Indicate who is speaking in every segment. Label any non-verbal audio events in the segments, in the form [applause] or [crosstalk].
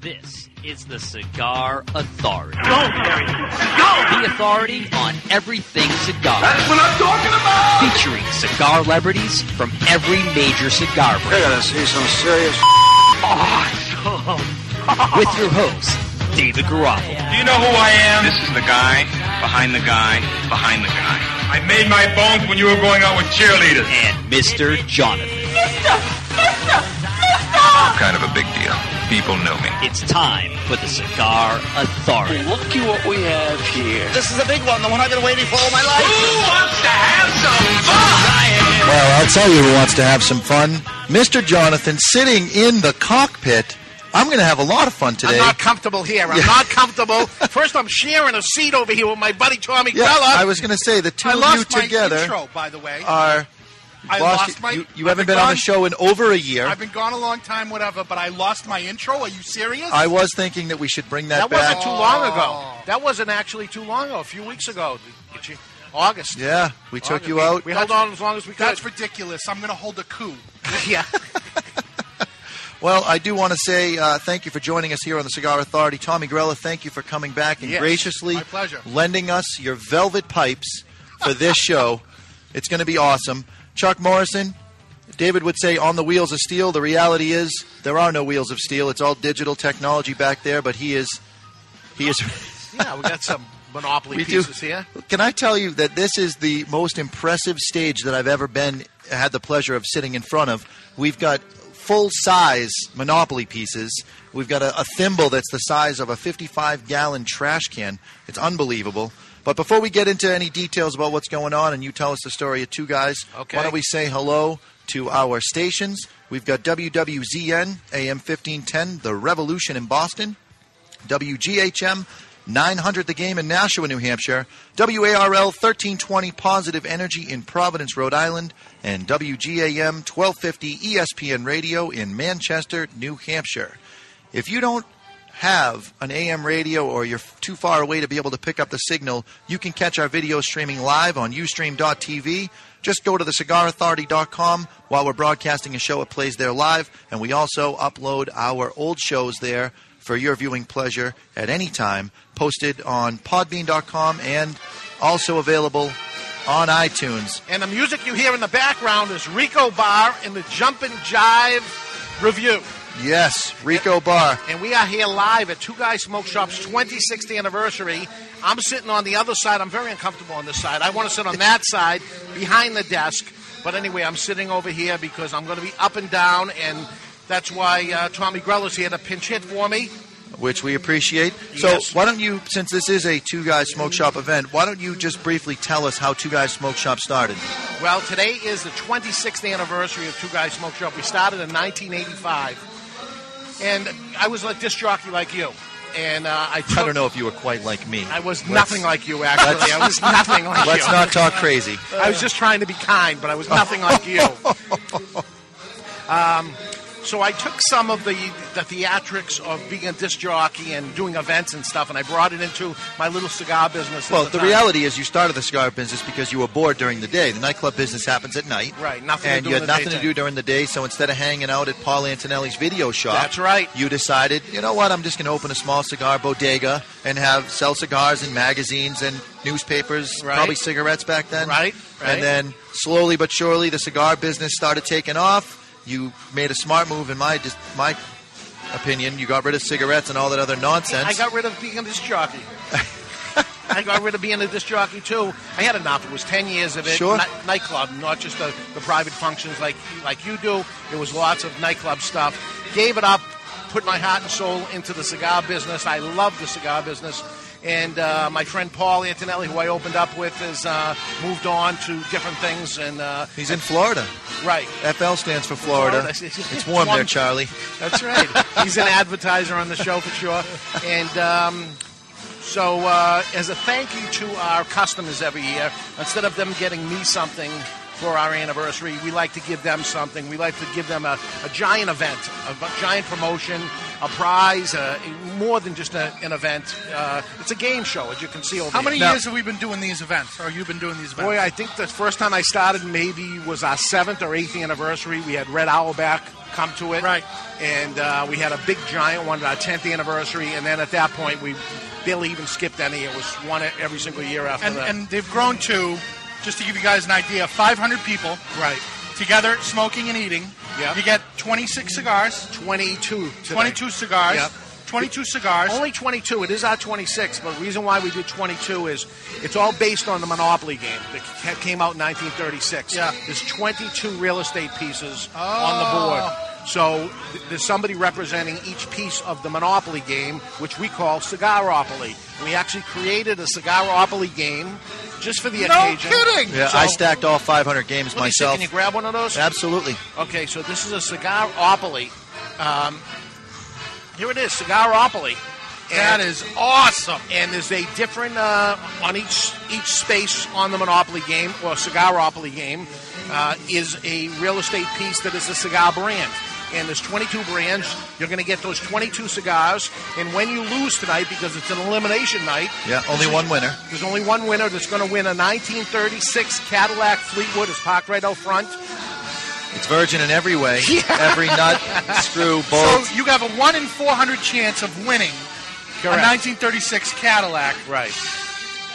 Speaker 1: This is the Cigar Authority.
Speaker 2: Go, Terry. Go!
Speaker 1: The authority on everything cigar.
Speaker 2: That's what I'm talking about!
Speaker 1: Featuring cigar celebrities from every major cigar brand.
Speaker 3: They're gonna see some serious.
Speaker 2: Awesome!
Speaker 1: With your host, David Garofalo.
Speaker 4: Do you know who I am? This is the guy behind the guy behind the guy. I made my bones when you were going out with cheerleaders.
Speaker 1: And Mr. Jonathan.
Speaker 4: I'm kind of a big deal. People know me.
Speaker 1: It's time for the Cigar Authority.
Speaker 5: Look at what we have here.
Speaker 6: This is a big one, the one I've been waiting for all my life.
Speaker 2: Who wants to have some fun?
Speaker 3: Well, I'll tell you who wants to have some fun. Mr. Jonathan sitting in the cockpit. I'm going to have a lot of fun today.
Speaker 6: I'm not comfortable here. I'm
Speaker 3: Yeah. [laughs]
Speaker 6: not comfortable. First, I'm sharing a seat over here with my buddy Tommy
Speaker 3: yeah,
Speaker 6: Bella.
Speaker 3: I was going to say the two
Speaker 6: I
Speaker 3: of you
Speaker 6: lost my
Speaker 3: together Oh.
Speaker 6: intro, by the way.
Speaker 3: are.
Speaker 6: I
Speaker 3: lost,
Speaker 6: lost my-
Speaker 3: you, you
Speaker 6: I've
Speaker 3: haven't
Speaker 6: been
Speaker 3: been on the
Speaker 6: gone-
Speaker 3: show in over a year.
Speaker 6: I've been gone a long time, whatever, but I lost my intro. Are you serious?
Speaker 3: I was thinking that we should bring that,
Speaker 6: that wasn't
Speaker 3: back.
Speaker 6: Uh, too long ago.
Speaker 3: Oh.
Speaker 6: That wasn't actually too long ago. A few weeks ago, Did you- August.
Speaker 3: Yeah, we took
Speaker 6: August.
Speaker 3: you
Speaker 6: We-
Speaker 3: out.
Speaker 6: We held on as long as we could.
Speaker 7: That's ridiculous. I'm going to hold a coup.
Speaker 6: yeah.
Speaker 3: Well, I do want to say uh, thank you for joining us here on the Cigar Authority. Tommy Grella, thank you for coming back and
Speaker 6: Yes,
Speaker 3: graciously
Speaker 7: my pleasure.
Speaker 3: lending us your velvet pipes
Speaker 7: [laughs]
Speaker 3: for this show. It's going to be awesome. Chuck Morrison, David would say, on the wheels of steel. The reality is there are no wheels of steel. It's all digital technology back there, but he is. He is.
Speaker 6: yeah, we got
Speaker 3: [laughs]
Speaker 6: some Monopoly
Speaker 3: We do.
Speaker 6: pieces here.
Speaker 3: Can I tell you that this is the most impressive stage that I've ever been had the pleasure of sitting in front of? We've got full size Monopoly pieces. We've got a, a thimble that's the size of a 55 gallon trash can. It's unbelievable. But before we get into any details about what's going on and you tell us the story of two guys,
Speaker 6: Okay.
Speaker 3: why don't we say hello to our stations? We've got WWZN, AM 1510, The Revolution in Boston. WGHM 900 The Game in Nashua, New Hampshire, WARL 1320 Positive Energy in Providence, Rhode Island, and WGAM 1250 ESPN Radio in Manchester, New Hampshire. If you don't have an AM radio or you're f- too far away to be able to pick up the signal, you can catch our video streaming live on ustream.tv. Just go to thecigarauthority.com while we're broadcasting a show. It plays there live, and we also upload our old shows there for your viewing pleasure at any time, posted on podbean.com and also available on iTunes.
Speaker 6: And the music you hear in the background is Rico Bar and the Jumpin' Jive Review.
Speaker 3: Yes, Rico Bar.
Speaker 6: and we are here live at Two Guys Smoke Shop's 26th anniversary. I'm sitting on the other side. I'm very uncomfortable on this side. I want to sit on
Speaker 3: [laughs]
Speaker 6: that side behind the desk. But anyway, I'm sitting over here because I'm going to be up and down, and that's why uh, Tommy Grella's here to pinch hit for me.
Speaker 3: which we appreciate.
Speaker 6: Yes.
Speaker 3: So, why don't you, since this is a Two Guys Smoke Shop event, why don't you just briefly tell us how Two Guys Smoke Shop started?
Speaker 6: Well, today is the 26th anniversary of Two Guys Smoke Shop. We started in 1985, and I was a disc jockey like you. And uh, I, took,
Speaker 3: I don't know if you were quite like me.
Speaker 6: I was
Speaker 3: Let's-
Speaker 6: nothing like you, actually. I was nothing like you.
Speaker 3: [laughs] Let's not talk crazy.
Speaker 6: [laughs] I was just trying to be kind, but I was nothing like
Speaker 3: [laughs]
Speaker 6: you. Um, so I took some of the, the theatrics of being a disc jockey and doing events and stuff, and I brought it into my little cigar business. at
Speaker 3: Well, the
Speaker 6: time.
Speaker 3: reality is you started the cigar business because you were bored during the day. The nightclub business happens at night.
Speaker 6: Right, nothing to
Speaker 3: And
Speaker 6: do
Speaker 3: you
Speaker 6: in
Speaker 3: had
Speaker 6: the
Speaker 3: nothing to
Speaker 6: daytime.
Speaker 3: do during the day, so instead of hanging out at Paul Antonelli's video shop,
Speaker 6: That's right.
Speaker 3: You decided, you know what? I'm just going to open a small cigar bodega and have sell cigars and magazines and newspapers,
Speaker 6: Right.
Speaker 3: probably cigarettes back then.
Speaker 6: Right, right.
Speaker 3: And then slowly but surely, the cigar business started taking off. You made a smart move, in my dis- my opinion. You got rid of cigarettes and all that other nonsense.
Speaker 6: I got rid of being a disc jockey. I got rid of being a disc jockey too. I had enough. It was ten years of it.
Speaker 3: Sure.
Speaker 6: Ni- nightclub, not just the, the private functions like like you do. It was lots of nightclub stuff. Gave it up. Put my heart and soul into the cigar business. I love the cigar business. And uh, my friend Paul Antonelli, who I opened up with, has uh, moved on to different things. And uh,
Speaker 3: He's in Florida.
Speaker 6: right,
Speaker 3: FL stands for Florida.
Speaker 6: Florida. [laughs]
Speaker 3: It's warm there, Charlie.
Speaker 6: That's right. He's an advertiser on the show for sure. And um, so, uh, as a thank you to our customers every year, instead of them getting me something, for our anniversary. We like to give them something. We like to give them a, a giant event, a b- giant promotion, a prize, a, more than just a, an event. Uh, it's a game show, as you can see over
Speaker 7: How
Speaker 6: here.
Speaker 7: many
Speaker 6: Now-
Speaker 7: years have we been doing these events? Or you've been doing these events?
Speaker 6: Boy, I think the first time I started maybe was our seventh or eighth anniversary. We had Red Owlback come to it. Right. And uh, we had a big giant one at our 10th anniversary. And then at that point, we barely even skipped any. It was one every single year after
Speaker 7: and,
Speaker 6: that.
Speaker 7: and they've grown to, just to give you guys an idea, 500 people.
Speaker 6: Right.
Speaker 7: Together, smoking and eating.
Speaker 6: Yep.
Speaker 7: You get 26 cigars.
Speaker 6: 22. today.
Speaker 7: 22 cigars.
Speaker 6: Yep.
Speaker 7: 22 cigars.
Speaker 6: Only 22. It is our 26, but the reason why we did 22 is it's all based on the Monopoly game that ca- came out in 1936.
Speaker 7: Yeah. Oh.
Speaker 6: There's 22 real estate pieces on the board. So th- there's somebody representing each piece of the Monopoly game, which we call Cigaropoly. We actually created a Cigaropoly game just for the
Speaker 7: No
Speaker 6: occasion.
Speaker 7: kidding!
Speaker 3: Yeah,
Speaker 6: So-
Speaker 3: I stacked all 500 games
Speaker 6: Let me see,
Speaker 3: myself.
Speaker 6: Can you grab one of those?
Speaker 3: Absolutely.
Speaker 6: Okay, so this is a Cigaropoly. Um, here it is, Cigaropoly.
Speaker 7: That
Speaker 6: And-
Speaker 7: is awesome.
Speaker 6: and there's a different uh, on each each space on the Monopoly game or Cigaropoly game uh, is a real estate piece that is the cigar brand. And there's 22 brands. You're going to get those 22 cigars. And when you lose tonight, because it's an elimination night,
Speaker 3: Yeah, only one winner.
Speaker 6: there's only one winner that's going to win a 1936 Cadillac Fleetwood. It's parked right out front.
Speaker 3: It's virgin in
Speaker 6: [laughs]
Speaker 3: every way. Every nut, screw, bolt.
Speaker 7: So you have a 1 in 400 chance of winning a 1936 Cadillac,
Speaker 6: Right.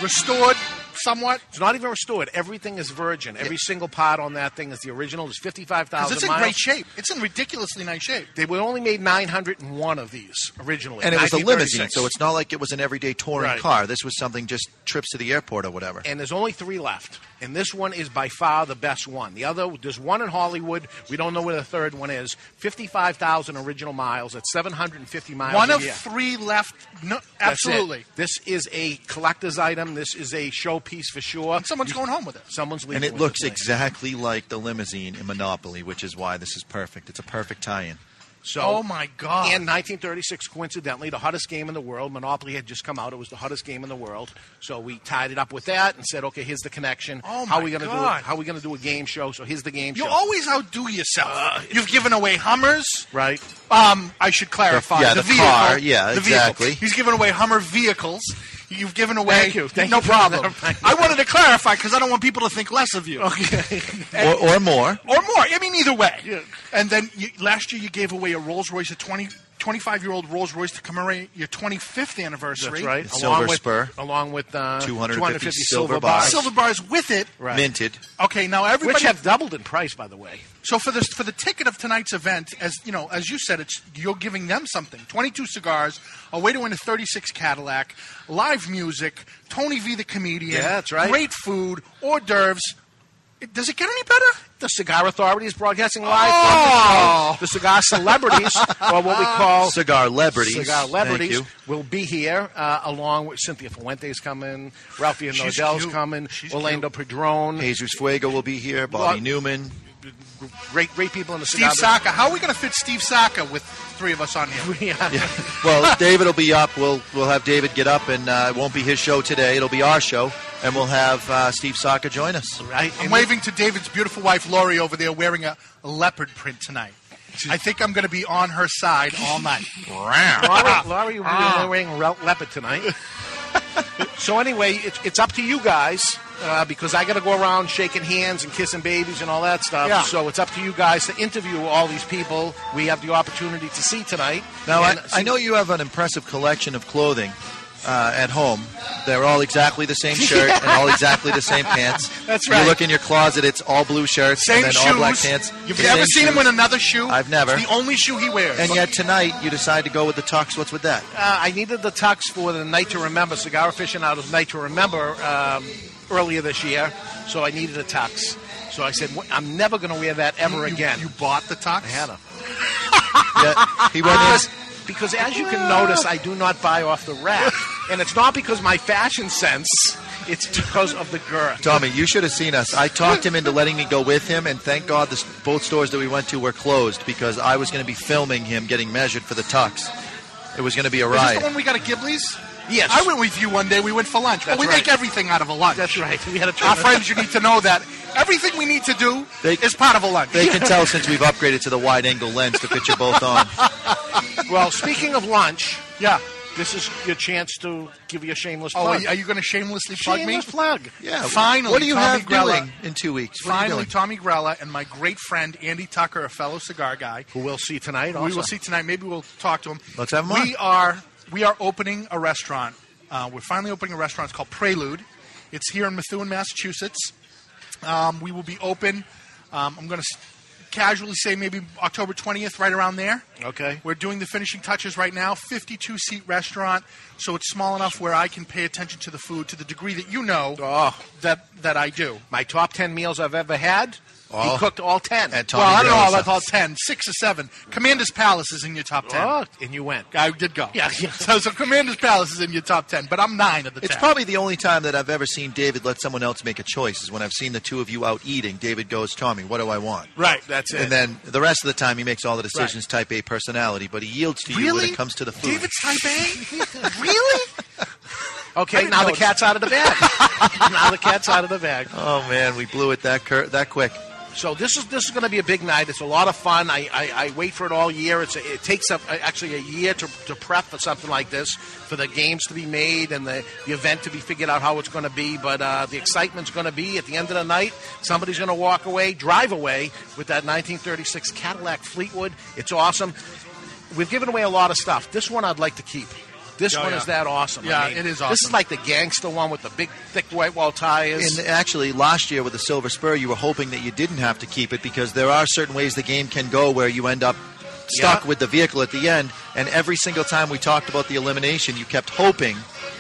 Speaker 7: restored somewhat.
Speaker 6: It's not even restored. Everything is virgin. Every single part on that thing is the original. It's 55,000
Speaker 7: Because it's in
Speaker 6: miles.
Speaker 7: great shape. It's in ridiculously nice shape.
Speaker 6: They were only made 901 of these originally.
Speaker 3: And it was a limousine,
Speaker 6: 1936.
Speaker 3: so it's not like it was an everyday touring
Speaker 6: Right.
Speaker 3: car. This was something just trips to the airport or whatever.
Speaker 6: And there's only three left. And this one is by far the best one. The other, there's one in Hollywood. We don't know where the third one is. 55,000 original miles at 750 miles
Speaker 7: One
Speaker 6: a
Speaker 7: of
Speaker 6: year.
Speaker 7: three left. No,
Speaker 6: That's it.
Speaker 7: absolutely.
Speaker 6: This is a collector's item. This is a showpiece for sure.
Speaker 7: And someone's going home with it.
Speaker 6: Someone's leaving
Speaker 3: And it
Speaker 6: with
Speaker 3: looks
Speaker 6: thing.
Speaker 3: exactly like the limousine in Monopoly, which is why this is perfect. It's a perfect tie-in.
Speaker 6: So,
Speaker 7: Oh my God.
Speaker 6: And 1936, coincidentally, the hottest game in the world. Monopoly had just come out. It was the hottest game in the world. So we tied it up with that and said, okay, here's the connection.
Speaker 7: Oh
Speaker 6: how
Speaker 7: my
Speaker 6: we gonna do
Speaker 7: God.
Speaker 6: it? How are we going to do a game show? So here's the game
Speaker 7: You
Speaker 6: show.
Speaker 7: always outdo yourself. You've given away Hummers.
Speaker 6: right?
Speaker 7: Um, I should clarify.
Speaker 3: The- yeah, the
Speaker 7: vehicle.
Speaker 3: car. Yeah,
Speaker 7: the vehicle.
Speaker 3: exactly.
Speaker 7: He's given away Hummer vehicles. You've given away.
Speaker 6: Thank you. Thank
Speaker 7: no
Speaker 6: you for-
Speaker 7: problem.
Speaker 6: Thank you.
Speaker 7: I wanted to clarify because I don't want people to think less of you. [laughs]
Speaker 6: Okay.
Speaker 3: Or, or more.
Speaker 7: Or more. I mean, either way. And then you, last year you gave away a Rolls Royce, a 20, 25 year old Rolls Royce to commemorate your 25th anniversary.
Speaker 6: That's right.
Speaker 3: The silver
Speaker 6: along with,
Speaker 3: spur.
Speaker 6: Along with uh,
Speaker 3: 250 silver
Speaker 6: silver
Speaker 3: bars.
Speaker 6: bars.
Speaker 7: Silver bars with it.
Speaker 6: Right.
Speaker 3: Minted.
Speaker 7: Okay, now everybody.
Speaker 6: Which have doubled in price, by the way.
Speaker 7: So for this for the ticket of tonight's event, as you know, as you said, it's you're giving them something: twenty-two cigars, a way to win a thirty-six Cadillac, live music, Tony V the comedian,
Speaker 6: Yeah, that's right.
Speaker 7: great food, hors d'oeuvres. It- Does it get any better?
Speaker 6: The Cigar Authority is broadcasting live from
Speaker 7: Oh!
Speaker 6: the show. The cigar
Speaker 7: [laughs]
Speaker 6: celebrities, or what we call
Speaker 3: Cigar celebrities.
Speaker 6: cigar celebrities,
Speaker 3: Thank you.
Speaker 6: will be here uh, along with Cynthia Fuente's coming, Ralphie and
Speaker 7: She's
Speaker 6: Nodell's
Speaker 7: cute.
Speaker 6: coming,
Speaker 7: She's
Speaker 6: Orlando Padron,
Speaker 3: Jesus Fuego will be here. Bobby
Speaker 6: Lot-
Speaker 3: Newman.
Speaker 6: great great people in the cigar
Speaker 7: Steve
Speaker 6: business.
Speaker 7: Saka. How are we going to fit Steve Saka with three of us on here?
Speaker 6: [laughs]
Speaker 3: Yeah. Well, [laughs] David will be up. We'll we'll have David get up, and uh, it won't be his show today. It'll be our show, and we'll have uh, Steve Saka join us.
Speaker 6: Right?
Speaker 7: I'm
Speaker 6: And
Speaker 7: waving to David's beautiful wife Lori over there wearing a leopard print tonight. I think I'm going to be on her side all night.
Speaker 6: Laurie, Laurie will be
Speaker 7: Ah.
Speaker 6: wearing Rel- leopard
Speaker 7: [laughs]
Speaker 6: tonight. so anyway, it's, it's up to you guys uh, because I got to go around shaking hands and kissing babies and all that stuff.
Speaker 7: Yeah.
Speaker 6: So it's up to you guys to interview all these people we have the opportunity to see tonight.
Speaker 3: Now, I,
Speaker 6: And
Speaker 3: I know you have an impressive collection of clothing uh, at home. They're all exactly
Speaker 7: [laughs]
Speaker 3: the same shirt and all exactly the same pants.
Speaker 6: That's
Speaker 3: You
Speaker 6: right.
Speaker 3: look in your closet; it's all blue shirts,
Speaker 7: Same
Speaker 3: and then
Speaker 7: shoes.
Speaker 3: all black pants.
Speaker 7: You've
Speaker 3: the
Speaker 7: never
Speaker 3: same
Speaker 7: seen him
Speaker 3: shoes.
Speaker 7: in another shoe.
Speaker 3: I've never.
Speaker 7: It's the only shoe he wears.
Speaker 3: And yet tonight you decide to go with the tux. What's with that?
Speaker 6: uh, I needed the tux for the night to remember cigar aficionado's night to remember um, earlier this year, so I needed a tux. So I said, "Wh- I'm never going to wear that ever
Speaker 7: You-
Speaker 6: again.
Speaker 7: You bought the tux?
Speaker 6: I had a
Speaker 3: [laughs] Yeah, he went in.
Speaker 6: because, because as you can notice, I do not buy off the rack, and it's not because my fashion sense; it's because of the girth.
Speaker 3: Tommy, you should have seen us. I talked him into letting me go with him, and thank God this, both stores that we went to were closed because I was going to be filming him getting measured for the tux. It was going to be a
Speaker 7: Is this the
Speaker 3: riot.
Speaker 7: one we got at Ghibli's?
Speaker 6: Yes.
Speaker 7: I went with you one day. We went for lunch. Well,
Speaker 6: That's
Speaker 7: we
Speaker 6: right.
Speaker 7: make everything out of a lunch.
Speaker 6: That's right. We had a
Speaker 7: Our friends, you need to know that Everything we need to do
Speaker 3: They-
Speaker 7: is part of a lunch.
Speaker 3: They can
Speaker 7: [laughs]
Speaker 3: tell since we've upgraded to the wide angle lens to fit you both on.
Speaker 6: Well, speaking of lunch,
Speaker 7: yeah.
Speaker 6: this is your chance to give you a shameless
Speaker 7: Oh,
Speaker 6: plug.
Speaker 7: are you going to shamelessly plug me?
Speaker 6: shameless plug.
Speaker 3: Yeah.
Speaker 7: Finally,
Speaker 3: What do you
Speaker 7: Tommy
Speaker 3: have
Speaker 7: Grella.
Speaker 3: doing in two weeks? What are you
Speaker 7: Finally,
Speaker 3: doing?
Speaker 7: Tommy Grella and my great friend Andy Tucker, a fellow cigar guy,
Speaker 6: Who we'll see tonight. Also.
Speaker 7: We will see tonight. Maybe we'll talk to him.
Speaker 3: Let's have him
Speaker 7: we are we are opening a restaurant. Uh, we're finally opening a restaurant. It's called Prelude. It's here in Methuen, Massachusetts. Um, we will be open. Um, I'm going to casually say maybe October 20th, right around there.
Speaker 6: Okay.
Speaker 7: We're doing the finishing touches right now. 52 seat restaurant, so it's small enough where I can pay attention to the food to the degree that you know
Speaker 6: Oh.
Speaker 7: that that I do.
Speaker 6: My top ten meals I've ever had.
Speaker 3: Oh.
Speaker 6: He cooked all ten.
Speaker 3: At Tommy
Speaker 7: Well, I don't know
Speaker 3: Grella.
Speaker 7: about all 10, 6 or 7. Commander's Palace is in your top 10.
Speaker 6: Oh, and you went.
Speaker 7: I did go.
Speaker 6: Yeah, yeah.
Speaker 7: [laughs] So, so Commander's Palace is in your top ten, but I'm nine of the
Speaker 3: It's
Speaker 7: ten.
Speaker 3: probably the only time that I've ever seen David let someone else make a choice is when I've seen the two of you out eating. David goes, Tommy, what do I want?
Speaker 6: Right. That's it.
Speaker 3: And then the rest of the time, he makes all the decisions type A personality, but he yields to you when it comes to the food.
Speaker 7: David's
Speaker 6: [laughs]
Speaker 7: type A? really?
Speaker 6: okay,
Speaker 7: didn't
Speaker 6: now
Speaker 7: know
Speaker 6: the
Speaker 7: it.
Speaker 6: cat's out of the bag. now the cat's out of the bag.
Speaker 3: oh, man, we blew it that, cur- that quick.
Speaker 6: So this is this is going to be a big night. It's a lot of fun. I, I, I wait for it all year. It's a, it takes up uh, actually a year to, to prep for something like this, for the games to be made and the, the event to be figured out how it's going to be. But uh, the excitement's going to be at the end of the night. Somebody's going to walk away, drive away with that 1936 Cadillac Fleetwood. It's awesome. We've given away a lot of stuff. This one I'd like to keep. This
Speaker 7: Oh,
Speaker 6: one
Speaker 7: yeah.
Speaker 6: is that awesome. I
Speaker 7: Yeah,
Speaker 6: mean,
Speaker 7: it is
Speaker 6: This is
Speaker 7: awesome.
Speaker 6: like the gangster one with the big, thick white wall tires.
Speaker 3: And actually, last year with the Silver Spur, you were hoping that you didn't have to keep it because there are certain ways the game can go where you end up stuck
Speaker 6: Yeah.
Speaker 3: with the vehicle at the end. And every single time we talked about the elimination, you kept hoping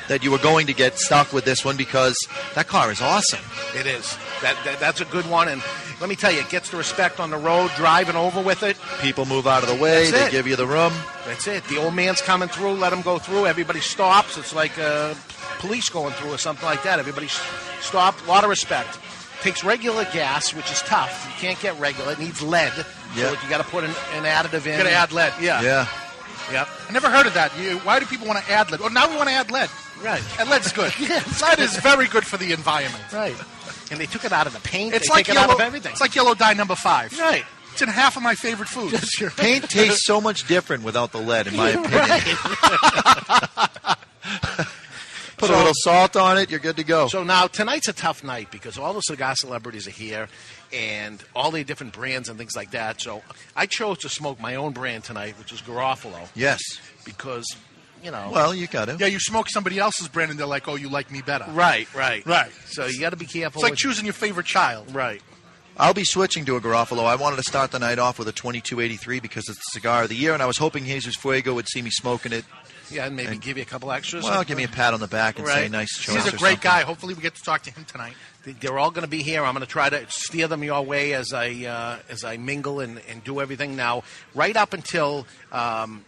Speaker 3: that you were going to get stuck with this one because that car is awesome.
Speaker 6: It is. That, that that's a good one, and let me tell you, it gets the respect on the road, driving over with it.
Speaker 3: People move out of the way,
Speaker 6: That's
Speaker 3: they
Speaker 6: it.
Speaker 3: give you the room.
Speaker 6: That's it. The old man's coming through. Let him go through. Everybody stops. It's like uh, police going through or something like that. Everybody s- stop. A lot of respect. Takes regular gas, which is tough. You can't get regular. It needs lead.
Speaker 3: Yeah.
Speaker 6: So you got to put an, an additive in.
Speaker 7: You gotta add lead. Yeah.
Speaker 3: Yeah.
Speaker 6: Yep.
Speaker 7: I never heard of that. You, why do people want to add lead? Oh, now we want to add lead.
Speaker 6: Right.
Speaker 7: And lead's
Speaker 6: [laughs]
Speaker 7: good.
Speaker 6: Yeah.
Speaker 7: lead is very good for the environment.
Speaker 6: Right. And they took it out of the paint.
Speaker 7: It's
Speaker 6: they
Speaker 7: like
Speaker 6: take
Speaker 7: yellow.
Speaker 6: it out of everything.
Speaker 7: It's like yellow dye number five.
Speaker 6: right.
Speaker 7: It's in half of my favorite foods. [laughs]
Speaker 3: Paint tastes
Speaker 6: [laughs]
Speaker 3: so much different without the lead, in my opinion. Put a little salt on it, you're good to go.
Speaker 6: So now tonight's a tough night because all the cigar celebrities are here, and all the different brands and things like that. So I chose to smoke my own brand tonight, which is Garofalo,
Speaker 3: yes.
Speaker 6: because you know.
Speaker 3: Well, you got to.
Speaker 7: Yeah, you smoke somebody else's brand and they're like, oh, you like me better.
Speaker 6: right, right,
Speaker 7: Right.
Speaker 6: So you got to be careful.
Speaker 7: It's like
Speaker 6: with-
Speaker 7: choosing your favorite child.
Speaker 6: Right.
Speaker 3: I'll be switching to a Garofalo. I wanted to start the night off with a 2283 because it's the cigar of the year, and I was hoping Jesus Fuego would see me smoking it.
Speaker 6: Yeah, and maybe give you a couple extras.
Speaker 3: Well, give me a pat on the back and say
Speaker 6: Right.
Speaker 3: nice choice.
Speaker 7: He's a
Speaker 3: or
Speaker 7: great
Speaker 3: something.
Speaker 7: guy. Hopefully, we get to talk to him tonight.
Speaker 6: They're all going to be here. I'm going to try to steer them your way as I uh, as I mingle and, and do everything. Now, right up until um,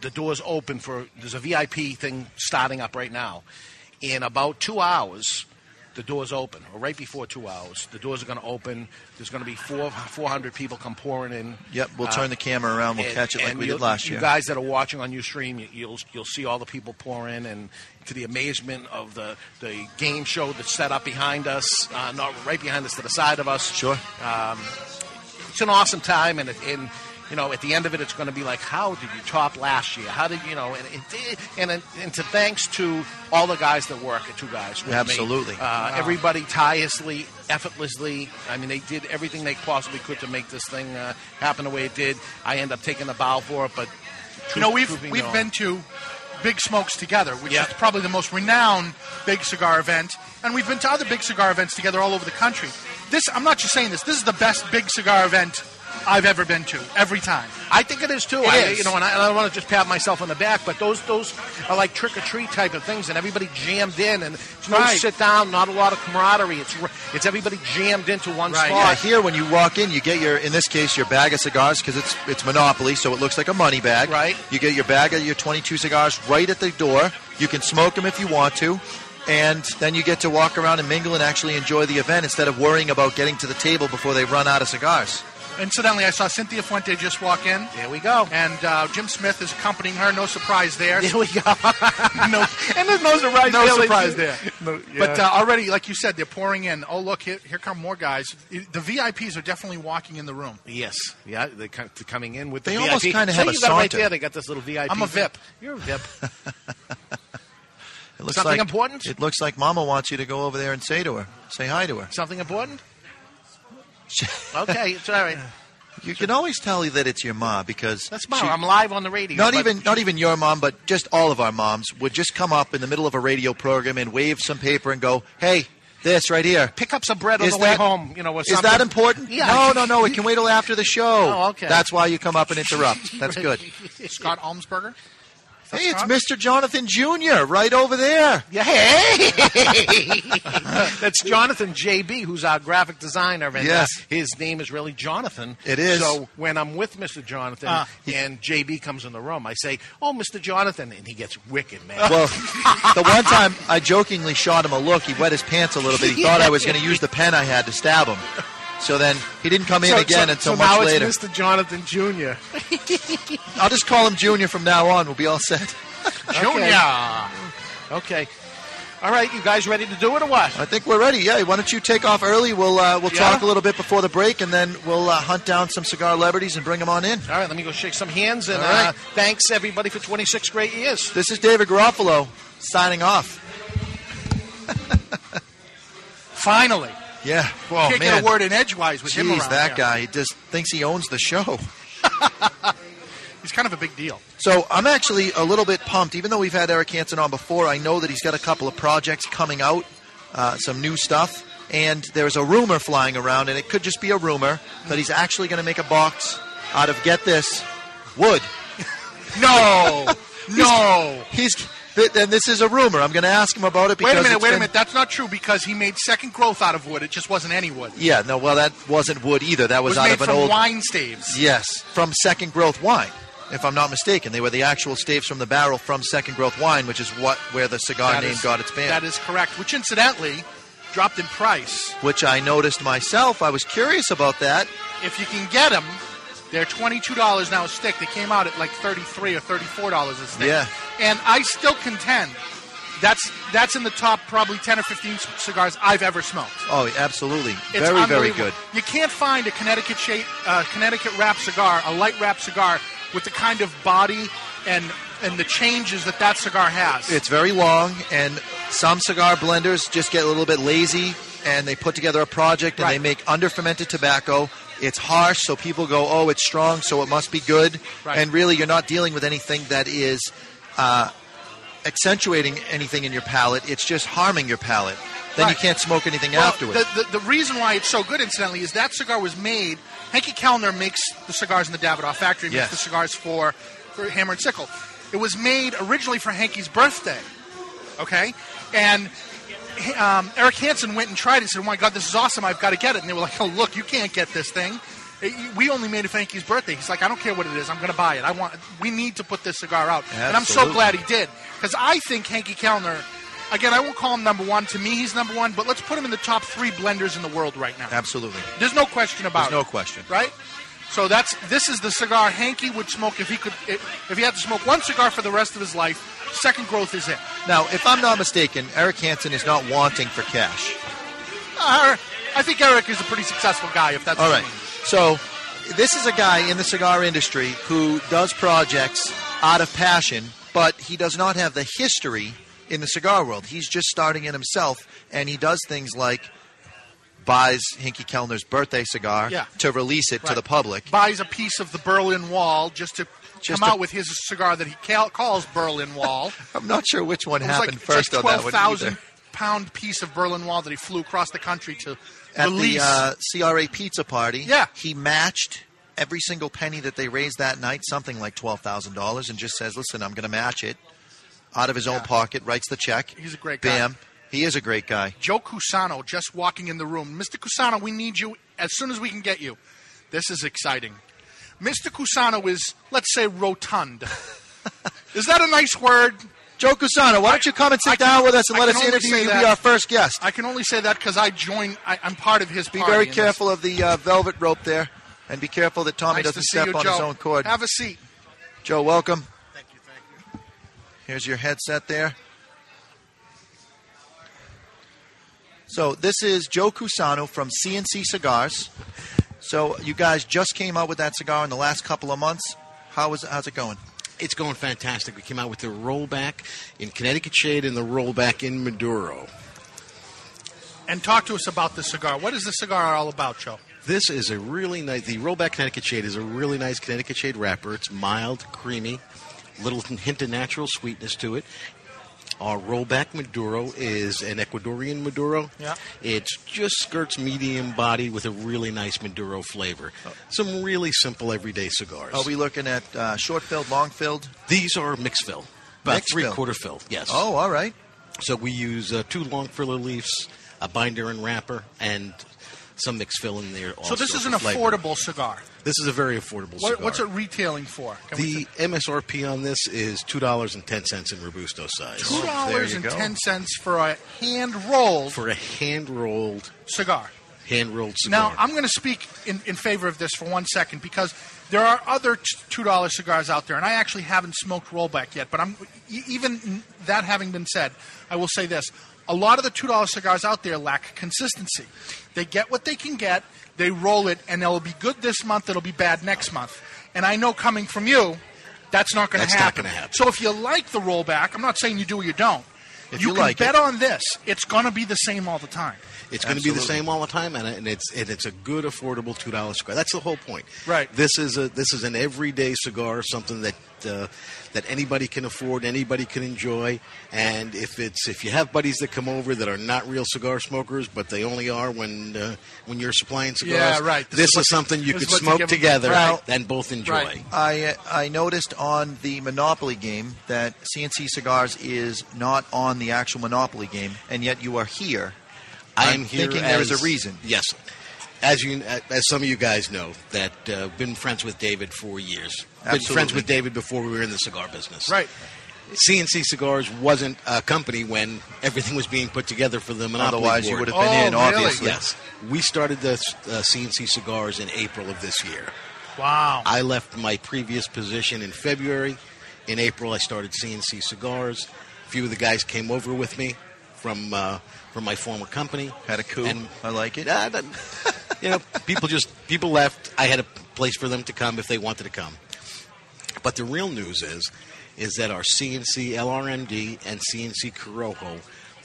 Speaker 6: the doors open for there's a VIP thing starting up right now. In about two hours, the doors open, or right before two hours, the doors are going to open. There's going to be four 400 people come pouring in.
Speaker 3: Yep, we'll
Speaker 6: Uh,
Speaker 3: turn the camera around. We'll
Speaker 6: and-
Speaker 3: catch it like
Speaker 6: and
Speaker 3: we
Speaker 6: you-
Speaker 3: did last
Speaker 6: you
Speaker 3: year.
Speaker 6: guys that are watching on your stream, you- you'll you'll see all the people pour in, and to the amazement of the, the game show that's set up behind us, uh, not right behind us to the side of us. Um,
Speaker 3: sure.
Speaker 6: it's an awesome time, and it, and you know at the end of it, it's going to be like, how did you top last year? How did you know? And it, and and, and to thanks to all the guys that work at Two Guys. With
Speaker 3: Absolutely.
Speaker 6: me. uh, everybody tirelessly, effortlessly. I mean, they did everything they possibly could to make this thing uh, happen the way it did. I end up taking the bow for it, but.
Speaker 7: You know,
Speaker 6: truth-
Speaker 7: we've
Speaker 6: truth be
Speaker 7: we've
Speaker 6: known-
Speaker 7: been to Big Smokes together, which
Speaker 6: Yeah.
Speaker 7: is probably the most renowned big cigar event, and we've been to other big cigar events together all over the country. This, I'm not just saying this. This is the best big cigar event I've ever been to. Every time.
Speaker 6: I think it is too.
Speaker 7: It
Speaker 6: I,
Speaker 7: is.
Speaker 6: You know, and I, and I don't want to just pat myself on the back, but those those are like trick or treat type of things, and everybody jammed in, and it's no
Speaker 7: Right.
Speaker 6: sit down, not a lot of camaraderie. It's r- it's everybody jammed into one
Speaker 7: Right.
Speaker 3: Yeah,
Speaker 6: spot.
Speaker 3: here when you walk in, you get your, in this case, your bag of cigars because it's it's Monopoly, so it looks like a money bag.
Speaker 6: Right.
Speaker 3: You get your bag of your 22 cigars right at the door. You can smoke them if you want to, and then you get to walk around and mingle and actually enjoy the event instead of worrying about getting to the table before they run out of cigars.
Speaker 7: Incidentally, I saw Cynthia Fuente just walk in.
Speaker 6: There we go.
Speaker 7: And uh, Jim Smith is accompanying her. No surprise there.
Speaker 6: There we go.
Speaker 7: [laughs] no,
Speaker 6: and there's no surprise.
Speaker 7: no
Speaker 6: there, ladies.
Speaker 7: surprise there.
Speaker 6: No,
Speaker 7: But
Speaker 6: yeah.
Speaker 7: uh, already, like you said, they're pouring in. Oh, look, here, here come more guys. The VIPs are definitely walking in the room.
Speaker 6: Yes. Yeah, they're co- they're coming in with
Speaker 3: They
Speaker 6: the
Speaker 3: almost
Speaker 6: VIP.
Speaker 3: kinda
Speaker 6: So
Speaker 3: have a
Speaker 6: you got it right
Speaker 3: saunter.
Speaker 6: there. They got this little VIP.
Speaker 7: I'm a VIP.
Speaker 6: You're a VIP.
Speaker 3: It looks
Speaker 6: Something
Speaker 3: like,
Speaker 6: important?
Speaker 3: It looks like Mama wants you to go over there and say to her, say hi to her.
Speaker 6: Something important? Okay, it's all right.
Speaker 3: You can always tell that it's your mom because
Speaker 6: [laughs] That's mom.
Speaker 3: she-
Speaker 6: I'm live on the radio.
Speaker 3: not
Speaker 6: but-
Speaker 3: even not even your mom, but just all of our moms would just come up in the middle of a radio program and wave some paper and go, "Hey, this right here."
Speaker 6: pick up some bread on
Speaker 3: Is
Speaker 6: the way
Speaker 3: that-
Speaker 6: home. You know, or
Speaker 3: Is that
Speaker 6: something.
Speaker 3: important?
Speaker 6: Yeah.
Speaker 3: No, no, no. It can wait till after the show.
Speaker 6: [laughs] Oh, okay.
Speaker 3: That's why you
Speaker 6: [laughs]
Speaker 3: come up
Speaker 7: [laughs]
Speaker 3: and interrupt. That's good.
Speaker 7: Scott Almsberger.
Speaker 3: Hey, it's Mr. Jonathan Jr. right over there.
Speaker 6: Yeah,
Speaker 3: [laughs]
Speaker 6: hey! That's Jonathan JB, who's our graphic designer, and uh,
Speaker 3: Yes.
Speaker 6: his name is really Jonathan.
Speaker 3: It is. Uh,
Speaker 6: So when I'm with Mr. Jonathan
Speaker 7: Ah.
Speaker 6: and JB comes in the room, I say, "Oh, Mr. Jonathan," and he gets wicked, man.
Speaker 3: Well, the one time I jokingly shot him a look, he wet his pants a little bit. He thought I was going to use the pen I had to stab him. So then he didn't come in
Speaker 6: so,
Speaker 3: again
Speaker 6: so, so
Speaker 3: until much
Speaker 6: now
Speaker 3: later.
Speaker 6: it's Mr. Jonathan
Speaker 3: [laughs]
Speaker 6: Jr.
Speaker 3: I'll just call him Junior from now on. We'll be all set.
Speaker 6: [laughs] Junior. Okay. All right, you guys ready to do it or what?
Speaker 3: I think we're ready. Yeah, why don't you take off early? We'll uh, we'll
Speaker 6: Yeah?
Speaker 3: talk a little bit before the break, and then we'll uh, hunt down some cigar celebrities and bring them on in.
Speaker 6: All right, let me go shake some hands and
Speaker 3: All right.
Speaker 6: uh, thanks everybody for 26 great years.
Speaker 3: This is David Garofalo signing off.
Speaker 7: Finally.
Speaker 3: Yeah.
Speaker 7: Oh,
Speaker 3: Well,
Speaker 7: Can't
Speaker 3: man.
Speaker 7: get a word in edgewise with him
Speaker 3: Jeez,
Speaker 7: around
Speaker 3: that
Speaker 7: here.
Speaker 3: guy he just thinks he owns the show.
Speaker 7: He's kind of a big deal.
Speaker 3: So I'm actually a little bit pumped. Even though we've had Eric Hansen on before, I know that he's got a couple of projects coming out, uh, some new stuff. And there's a rumor flying around, and it could just be a rumor, that he's actually going to make a box out of, get this, wood.
Speaker 7: [laughs] No.
Speaker 3: [laughs]
Speaker 7: no.
Speaker 3: He's, th- and this is a rumor. I'm going to ask him about it because.
Speaker 7: Wait a minute,
Speaker 3: it's
Speaker 7: wait a
Speaker 3: been-
Speaker 7: minute. That's not true because he made second growth out of wood. It just wasn't any wood. It
Speaker 3: Yeah, no, well, that wasn't wood either. That was,
Speaker 7: was
Speaker 3: out
Speaker 7: made
Speaker 3: of an
Speaker 7: from
Speaker 3: old.
Speaker 7: wine staves.
Speaker 3: Yes, from Second Growth Wine, if I'm not mistaken. They were the actual staves from the barrel from Second Growth Wine, which is what where the cigar
Speaker 7: That
Speaker 3: name
Speaker 7: is-
Speaker 3: got its band.
Speaker 7: That is correct, which incidentally dropped in price.
Speaker 3: which I noticed myself. I was curious about that.
Speaker 7: If you can get them, they're $22 now a stick. They came out at like 33 or $34 a stick.
Speaker 3: Yeah.
Speaker 7: And I still contend that's that's in the top probably 10 or 15 c- cigars I've ever smoked.
Speaker 3: Oh, absolutely.
Speaker 7: It's
Speaker 3: very, very
Speaker 7: unbelievable.
Speaker 3: good.
Speaker 7: You can't find a Connecticut shape, uh, Connecticut wrap cigar, a light wrap cigar with the kind of body and and the changes that that cigar has.
Speaker 3: It's very long, and some cigar blenders just get a little bit lazy and they put together a project and
Speaker 7: Right.
Speaker 3: they make under fermented tobacco. It's harsh, so people go, oh, it's strong, so it must be good.
Speaker 7: Right.
Speaker 3: And really, you're not dealing with anything that is uh, accentuating anything in your palate, it's just harming your palate. Then you
Speaker 7: Right.
Speaker 3: can't smoke anything
Speaker 7: Well,
Speaker 3: afterwards.
Speaker 7: The, the, the reason why it's so good, incidentally, is that cigar was made. Henke Kellner makes the cigars in the Davidoff factory. Makes
Speaker 3: Yes.
Speaker 7: the cigars for, for Hammer and Sickle. It was made originally for Henke's birthday. Okay, and um, Eric Hansen went and tried it. and Said, "Oh my God, this is awesome! I've got to get it." And they were like, "Oh look, you can't get this thing." It- you- We only made it for Henke's birthday. He's like, I don't care what it is. I'm going to buy it. I want. We need to put this cigar out, and I'm so
Speaker 3: Absolutely.
Speaker 7: glad he did because I think Henke Kellner. Again, I won't call him number one. To me, he's number one, but let's put him in the top three blenders in the world right now.
Speaker 3: Absolutely.
Speaker 7: There's no question about
Speaker 3: There's no
Speaker 7: it.
Speaker 3: question.
Speaker 7: Right? So that's this is the cigar Hanky would smoke if he could if he had to smoke one cigar for the rest of his life. Second growth is it.
Speaker 3: Now, if I'm not mistaken, uh, Eric Hansen is not wanting for cash.
Speaker 7: Uh, I think Eric is a pretty successful guy if that's
Speaker 3: All
Speaker 7: what
Speaker 3: right.
Speaker 7: you mean.
Speaker 3: So, this is a guy in the cigar industry who does projects out of passion, but he does not have the history in the cigar world. He's just starting it himself, and he does things like buys Hinky Kellner's birthday cigar
Speaker 7: Yeah.
Speaker 3: to release it to
Speaker 7: Right.
Speaker 3: the public.
Speaker 7: Buys a piece of the Berlin Wall just to
Speaker 3: Just
Speaker 7: come
Speaker 3: to-
Speaker 7: out with his cigar that he cal- calls Berlin Wall.
Speaker 3: [laughs] I'm not sure which one
Speaker 7: It was
Speaker 3: happened
Speaker 7: like,
Speaker 3: first
Speaker 7: it's like
Speaker 3: on that
Speaker 7: twelve
Speaker 3: one.
Speaker 7: thousand
Speaker 3: either.
Speaker 7: pound piece of Berlin Wall that he flew across the country to
Speaker 3: At
Speaker 7: release.
Speaker 3: the uh, CRA pizza party,
Speaker 7: Yeah.
Speaker 3: he matched every single penny that they raised that night, something like $12,000, and just says, listen, I'm going to match it out of his own pocket, writes the check.
Speaker 7: He's a great guy.
Speaker 3: Bam. He is a great guy.
Speaker 7: Joe Cusano just walking in the room. Mr. Cusano, we need you as soon as we can get you. This is exciting. Mr. Cusano is, let's say,
Speaker 3: [laughs]
Speaker 7: rotund. is that a nice word?
Speaker 3: Joe Cusano, why don't you come and sit
Speaker 7: I can-
Speaker 3: down with us and
Speaker 7: I
Speaker 3: let
Speaker 7: can
Speaker 3: us
Speaker 7: only
Speaker 3: interview
Speaker 7: say
Speaker 3: you? Be
Speaker 7: that-
Speaker 3: our first guest.
Speaker 7: I can only say that because I join. I, I'm part of his.
Speaker 3: Be
Speaker 7: party
Speaker 3: very
Speaker 7: in this.
Speaker 3: careful of the uh, velvet rope there. And be careful that Tommy
Speaker 7: Nice
Speaker 3: doesn't
Speaker 7: to see
Speaker 3: step
Speaker 7: you,
Speaker 3: on his
Speaker 7: Joe.
Speaker 3: own cord.
Speaker 7: Have a seat.
Speaker 3: Joe, welcome. Thank you, thank you. Here's your headset there. So this is Joe Cusano from CNC Cigars. So you guys just came out with that cigar in the last couple of months. How is how's it going?
Speaker 8: It's going fantastic. We came out with the rollback in Connecticut Shade and the rollback in Maduro.
Speaker 7: And talk to us about this cigar. What is this cigar all about, Joe?
Speaker 8: This is a really nice. The rollback Connecticut Shade is a really nice Connecticut Shade wrapper. It's mild, creamy, little hint of natural sweetness to it. Our rollback Maduro is an Ecuadorian Maduro.
Speaker 7: Yeah.
Speaker 8: It just skirts medium body with a really nice Maduro flavor. Some really simple everyday cigars.
Speaker 3: Are we looking at uh, short filled, long filled?
Speaker 8: These are mixed fill, about
Speaker 3: Mixed fill.
Speaker 8: three quarter fill. Yes.
Speaker 3: Oh, all right.
Speaker 8: So we use uh, two long filler leaves, a binder and wrapper, and some mixed fill in there.
Speaker 7: So this is an affordable cigar.
Speaker 8: This is a very affordable
Speaker 7: What,
Speaker 8: cigar.
Speaker 7: what's it retailing for? Can we
Speaker 8: the MSRP on this is two dollars and ten cents in robusto size
Speaker 7: two
Speaker 3: Oh, there
Speaker 7: dollars
Speaker 3: you
Speaker 7: and
Speaker 3: go.
Speaker 7: ten cents for a hand rolled
Speaker 8: for a hand rolled,
Speaker 7: cigar.
Speaker 8: hand rolled cigar.
Speaker 7: Now I'm going to speak in, in favor of this for one second because there are other t- two dollar cigars out there, and I actually haven't smoked rollback yet. But I'm e- even that having been said, I will say this: a lot of the two dollar cigars out there lack consistency. They get what they can get, they roll it, and it'll be good this month, it'll be bad next month. And I know coming from you, that's not going to
Speaker 8: That's not
Speaker 7: happen.
Speaker 8: gonna happen.
Speaker 7: So if you like the rollback, I'm not saying you do or you don't.
Speaker 3: you
Speaker 7: can
Speaker 3: like
Speaker 7: bet
Speaker 3: it.
Speaker 7: on this; it's going to be the same all the time.
Speaker 8: It's going to be the
Speaker 3: Absolutely.
Speaker 8: same all the time, and, and it's and it's a good, affordable two dollars cigar. That's the whole point.
Speaker 7: Right.
Speaker 8: This is a this is an everyday cigar, something that uh, that anybody can afford, anybody can enjoy. And if it's if you have buddies that come over that are not real cigar smokers, but they only are when uh, when you're supplying cigars,
Speaker 7: Yeah, right.
Speaker 8: This,
Speaker 7: This is
Speaker 8: is,
Speaker 7: what you-
Speaker 8: something you
Speaker 7: this
Speaker 8: could
Speaker 7: is what you
Speaker 8: smoke
Speaker 7: give 'em.
Speaker 8: together
Speaker 7: Right.
Speaker 8: and both enjoy.
Speaker 7: Right.
Speaker 3: I I noticed on the Monopoly game that CNC Cigars is not on the actual Monopoly game, and yet you are here.
Speaker 8: I
Speaker 3: I'm
Speaker 8: am here
Speaker 3: thinking there is a
Speaker 8: as-
Speaker 3: reason.
Speaker 8: Yes. As you, as some of you guys know, that uh, been friends with David for years. Been friends
Speaker 3: Absolutely.
Speaker 8: with David before we were in the cigar business.
Speaker 7: Right.
Speaker 8: CNC Cigars wasn't a company when everything was being put together for the Monopoly
Speaker 3: Otherwise, you
Speaker 8: board.
Speaker 3: would have been
Speaker 7: Oh,
Speaker 3: in,
Speaker 7: really?
Speaker 3: obviously.
Speaker 8: Yes. We started the uh, CNC Cigars in April of this year.
Speaker 7: Wow.
Speaker 8: I left my previous position in February. In April, I started CNC Cigars. A few of the guys came over with me from uh, from my former company.
Speaker 3: Had a coup.
Speaker 8: And-
Speaker 3: I like it.
Speaker 8: Nah, that- [laughs] you know, people just people left. I had a place for them to come if they wanted to come. But the real news is, is that our CNC LRMD and CNC Corojo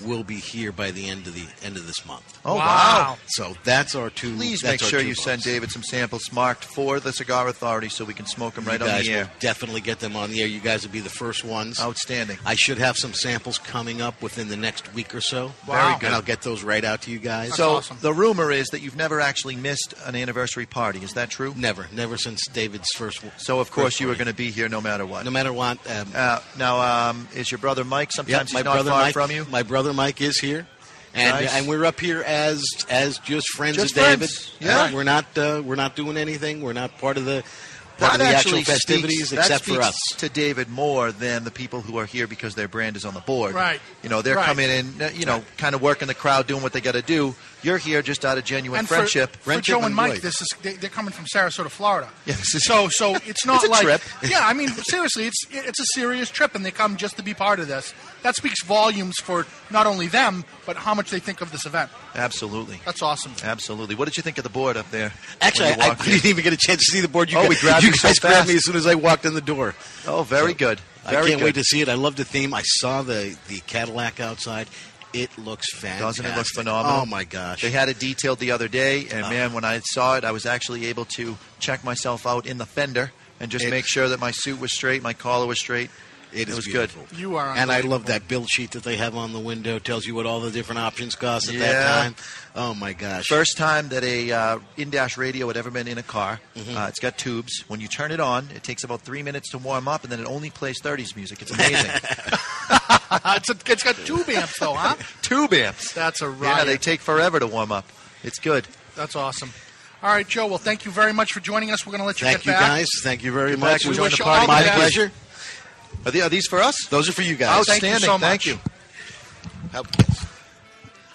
Speaker 8: will be here by the end of the end of this month.
Speaker 3: Oh, wow.
Speaker 7: Wow.
Speaker 8: So that's our two.
Speaker 3: Please
Speaker 8: that's
Speaker 3: make
Speaker 8: our
Speaker 3: sure
Speaker 8: two
Speaker 3: you send
Speaker 8: votes.
Speaker 3: David some samples marked for the Cigar Authority so we can smoke them right
Speaker 8: you
Speaker 3: on
Speaker 8: guys
Speaker 3: the
Speaker 8: will
Speaker 3: air.
Speaker 8: definitely get them on the air. You guys will be the first ones.
Speaker 3: Outstanding.
Speaker 8: I should have some samples coming up within the next week or so.
Speaker 7: Wow.
Speaker 8: And I'll get those right out to you guys.
Speaker 3: so
Speaker 7: awesome.
Speaker 3: the rumor is that you've never actually missed an anniversary party. Is that true?
Speaker 8: never, never since David's first.
Speaker 3: So of course
Speaker 8: first
Speaker 3: you were
Speaker 8: one.
Speaker 3: going to be here no matter what.
Speaker 8: No matter what. Um,
Speaker 3: uh, now, um, is your brother Mike?
Speaker 8: yeah,
Speaker 3: Sometimes
Speaker 8: my
Speaker 3: he's not
Speaker 8: brother
Speaker 3: far
Speaker 8: Mike
Speaker 3: from you.
Speaker 8: My brother Mike is here. And,
Speaker 3: Nice.
Speaker 8: and we're up here as as just friends
Speaker 3: Just
Speaker 8: of David.
Speaker 3: friends. Yeah.
Speaker 8: we're not uh, we're not doing anything. We're not part of the part
Speaker 3: That
Speaker 8: of the actual
Speaker 3: actually
Speaker 8: festivities
Speaker 3: speaks, that
Speaker 8: except for
Speaker 3: speaks
Speaker 8: us.
Speaker 3: to David more than the people who are here because their brand is on the board.
Speaker 7: Right.
Speaker 3: You know, they're
Speaker 7: Right.
Speaker 3: coming in, uh, you know, kind of working the crowd, doing what they got to do. You're here just out of genuine
Speaker 7: and
Speaker 3: friendship.
Speaker 7: For,
Speaker 8: Friendship
Speaker 7: for Joe and
Speaker 8: and
Speaker 7: Mike,
Speaker 8: joy.
Speaker 7: this is they, they're coming from Sarasota, Florida.
Speaker 3: Yeah, this is-
Speaker 7: so so
Speaker 3: [laughs]
Speaker 7: it's not
Speaker 3: It's a
Speaker 7: like
Speaker 3: trip.
Speaker 7: [laughs] yeah. I mean, seriously, it's it's a serious trip, and they come just to be part of this. That speaks volumes for not only them, but how much they think of this event.
Speaker 3: Absolutely.
Speaker 7: That's awesome.
Speaker 3: Absolutely. What did you think of the board up there?
Speaker 8: Actually,
Speaker 3: when you
Speaker 8: I, I
Speaker 3: walked
Speaker 8: [laughs]
Speaker 3: in?
Speaker 8: didn't even get a chance to see the board. You
Speaker 3: Oh,
Speaker 8: guys,
Speaker 3: we grabbed
Speaker 8: [laughs] you
Speaker 3: you
Speaker 8: guys
Speaker 3: so fast.
Speaker 8: grabbed me as soon as I walked in the door.
Speaker 3: oh, very good.
Speaker 8: I
Speaker 3: Very
Speaker 8: can't
Speaker 3: good.
Speaker 8: wait to see it. I love the theme. I saw the the Cadillac outside. It looks fantastic.
Speaker 3: Doesn't it look phenomenal?
Speaker 8: Oh my gosh! Ah.
Speaker 3: They had it detailed the other day, and man, when I saw it, I was actually able to check myself out in the fender and just
Speaker 8: It-
Speaker 3: make sure that my suit was straight, my collar was straight.
Speaker 8: It is
Speaker 3: was
Speaker 8: beautiful.
Speaker 3: good.
Speaker 7: You are
Speaker 8: and I
Speaker 7: unbelievable.
Speaker 8: love that build sheet that they have on the window. Tells you what all the different options cost at
Speaker 3: Yeah.
Speaker 8: that time. Oh my gosh!
Speaker 3: First time that a uh, in-dash radio had ever been in a car.
Speaker 7: Mm-hmm.
Speaker 3: Uh, it's got tubes. When you turn it on, it takes about three minutes to warm up, and then it only plays 30s music. It's
Speaker 7: [laughs]
Speaker 3: amazing.
Speaker 7: it's, a, it's got
Speaker 3: [laughs]
Speaker 7: two amps though, huh?
Speaker 3: Tube amps.
Speaker 7: That's a riot.
Speaker 3: Yeah, they take forever to warm up. It's good.
Speaker 7: That's awesome. All right, Joe. Well, thank you very much for joining us. We're going to let you
Speaker 8: Thank
Speaker 7: get
Speaker 8: you
Speaker 7: back.
Speaker 8: guys. Thank you very
Speaker 3: Get back
Speaker 8: much.
Speaker 3: and
Speaker 8: We
Speaker 3: join
Speaker 8: wish
Speaker 3: the
Speaker 8: you all
Speaker 3: party.
Speaker 8: My
Speaker 3: Thank you.
Speaker 8: pleasure.
Speaker 3: Are, the- are these for us?
Speaker 8: Those are for you guys.
Speaker 7: Thank you
Speaker 3: Outstanding.
Speaker 7: so much.
Speaker 3: Thank you.
Speaker 8: Have-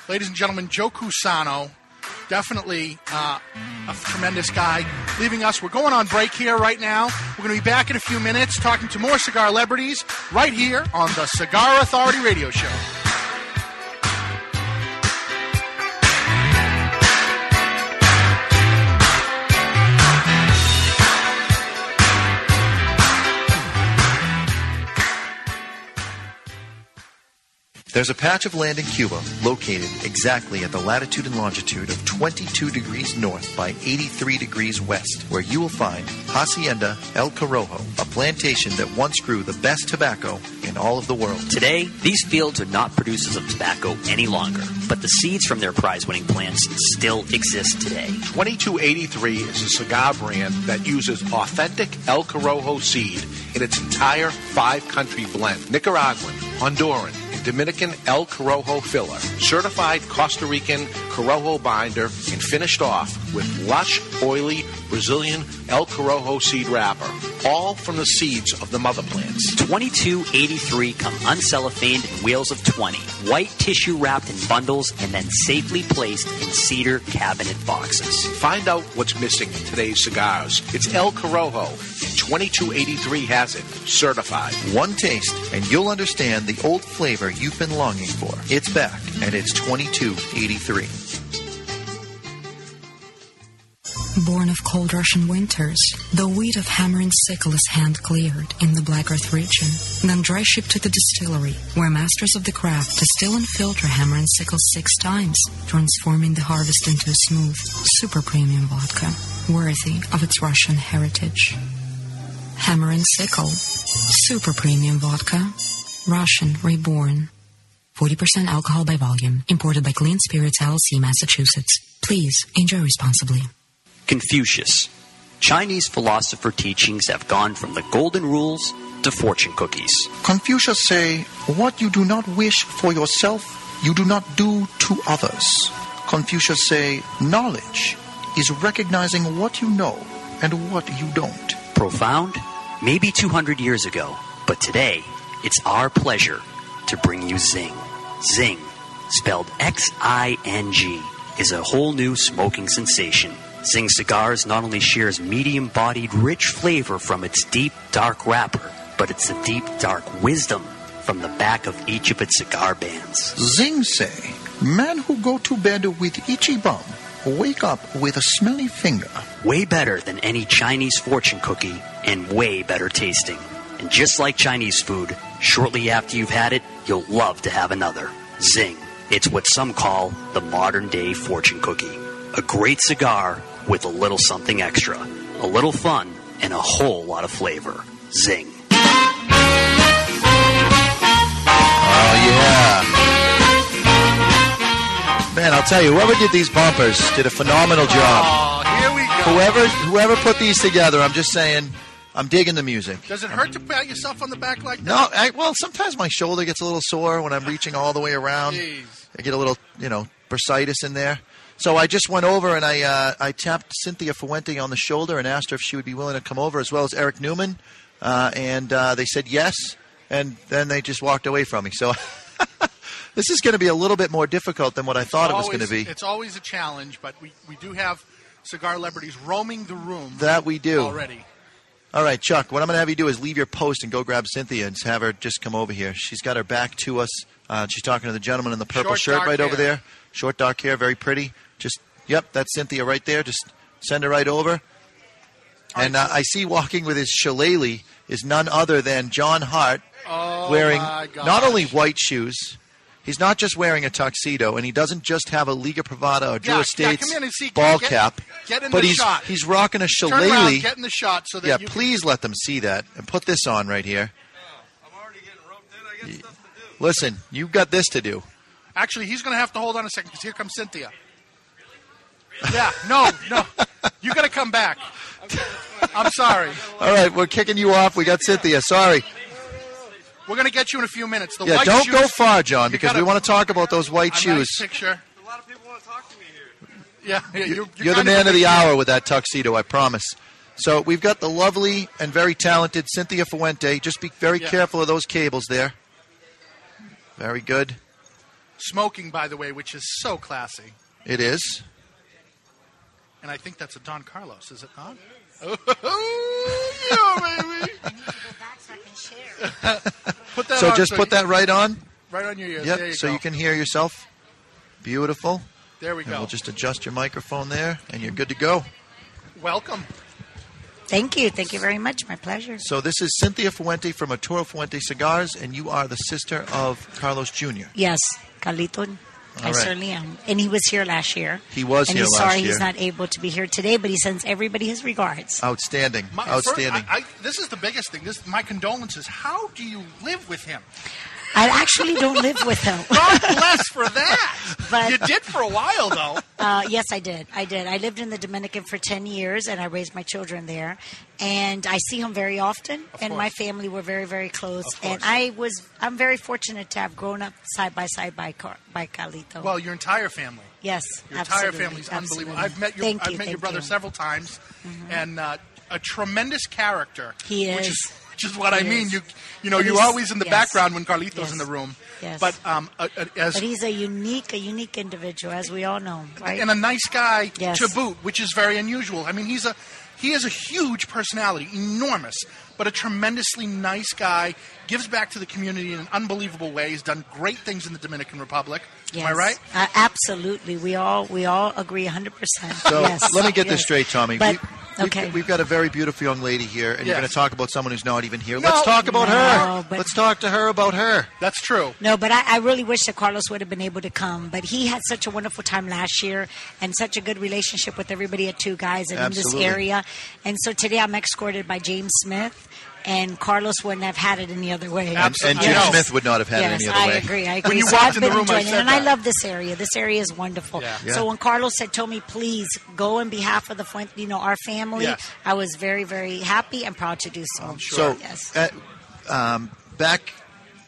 Speaker 7: Ladies and gentlemen, Joe Cusano Definitely uh, a tremendous guy. Leaving us, we're going on break here right now. We're going to be back in a few minutes talking to more cigar celebrities right here on the Cigar Authority Radio Show.
Speaker 3: There's a patch of land in Cuba located exactly at the latitude and longitude of 22 degrees north by 83 degrees west, where you will find Hacienda El Corojo, a plantation that once grew the best tobacco in all of the world.
Speaker 9: Today, these fields are not producers of tobacco any longer, but the seeds from their prize winning plants still exist today.
Speaker 10: 2283 is a cigar brand that uses authentic El Corojo seed in its entire five country blend Nicaraguan, Honduran, and Dominican El Corojo filler, certified Costa Rican Corojo binder, and finished off with lush, oily Brazilian El Corojo seed wrapper, all from the seeds of the mother plants.
Speaker 9: 2283 come uncellophaned in wheels of 20, white tissue wrapped in bundles and then safely placed in cedar cabinet boxes.
Speaker 10: Find out what's missing in today's cigars. It's El Corojo, and 2283 has it, certified.
Speaker 3: One taste, and you'll understand the old flavor you've been longing for. It's back, and it's 2283.
Speaker 11: Born of cold Russian winters, the wheat of hammer and sickle is hand cleared in the Black Earth region, then dry shipped to the distillery, where masters of the craft distill and filter hammer and sickle six times, transforming the harvest into a smooth, super premium vodka, worthy of its Russian heritage. Hammer and sickle, super premium vodka, Russian reborn. 40% alcohol by volume, imported by Clean Spirits LLC, Massachusetts. Please enjoy responsibly.
Speaker 9: Confucius. Chinese philosopher teachings have gone from the golden rules to fortune cookies.
Speaker 3: Confucius say, What you do not wish for yourself, you do not do to others. Confucius say, Knowledge is recognizing what you know and what you don't.
Speaker 9: Profound? Maybe 200 years ago, but today, it's our pleasure to bring you Zing. Zing, spelled X I N G, is a whole new smoking sensation. Zing Cigars not only shares medium bodied, rich flavor from its deep, dark wrapper, but it's the deep, dark wisdom from the back of each of its cigar bands.
Speaker 3: Zing say, Man who go to bed with itchy bum, wake up with a smelly finger.
Speaker 9: Way better than any Chinese fortune cookie and way better tasting. And just like Chinese food, shortly after you've had it, you'll love to have another. Zing. It's what some call the modern day fortune cookie. A great cigar with a little something extra, a little fun, and a whole lot of flavor. Zing.
Speaker 3: Man, I'll tell you, whoever did these bumpers did a phenomenal job.
Speaker 7: here we go.
Speaker 3: Whoever whoever put these together, I'm just saying, I'm digging the music.
Speaker 7: Does it hurt to pat yourself on the back like that?
Speaker 3: No, I, well, sometimes my shoulder gets a little sore when I'm reaching all the way around.
Speaker 7: Jeez.
Speaker 3: I get a little, you know, bursitis in there. So I just went over and I uh, I tapped Cynthia Fuente on the shoulder and asked her if she would be willing to come over, as well as Eric Newman, uh, and uh, they said yes, and then they just walked away from me. So. [laughs] This is going to be a little bit more difficult than what I thought it was going
Speaker 7: Always-
Speaker 3: to be.
Speaker 7: It's always a challenge, but we, we do have cigar celebrities roaming the room.
Speaker 3: That we do.
Speaker 7: already.
Speaker 3: All right, Chuck, what I'm going to have you do is leave your post and go grab Cynthia and have her just come over here. She's got her back to us. Uh, she's talking to the gentleman in the purple
Speaker 7: Short,
Speaker 3: shirt
Speaker 7: dark
Speaker 3: right over
Speaker 7: hair.
Speaker 3: there. Short dark hair, very pretty. Just, yep, that's Cynthia right there. Just send her right over. And uh, I see walking with his shillelagh is none other than John Hart
Speaker 7: Oh
Speaker 3: wearing
Speaker 7: my gosh.
Speaker 3: not only white shoes. He's not just wearing a tuxedo, and he doesn't just have a Liga Privada or Drew
Speaker 7: Yeah, yeah,
Speaker 3: Estates
Speaker 7: come in and see-
Speaker 3: ball
Speaker 7: get-
Speaker 3: cap,
Speaker 7: get in
Speaker 3: but
Speaker 7: the
Speaker 3: he's
Speaker 7: shot.
Speaker 3: he's rocking a
Speaker 7: Turn around,
Speaker 3: shillelagh.
Speaker 7: get in the shot so that
Speaker 3: Yeah,
Speaker 7: you can-
Speaker 3: please let them see that and put this on right here. Listen, you've got this to do.
Speaker 7: Actually, he's going to have to hold on a second because here comes Cynthia. Yeah, no, no. You got to come back. I'm sorry.
Speaker 3: All right, we're kicking you off. We got Cynthia. Sorry.
Speaker 7: We're going to get you in a few minutes. The
Speaker 3: Yeah,
Speaker 7: white
Speaker 3: don't
Speaker 7: shoes-
Speaker 3: go far, John,
Speaker 7: You
Speaker 3: because
Speaker 7: gotta-
Speaker 3: we want to talk about those white
Speaker 7: a
Speaker 3: shoes.
Speaker 7: Nice picture. A lot of people want to talk to me here. Yeah, yeah you're,
Speaker 3: You're the
Speaker 7: kind
Speaker 3: man
Speaker 7: a
Speaker 3: of the
Speaker 7: big-
Speaker 3: hour with that tuxedo, I promise. So we've got the lovely and very talented Cynthia Fuente. Just be very
Speaker 7: Yeah.
Speaker 3: careful of those cables there. Very good.
Speaker 7: Smoking, by the way, which is so classy.
Speaker 3: It is.
Speaker 7: and I think that's a Don Carlos, is it not? [laughs] [laughs] Oh, [laughs] Put that
Speaker 3: so
Speaker 7: on
Speaker 3: just
Speaker 7: so
Speaker 3: put
Speaker 7: you-
Speaker 3: that right on.
Speaker 7: Right on your ears.
Speaker 3: Yep.
Speaker 7: There you
Speaker 3: so
Speaker 7: go.
Speaker 3: you can hear yourself. Beautiful.
Speaker 7: There we
Speaker 3: And
Speaker 7: go.
Speaker 3: we'll just adjust your microphone there, and you're good to go.
Speaker 7: Welcome.
Speaker 12: Thank you. Thank you very much. My pleasure.
Speaker 3: So this is Cynthia Fuente from Arturo Fuente Cigars, and you are the sister of Carlos Jr.
Speaker 12: Yes, Carlito. I
Speaker 3: All right.
Speaker 12: certainly am. And he was here last year.
Speaker 3: He was
Speaker 12: and
Speaker 3: here
Speaker 12: he's
Speaker 3: last
Speaker 12: sorry
Speaker 3: year.
Speaker 12: he's not able to be here today, but he sends everybody his regards.
Speaker 3: Outstanding.
Speaker 7: My, first-
Speaker 3: Outstanding.
Speaker 7: I, I, this is the biggest thing. This my condolences. How do you live with him?
Speaker 12: I actually don't live with him.
Speaker 7: [laughs] God bless for that.
Speaker 12: But-
Speaker 7: you did for a while though.
Speaker 12: [laughs] Uh, yes, I did. I did. I lived in the Dominican for 10 years and I raised my children there. And I see him very often. and my
Speaker 13: course.
Speaker 12: family were very, very close.
Speaker 13: Of
Speaker 12: And
Speaker 13: course.
Speaker 12: I was, I'm very fortunate to have grown up side by side by, Car- by Carlito.
Speaker 7: Well, your entire family.
Speaker 12: Yes,
Speaker 7: Your
Speaker 12: absolutely,
Speaker 7: entire family's
Speaker 12: absolutely.
Speaker 7: unbelievable. I've met your
Speaker 12: Thank
Speaker 7: I've
Speaker 12: you,
Speaker 7: met your
Speaker 12: thank
Speaker 7: brother
Speaker 12: you. Mm-hmm.
Speaker 7: several times, and uh, a tremendous character.
Speaker 12: He
Speaker 7: which
Speaker 12: is.
Speaker 7: is which is what I
Speaker 12: He
Speaker 7: mean.
Speaker 12: is.
Speaker 7: You you know
Speaker 12: But
Speaker 7: you're
Speaker 12: he's-
Speaker 7: always in the
Speaker 12: yes.
Speaker 7: background when Carlito's
Speaker 12: Yes.
Speaker 7: in the room.
Speaker 12: Yes.
Speaker 7: But um, a, a, as
Speaker 12: but he's a unique, a unique individual, as we all know, right?
Speaker 7: and a nice guy
Speaker 12: Yes.
Speaker 7: to boot, which is very unusual. I mean, he's a he is a huge personality, enormous, but a tremendously nice guy. Gives back to the community in an unbelievable way. He's done great things in the Dominican Republic. Am I
Speaker 12: Yes.
Speaker 7: right?
Speaker 12: Uh, absolutely. We all we all agree 100%.
Speaker 3: So
Speaker 12: yes.
Speaker 3: let me get
Speaker 12: yes.
Speaker 3: this straight, Tommy.
Speaker 12: But,
Speaker 3: we,
Speaker 12: okay.
Speaker 3: We've, we've got a very beautiful young lady here, and you're
Speaker 12: Yes.
Speaker 3: going to talk about someone who's not even here.
Speaker 12: No.
Speaker 3: Let's talk about
Speaker 12: No,
Speaker 3: her.
Speaker 12: but-
Speaker 3: Let's talk to her about her.
Speaker 7: That's true.
Speaker 12: No, but I, I really wish that Carlos would have been able to come. But he had such a wonderful time last year and such a good relationship with everybody at Two Guys and in
Speaker 13: Absolutely.
Speaker 12: this area. And so today I'm escorted by James Smith, and Carlos wouldn't have had it any other way.
Speaker 3: And, and Jim
Speaker 12: Yes.
Speaker 3: Smith would not have had
Speaker 12: yes,
Speaker 3: it any other
Speaker 12: I
Speaker 3: way.
Speaker 12: agree. I agree.
Speaker 3: When you
Speaker 12: so
Speaker 3: walked
Speaker 12: I've
Speaker 3: in the
Speaker 12: been
Speaker 3: room, I
Speaker 12: enjoying it,
Speaker 3: said
Speaker 12: and I love this area. This area is wonderful.
Speaker 3: Yeah. Yeah.
Speaker 12: So when Carlos had told me, "Please go on behalf of the Fuente, you know, our family,"
Speaker 3: Yes.
Speaker 12: I was very, very happy and proud to do so.
Speaker 3: Um, So,
Speaker 12: yes.
Speaker 3: at, um, back,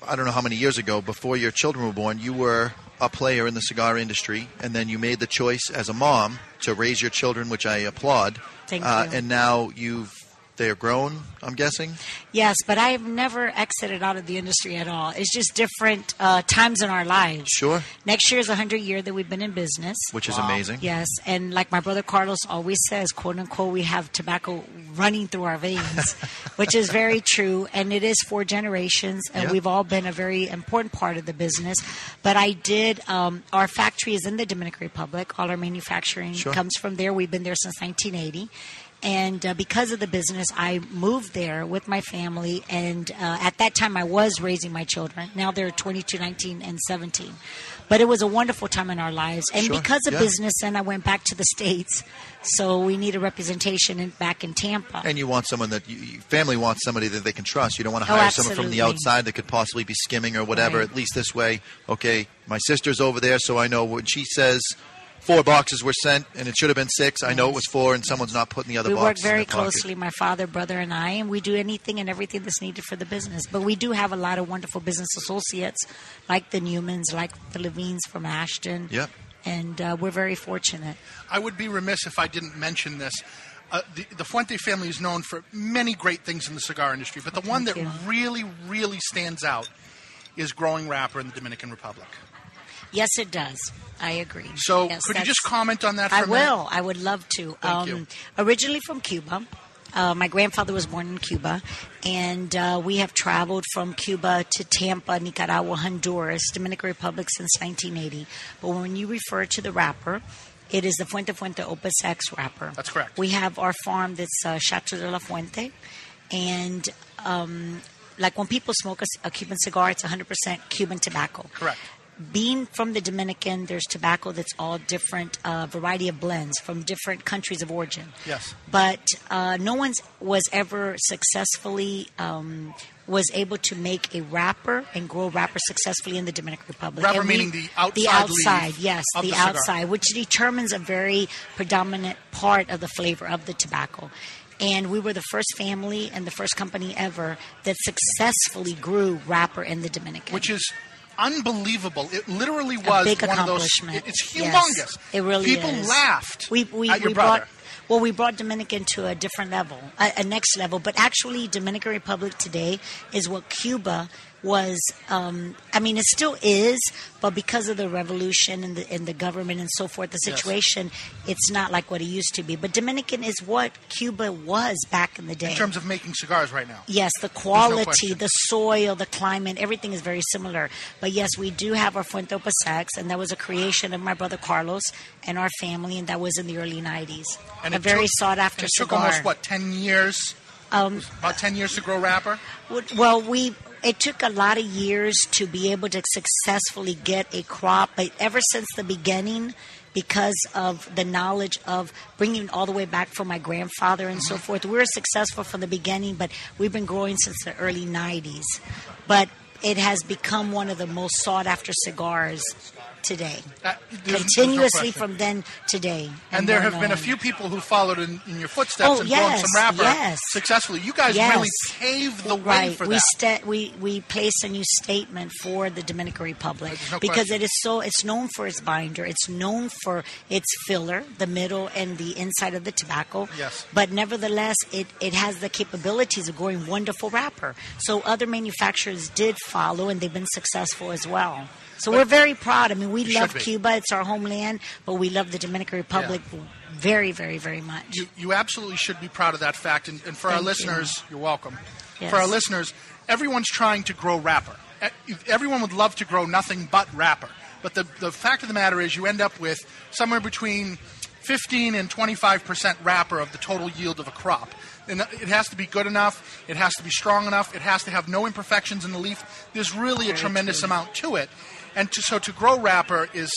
Speaker 3: I don't know how many years ago, before your children were born, you were a player in the cigar industry, and then you made the choice as a mom to raise your children, which I applaud. Uh,
Speaker 12: Thank you.
Speaker 3: And now you've they're grown. I'm guessing.
Speaker 12: Yes, but I have never exited out of the industry at all. It's just different uh, times in our lives.
Speaker 3: Sure.
Speaker 12: Next year is a hundred year that we've been in business,
Speaker 3: Which is Wow. amazing.
Speaker 12: Yes, and like my brother Carlos always says, "quote unquote," we have tobacco running through our
Speaker 3: [laughs]
Speaker 12: veins, which is very true, and it is four generations, and
Speaker 13: Yeah.
Speaker 12: we've all been a very important part of the business. But I did. Um, our factory is in the Dominican Republic. All our manufacturing
Speaker 13: Sure.
Speaker 12: comes from there. We've been there since 1980 and uh, because of the business i moved there with my family and uh, at that time i was raising my children now they're 22 19 and 17 but it was a wonderful time in our lives and
Speaker 13: Sure,
Speaker 12: because of
Speaker 13: yeah.
Speaker 12: business then i went back to the states so we need a representation in, back in tampa
Speaker 3: And you want someone that you, your family wants somebody that they can trust. You don't want to
Speaker 12: Oh,
Speaker 3: hire someone from the
Speaker 12: absolutely.
Speaker 3: outside that could possibly be skimming or whatever.
Speaker 12: Right.
Speaker 3: At least this way, okay, my sister's over there, so I know when she says four boxes were sent and it should have been six, I know it was four, and someone's not putting the other
Speaker 12: we work
Speaker 3: boxes in
Speaker 12: very
Speaker 3: their pocket.
Speaker 12: closely my father brother and i and we do anything and everything that's needed for the business but we do have a lot of wonderful business associates like the newmans like the levines from ashton
Speaker 7: Yep.
Speaker 12: and uh, we're very fortunate
Speaker 7: I would be remiss if I didn't mention this. Uh, the, the Fuente family is known for many great things in the cigar industry, but the one that
Speaker 12: Oh, you.
Speaker 7: really, really stands out is growing wrapper in the Dominican Republic.
Speaker 12: Yes, it does. I agree.
Speaker 7: So,
Speaker 12: Yes,
Speaker 7: could you
Speaker 12: that's-
Speaker 7: just comment on that? For
Speaker 12: I
Speaker 7: a minute?
Speaker 12: will. I would love to. Um,
Speaker 7: Thank you.
Speaker 12: Originally from Cuba. Uh, my grandfather was born in Cuba, and uh, we have traveled from Cuba to Tampa, Nicaragua, Honduras, Dominican Republic since 1980. But when you refer to the wrapper, it is the Fuente Fuente Opus X wrapper.
Speaker 7: That's correct.
Speaker 12: We have our farm that's uh, Chateau de la Fuente, and um, like when people smoke a, c- a Cuban cigar, it's 100% Cuban tobacco
Speaker 7: Correct.
Speaker 12: being from the Dominican, there's tobacco that's all different uh, variety of blends from different countries of origin.
Speaker 7: Yes.
Speaker 12: But uh, no one's was ever successfully um, was able to make a wrapper and grow wrapper successfully in the Dominican Republic.
Speaker 7: Wrapper
Speaker 12: And we-
Speaker 7: meaning the outside
Speaker 12: the outside,
Speaker 7: leaf
Speaker 12: yes,
Speaker 7: of
Speaker 12: the,
Speaker 7: the cigar.
Speaker 12: outside, which determines a very predominant part of the flavor of the tobacco. And we were the first family and the first company ever that successfully grew wrapper in the Dominican.
Speaker 7: Which is unbelievable. It literally
Speaker 12: a
Speaker 7: was
Speaker 12: big
Speaker 7: one of those.
Speaker 12: accomplishment.
Speaker 7: it- It's
Speaker 12: Yes,
Speaker 7: humongous.
Speaker 12: it really
Speaker 7: People
Speaker 12: is.
Speaker 7: laughed
Speaker 12: We we,
Speaker 7: at your
Speaker 12: we
Speaker 7: brother.
Speaker 12: brought well, we brought Dominican to a different level, a, a next level. But actually, Dominican Republic today is what Cuba was, um, I mean, it still is, but because of the revolution and the, and the government and so forth, the
Speaker 13: Yes.
Speaker 12: situation, it's not like what it used to be. But Dominican is what Cuba was back in the day.
Speaker 7: in terms of making cigars right now.
Speaker 12: Yes, the
Speaker 7: no
Speaker 12: quality,
Speaker 7: question.
Speaker 12: the soil, the climate, everything is very similar. But yes, we do have our Fuente Opa Sax, and that was a creation of my brother Carlos and our family, and that was in the early 90s.
Speaker 7: And
Speaker 12: a
Speaker 7: it
Speaker 12: very
Speaker 7: took-
Speaker 12: sought after
Speaker 7: and it took
Speaker 12: cigar.
Speaker 7: almost what ten years?
Speaker 12: Um,
Speaker 7: about ten years to grow wrapper.
Speaker 12: Would- Well, we it took a lot of years to be able to successfully get a crop, but ever since the beginning, because of the knowledge of bringing all the way back from my grandfather and
Speaker 7: Mm-hmm.
Speaker 12: so forth, we were successful from the beginning, but we've been growing since the early '90s. But it has become one of the most sought after cigars today,
Speaker 7: there's- there's no
Speaker 12: continuously
Speaker 7: question.
Speaker 12: from then today.
Speaker 7: And, there
Speaker 12: well
Speaker 7: have been a
Speaker 12: known.
Speaker 7: few people who followed in, in your footsteps
Speaker 12: Oh,
Speaker 7: and grown
Speaker 12: yes,
Speaker 7: some wrapper
Speaker 12: yes.
Speaker 7: successfully. You guys
Speaker 12: Yes.
Speaker 7: really paved the way
Speaker 12: right.
Speaker 7: for
Speaker 12: we
Speaker 7: that.
Speaker 12: sta- we we place a new statement for the Dominican Republic
Speaker 7: no
Speaker 12: because
Speaker 7: question.
Speaker 12: it is so. It's known for its binder. It's known for its filler, the middle and the inside of the tobacco.
Speaker 13: Yes.
Speaker 12: But nevertheless, it, it has the capabilities of growing wonderful wrapper. So other manufacturers did follow, and they've been successful as well. So we're very proud. I mean, we
Speaker 7: You should
Speaker 12: love
Speaker 7: be.
Speaker 12: Cuba; it's our homeland, but we love the Dominican Republic very, very, very much.
Speaker 7: you, you absolutely should be proud of that fact. And, and for our
Speaker 12: Thank you.
Speaker 7: listeners, you. are welcome.
Speaker 12: Yes.
Speaker 7: For our listeners, everyone's trying to grow wrapper. E- Everyone would love to grow nothing but wrapper. But the, the fact of the matter is, you end up with somewhere between 15 and 25% wrapper of the total yield of a crop. And uh, it has to be good enough, it has to be strong enough, it has to have no imperfections in the leaf. There's really a
Speaker 6: Very
Speaker 7: tremendous
Speaker 6: true.
Speaker 7: amount to it. And to, so to grow wrapper is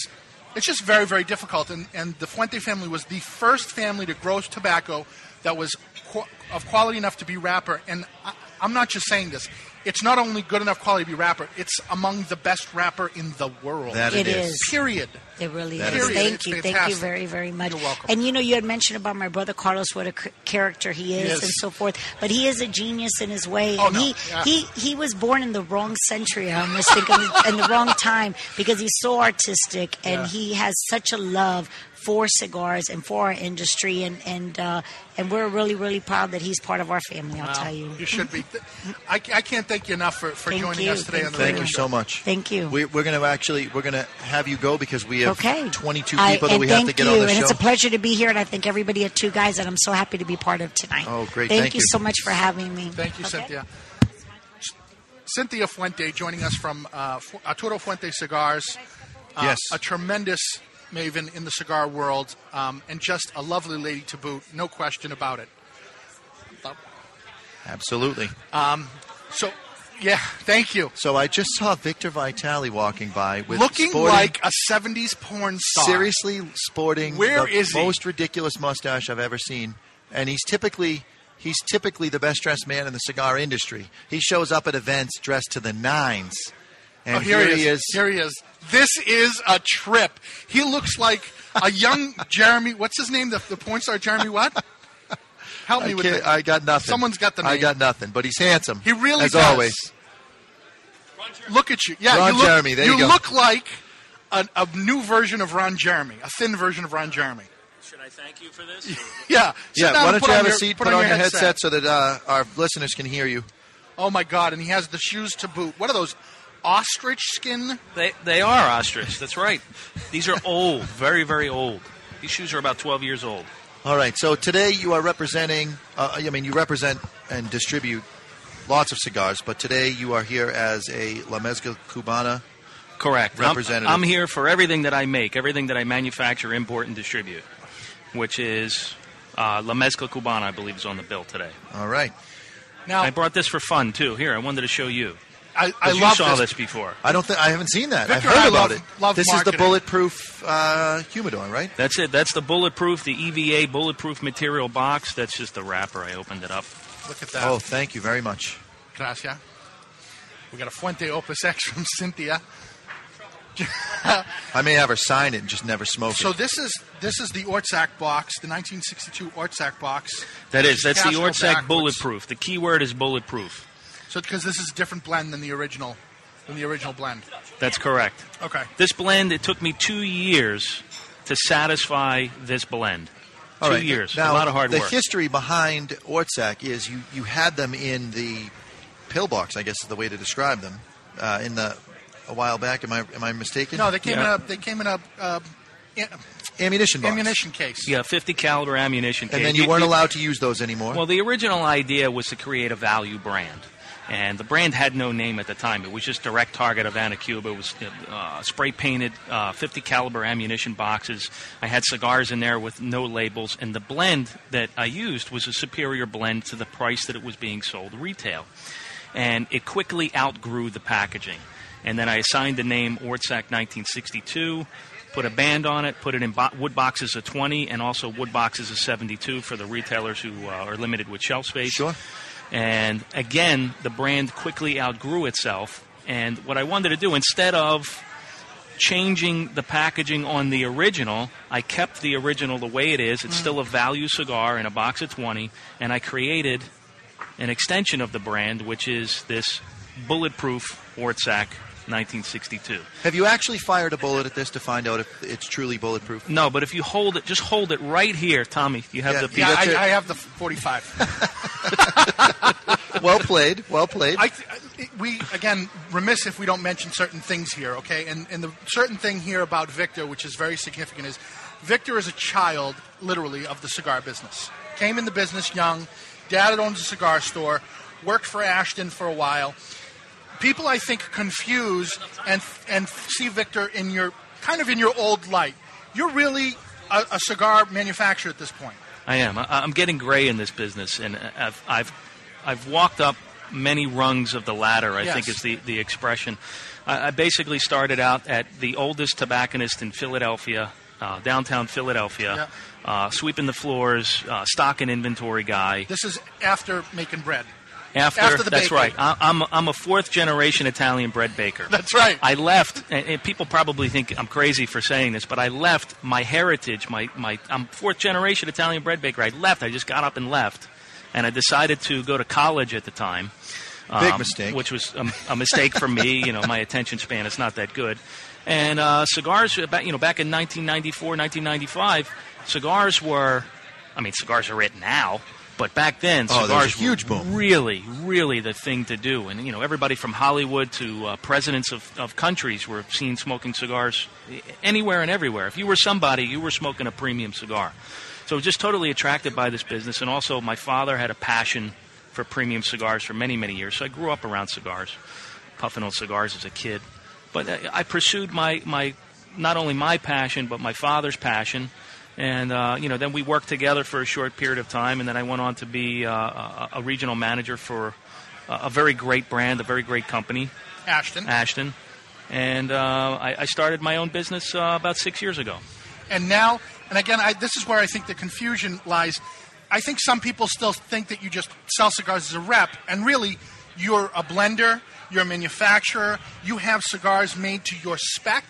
Speaker 7: it's just very, very difficult. And, and the Fuente family was the first family to grow tobacco that was qu- of quality enough to be wrapper. And I, I'm not just saying this. It's not only good enough quality to be wrapper, it's among the best wrapper in the world.
Speaker 3: That it It is. is.
Speaker 7: Period.
Speaker 12: It really
Speaker 7: That
Speaker 12: is.
Speaker 7: is-
Speaker 12: Thank
Speaker 7: It's
Speaker 12: you. Thank you
Speaker 7: fantastic.
Speaker 12: very, very much.
Speaker 7: You're welcome.
Speaker 12: And you know, you had mentioned about my brother Carlos, what a c- character he is,
Speaker 7: Yes.
Speaker 12: and so forth. But he is a genius in his way.
Speaker 7: Oh,
Speaker 12: and
Speaker 7: no.
Speaker 12: he,
Speaker 7: Yeah.
Speaker 12: he he was born in the wrong century, I almost think, in, the- in the wrong time because he's so artistic and
Speaker 13: Yeah.
Speaker 12: he has such a love for cigars and for our industry. And and uh, and we're really, really proud that he's part of our family. I'll
Speaker 7: Wow.
Speaker 12: tell you.
Speaker 7: You should be. Th- I, I can't thank you enough for, for
Speaker 12: Thank
Speaker 7: joining
Speaker 12: you.
Speaker 7: us today on the
Speaker 3: Thank
Speaker 7: radio
Speaker 3: you
Speaker 7: show.
Speaker 3: so much.
Speaker 12: Thank you.
Speaker 3: We, we're going to actually we're going to have you go because we have
Speaker 12: Okay.
Speaker 3: 22
Speaker 12: I-
Speaker 3: people that
Speaker 12: and
Speaker 3: we have to
Speaker 12: thank
Speaker 3: get
Speaker 12: you,
Speaker 3: on the
Speaker 12: and
Speaker 3: show.
Speaker 12: it's a pleasure to be here, and I thank everybody at Two Guys, and I'm so happy to be part of tonight.
Speaker 3: Oh, great.
Speaker 12: Thank,
Speaker 3: Thank
Speaker 12: you
Speaker 3: you.
Speaker 12: so much for having me.
Speaker 7: Thank you,
Speaker 12: Okay?
Speaker 7: Cynthia. C- Cynthia Fuente joining us from uh, Fu- Arturo Fuente Cigars. Uh,
Speaker 3: Yes.
Speaker 7: A tremendous maven in the cigar world um, and just a lovely lady to boot, no question about it.
Speaker 3: Absolutely.
Speaker 7: Um, so, yeah, thank you.
Speaker 3: So I just saw Victor Vitali walking by with
Speaker 7: Looking
Speaker 3: sporting,
Speaker 7: like a 70s porn star.
Speaker 3: seriously sporting
Speaker 7: Where
Speaker 3: the
Speaker 7: is he?
Speaker 3: most ridiculous mustache I've ever seen, and he's typically he's typically the best dressed man in the cigar industry. He shows up at events dressed to the nines, and
Speaker 7: oh, here,
Speaker 3: he is.
Speaker 7: Here he is. This is a trip. He looks like a young [laughs] Jeremy. What's his name? The, the porn star Jeremy what? Help
Speaker 3: I,
Speaker 7: me with
Speaker 3: can't-
Speaker 7: it.
Speaker 3: I got nothing.
Speaker 7: Someone's got the
Speaker 3: I
Speaker 7: name.
Speaker 3: got nothing, but he's handsome.
Speaker 7: He really
Speaker 3: as
Speaker 7: does.
Speaker 3: always.
Speaker 7: Look at you. Yeah,
Speaker 3: Ron
Speaker 7: you look,
Speaker 3: Jeremy, there you go.
Speaker 7: look like a, a new version of Ron Jeremy, a thin version of Ron Jeremy.
Speaker 14: Should I thank you for this?
Speaker 7: [laughs] Yeah. Sit
Speaker 3: Yeah,
Speaker 7: down and
Speaker 3: why don't
Speaker 7: put
Speaker 3: you
Speaker 7: on
Speaker 3: have a
Speaker 7: your-
Speaker 3: seat,
Speaker 7: put
Speaker 3: put
Speaker 7: on
Speaker 3: on
Speaker 7: your
Speaker 3: your
Speaker 7: headset.
Speaker 3: headset, so that uh, our listeners can hear you.
Speaker 7: Oh my God! And he has the shoes to boot. What are those? Ostrich skin.
Speaker 14: They, they are ostrich. That's right. These are old, very, very old. These shoes are about 12 years old.
Speaker 3: All right. So today you are representing. Uh, I mean, you represent and distribute lots of cigars, but today you are here as a La Mezcla Cubana.
Speaker 14: Correct. I'm-
Speaker 3: Representative.
Speaker 14: I'm, here for everything that I make, everything that I manufacture, import, and distribute, which is uh, La Mezcla Cubana, I believe, is on the bill today.
Speaker 3: All right.
Speaker 7: Now-
Speaker 14: I brought this for fun too. Here, I wanted to show you.
Speaker 7: I,
Speaker 14: 'Cause
Speaker 7: I
Speaker 14: you
Speaker 7: love
Speaker 14: saw
Speaker 7: this.
Speaker 14: this, before.
Speaker 3: I don't think I haven't seen that.
Speaker 14: Victor,
Speaker 3: I've heard
Speaker 14: I
Speaker 3: about
Speaker 14: love-
Speaker 3: it.
Speaker 14: love
Speaker 3: this is the
Speaker 14: marketing.
Speaker 3: bulletproof uh, humidor, right?
Speaker 14: That's it. That's the bulletproof, the EVA bulletproof material box. That's just the wrapper. I opened it up.
Speaker 7: Look at that.
Speaker 3: Oh, thank you very much.
Speaker 7: Gracias. We got a Fuente Opus X from Cynthia.
Speaker 3: I may have her sign it and just never smoke
Speaker 7: So
Speaker 3: it.
Speaker 7: this is this is the Ortsac box, the 1962 Ortsac box.
Speaker 14: That is. That's the
Speaker 7: Castle
Speaker 14: Ortsac
Speaker 7: backwards.
Speaker 14: bulletproof. The key word is bulletproof.
Speaker 7: So because this is a different blend than the original, than the original blend.
Speaker 14: That's correct.
Speaker 7: Okay.
Speaker 14: This blend, it took me two years to satisfy this blend.
Speaker 3: All
Speaker 14: two
Speaker 3: right,
Speaker 14: years. a
Speaker 3: Now,
Speaker 14: lot of hard
Speaker 3: the
Speaker 14: work.
Speaker 3: history behind Ortsac is you, you had them in the pillbox, I guess is the way to describe them. uh, in the a while back. Am I am I mistaken?
Speaker 7: No, they came in a they came in a uh, in-
Speaker 3: ammunition box.
Speaker 7: ammunition case.
Speaker 14: Yeah, 50 caliber ammunition.
Speaker 3: And
Speaker 14: case.
Speaker 3: then you weren't allowed to use those anymore.
Speaker 14: Well, the original idea was to create a value brand. And the brand had no name at the time. It was just direct target of Cuba. It was uh, spray painted uh, 50 caliber ammunition boxes. I had cigars in there with no labels. And the blend that I used was a superior blend to the price that it was being sold retail. And it quickly outgrew the packaging. And then I assigned the name Ortsac 1962 put a band on it, put it in bo- wood boxes of 20 and also wood boxes of 72 for the retailers who uh, are limited with shelf space. Sure. And again, the brand quickly outgrew itself. And what I wanted to do, instead of changing the packaging on the original, I kept the original the way it is. It's still a value cigar in a box of 20. And I created an extension of the brand, which is this bulletproof Ortsac 1962.
Speaker 3: Have you actually fired a bullet at this to find out if it's truly bulletproof?
Speaker 14: No, but if you hold it, just hold it right here, Tommy. You have
Speaker 3: Yeah,
Speaker 14: the.
Speaker 3: you got
Speaker 7: I,
Speaker 3: your-
Speaker 7: I have the 45.
Speaker 3: [laughs] well played. Well played.
Speaker 7: I, th- we again remiss if we don't mention certain things here, okay? And and the certain thing here about Victor, which is very significant, is Victor is a child, literally, of the cigar business. Came in the business young. Dad had owned a cigar store. Worked for Ashton for a while. People, I think, confuse and and see Victor in your kind of in your old light. You're really a, a cigar manufacturer at this point.
Speaker 14: I am. I, I'm getting gray in this business, and I've I've I've walked up many rungs of the ladder. I
Speaker 7: Yes.
Speaker 14: think is the the expression. I, I basically started out at the oldest tobacconist in Philadelphia, uh, downtown Philadelphia, uh, sweeping the floors, uh, stock and inventory guy.
Speaker 7: This is after making bread.
Speaker 14: After,
Speaker 7: After the
Speaker 14: that's
Speaker 7: bakery.
Speaker 14: right. I, I'm I'm a fourth generation Italian bread baker.
Speaker 7: That's right.
Speaker 14: I left, and, and people probably think I'm crazy for saying this, but I left my heritage. My my I'm fourth generation Italian bread baker. I left. I just got up and left, and I decided to go to college at the time. um,
Speaker 3: Big mistake.
Speaker 14: which was a, a mistake for me. You know, my attention span is not that good. And uh, cigars, about you know, back in 1994, 1995, cigars were. I mean, cigars are it now, but back then,
Speaker 3: Oh, there was a
Speaker 14: cigars
Speaker 3: huge
Speaker 14: were
Speaker 3: boom.
Speaker 14: really, really the thing to do. And you know, everybody from Hollywood to uh, presidents of, of countries were seen smoking cigars anywhere and everywhere. If you were somebody, you were smoking a premium cigar. So just totally attracted by this business, and also my father had a passion for premium cigars for many, many years. So I grew up around cigars, puffing on cigars as a kid. But uh, I, I pursued my, my not only my passion but my father's passion. And uh, you know, then we worked together for a short period of time, and then I went on to be uh, a, a regional manager for a, a very great brand, a very great company,
Speaker 7: Ashton.
Speaker 3: Ah.
Speaker 14: Ashton. And uh, I, I started my own business uh, about six years ago. [laughs]
Speaker 7: And now, and again, I, this is where I think the confusion lies. I think some people still think that you just sell cigars as a rep, and really, you're a blender, you're a manufacturer, you have cigars made to your spec,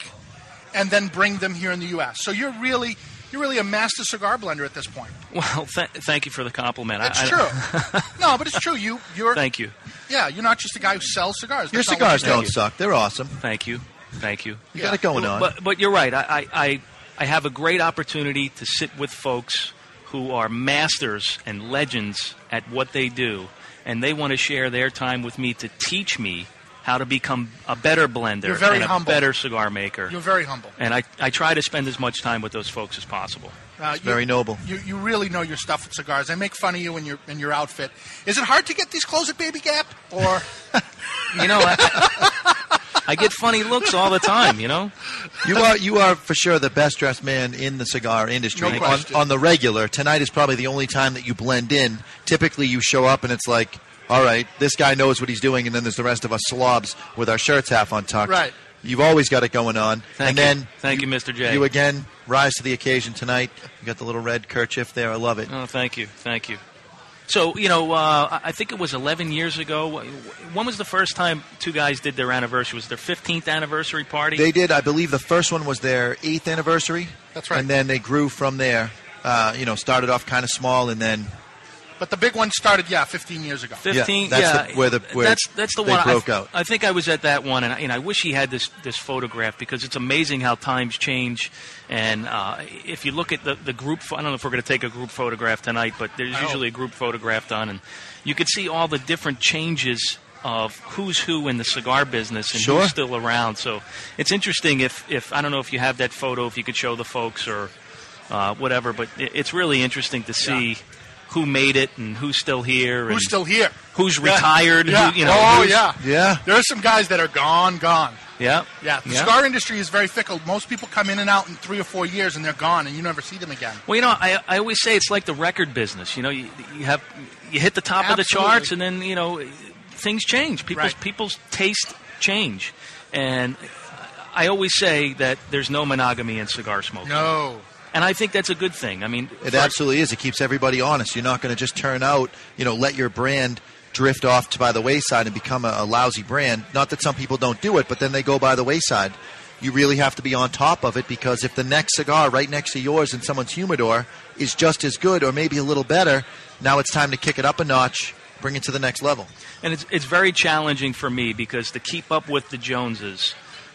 Speaker 7: and then bring them here in the U.S. So you're really, you're really a master cigar blender at this point.
Speaker 14: Well, th- thank you for the compliment.
Speaker 7: It's
Speaker 14: I, I,
Speaker 7: true. [laughs] no, but it's true. You, you're,
Speaker 14: Thank you.
Speaker 7: yeah, you're not just a guy who sells cigars.
Speaker 3: Your
Speaker 7: That's not
Speaker 3: cigars
Speaker 7: what you do.
Speaker 3: don't suck. They're awesome.
Speaker 14: Thank you. Thank you.
Speaker 3: You got it going on.
Speaker 14: But but you're right. I, I I I have a great opportunity to sit with folks who are masters and legends at what they do, and they want to share their time with me to teach me how to become a better blender
Speaker 7: You're very
Speaker 14: and a
Speaker 7: humble.
Speaker 14: better cigar maker.
Speaker 7: You're very humble.
Speaker 14: and I, I try to spend as much time with those folks as possible.
Speaker 7: Uh, you-
Speaker 14: very noble.
Speaker 7: You, you really know your stuff with cigars. I make fun of you in your in your outfit. Is it hard to get these clothes at Baby Gap? Or
Speaker 14: You know,
Speaker 3: [laughs]
Speaker 14: I, I get [laughs] funny looks all the time. You know,
Speaker 3: [laughs] You are you are for sure the best dressed man in the cigar industry
Speaker 14: No
Speaker 3: on,
Speaker 14: question.
Speaker 3: on the regular. Tonight is probably the only time that you blend in. Typically, you show up and it's like, all right, this guy knows what he's doing, and then there's the rest of us slobs with our shirts half untucked.
Speaker 14: Right.
Speaker 3: You've always got it going on. and
Speaker 14: you.
Speaker 3: then
Speaker 14: thank you, Mr. J.
Speaker 3: you again rise to the occasion tonight. You got the little red kerchief there. I love it.
Speaker 14: Oh, thank you, thank you. So you know, uh, I- I think it was 11 years ago. When was the first time two guys did their anniversary? Was their 15th anniversary party?
Speaker 3: They did, I believe, the first one was their eighth anniversary.
Speaker 7: That's right.
Speaker 3: And then they grew from there. Uh, you know, started off kind of small, and then
Speaker 7: but the big one started, yeah, 15 years ago.
Speaker 14: 15.
Speaker 3: Yeah, that's the- where the- where
Speaker 14: that's that's the
Speaker 3: they
Speaker 14: one I-
Speaker 3: broke out.
Speaker 14: I think I was at that one, and I, and I wish he had this this photograph because it's amazing how times change. And uh, if you look at the the group, pho- I don't know if we're going to take a group photograph tonight, but there's usually a group photograph done, and you could see all the different changes of who's who in the cigar business and
Speaker 3: Sure.
Speaker 14: who's still around. So it's interesting if, if I don't know if you have that photo, if you could show the folks or uh, whatever, but i- it's really interesting to see who made it and who's still here. and
Speaker 7: Who's still here?
Speaker 14: Who's retired?
Speaker 7: Yeah.
Speaker 14: Who, you know,
Speaker 7: oh
Speaker 14: who's-
Speaker 7: yeah,
Speaker 3: yeah.
Speaker 7: There are some guys that are gone, gone.
Speaker 14: Yeah.
Speaker 7: Yeah, the cigar industry is very fickle. Most people come in and out in three or four years, and they're gone, and you never see them again.
Speaker 14: Well, you know, I, I always say it's like the record business. You know, you, you have you hit the top of the
Speaker 7: Absolutely.
Speaker 14: charts, and then you know things change. People's people's taste change, and I always say that there's no monogamy in cigar smoking.
Speaker 7: No.
Speaker 14: and I think that's a good thing. I mean,
Speaker 3: It
Speaker 14: for-
Speaker 3: absolutely is. It keeps everybody honest. You're not going to just turn out, you know, let your brand drift off to by the wayside and become a, a lousy brand. Not that some people don't do it, but then they go by the wayside. You really have to be on top of it because if the next cigar right next to yours in someone's humidor is just as good or maybe a little better, now it's time to kick it up a notch, bring it to the next level.
Speaker 14: and it's it's very challenging for me because to keep up with the Joneses,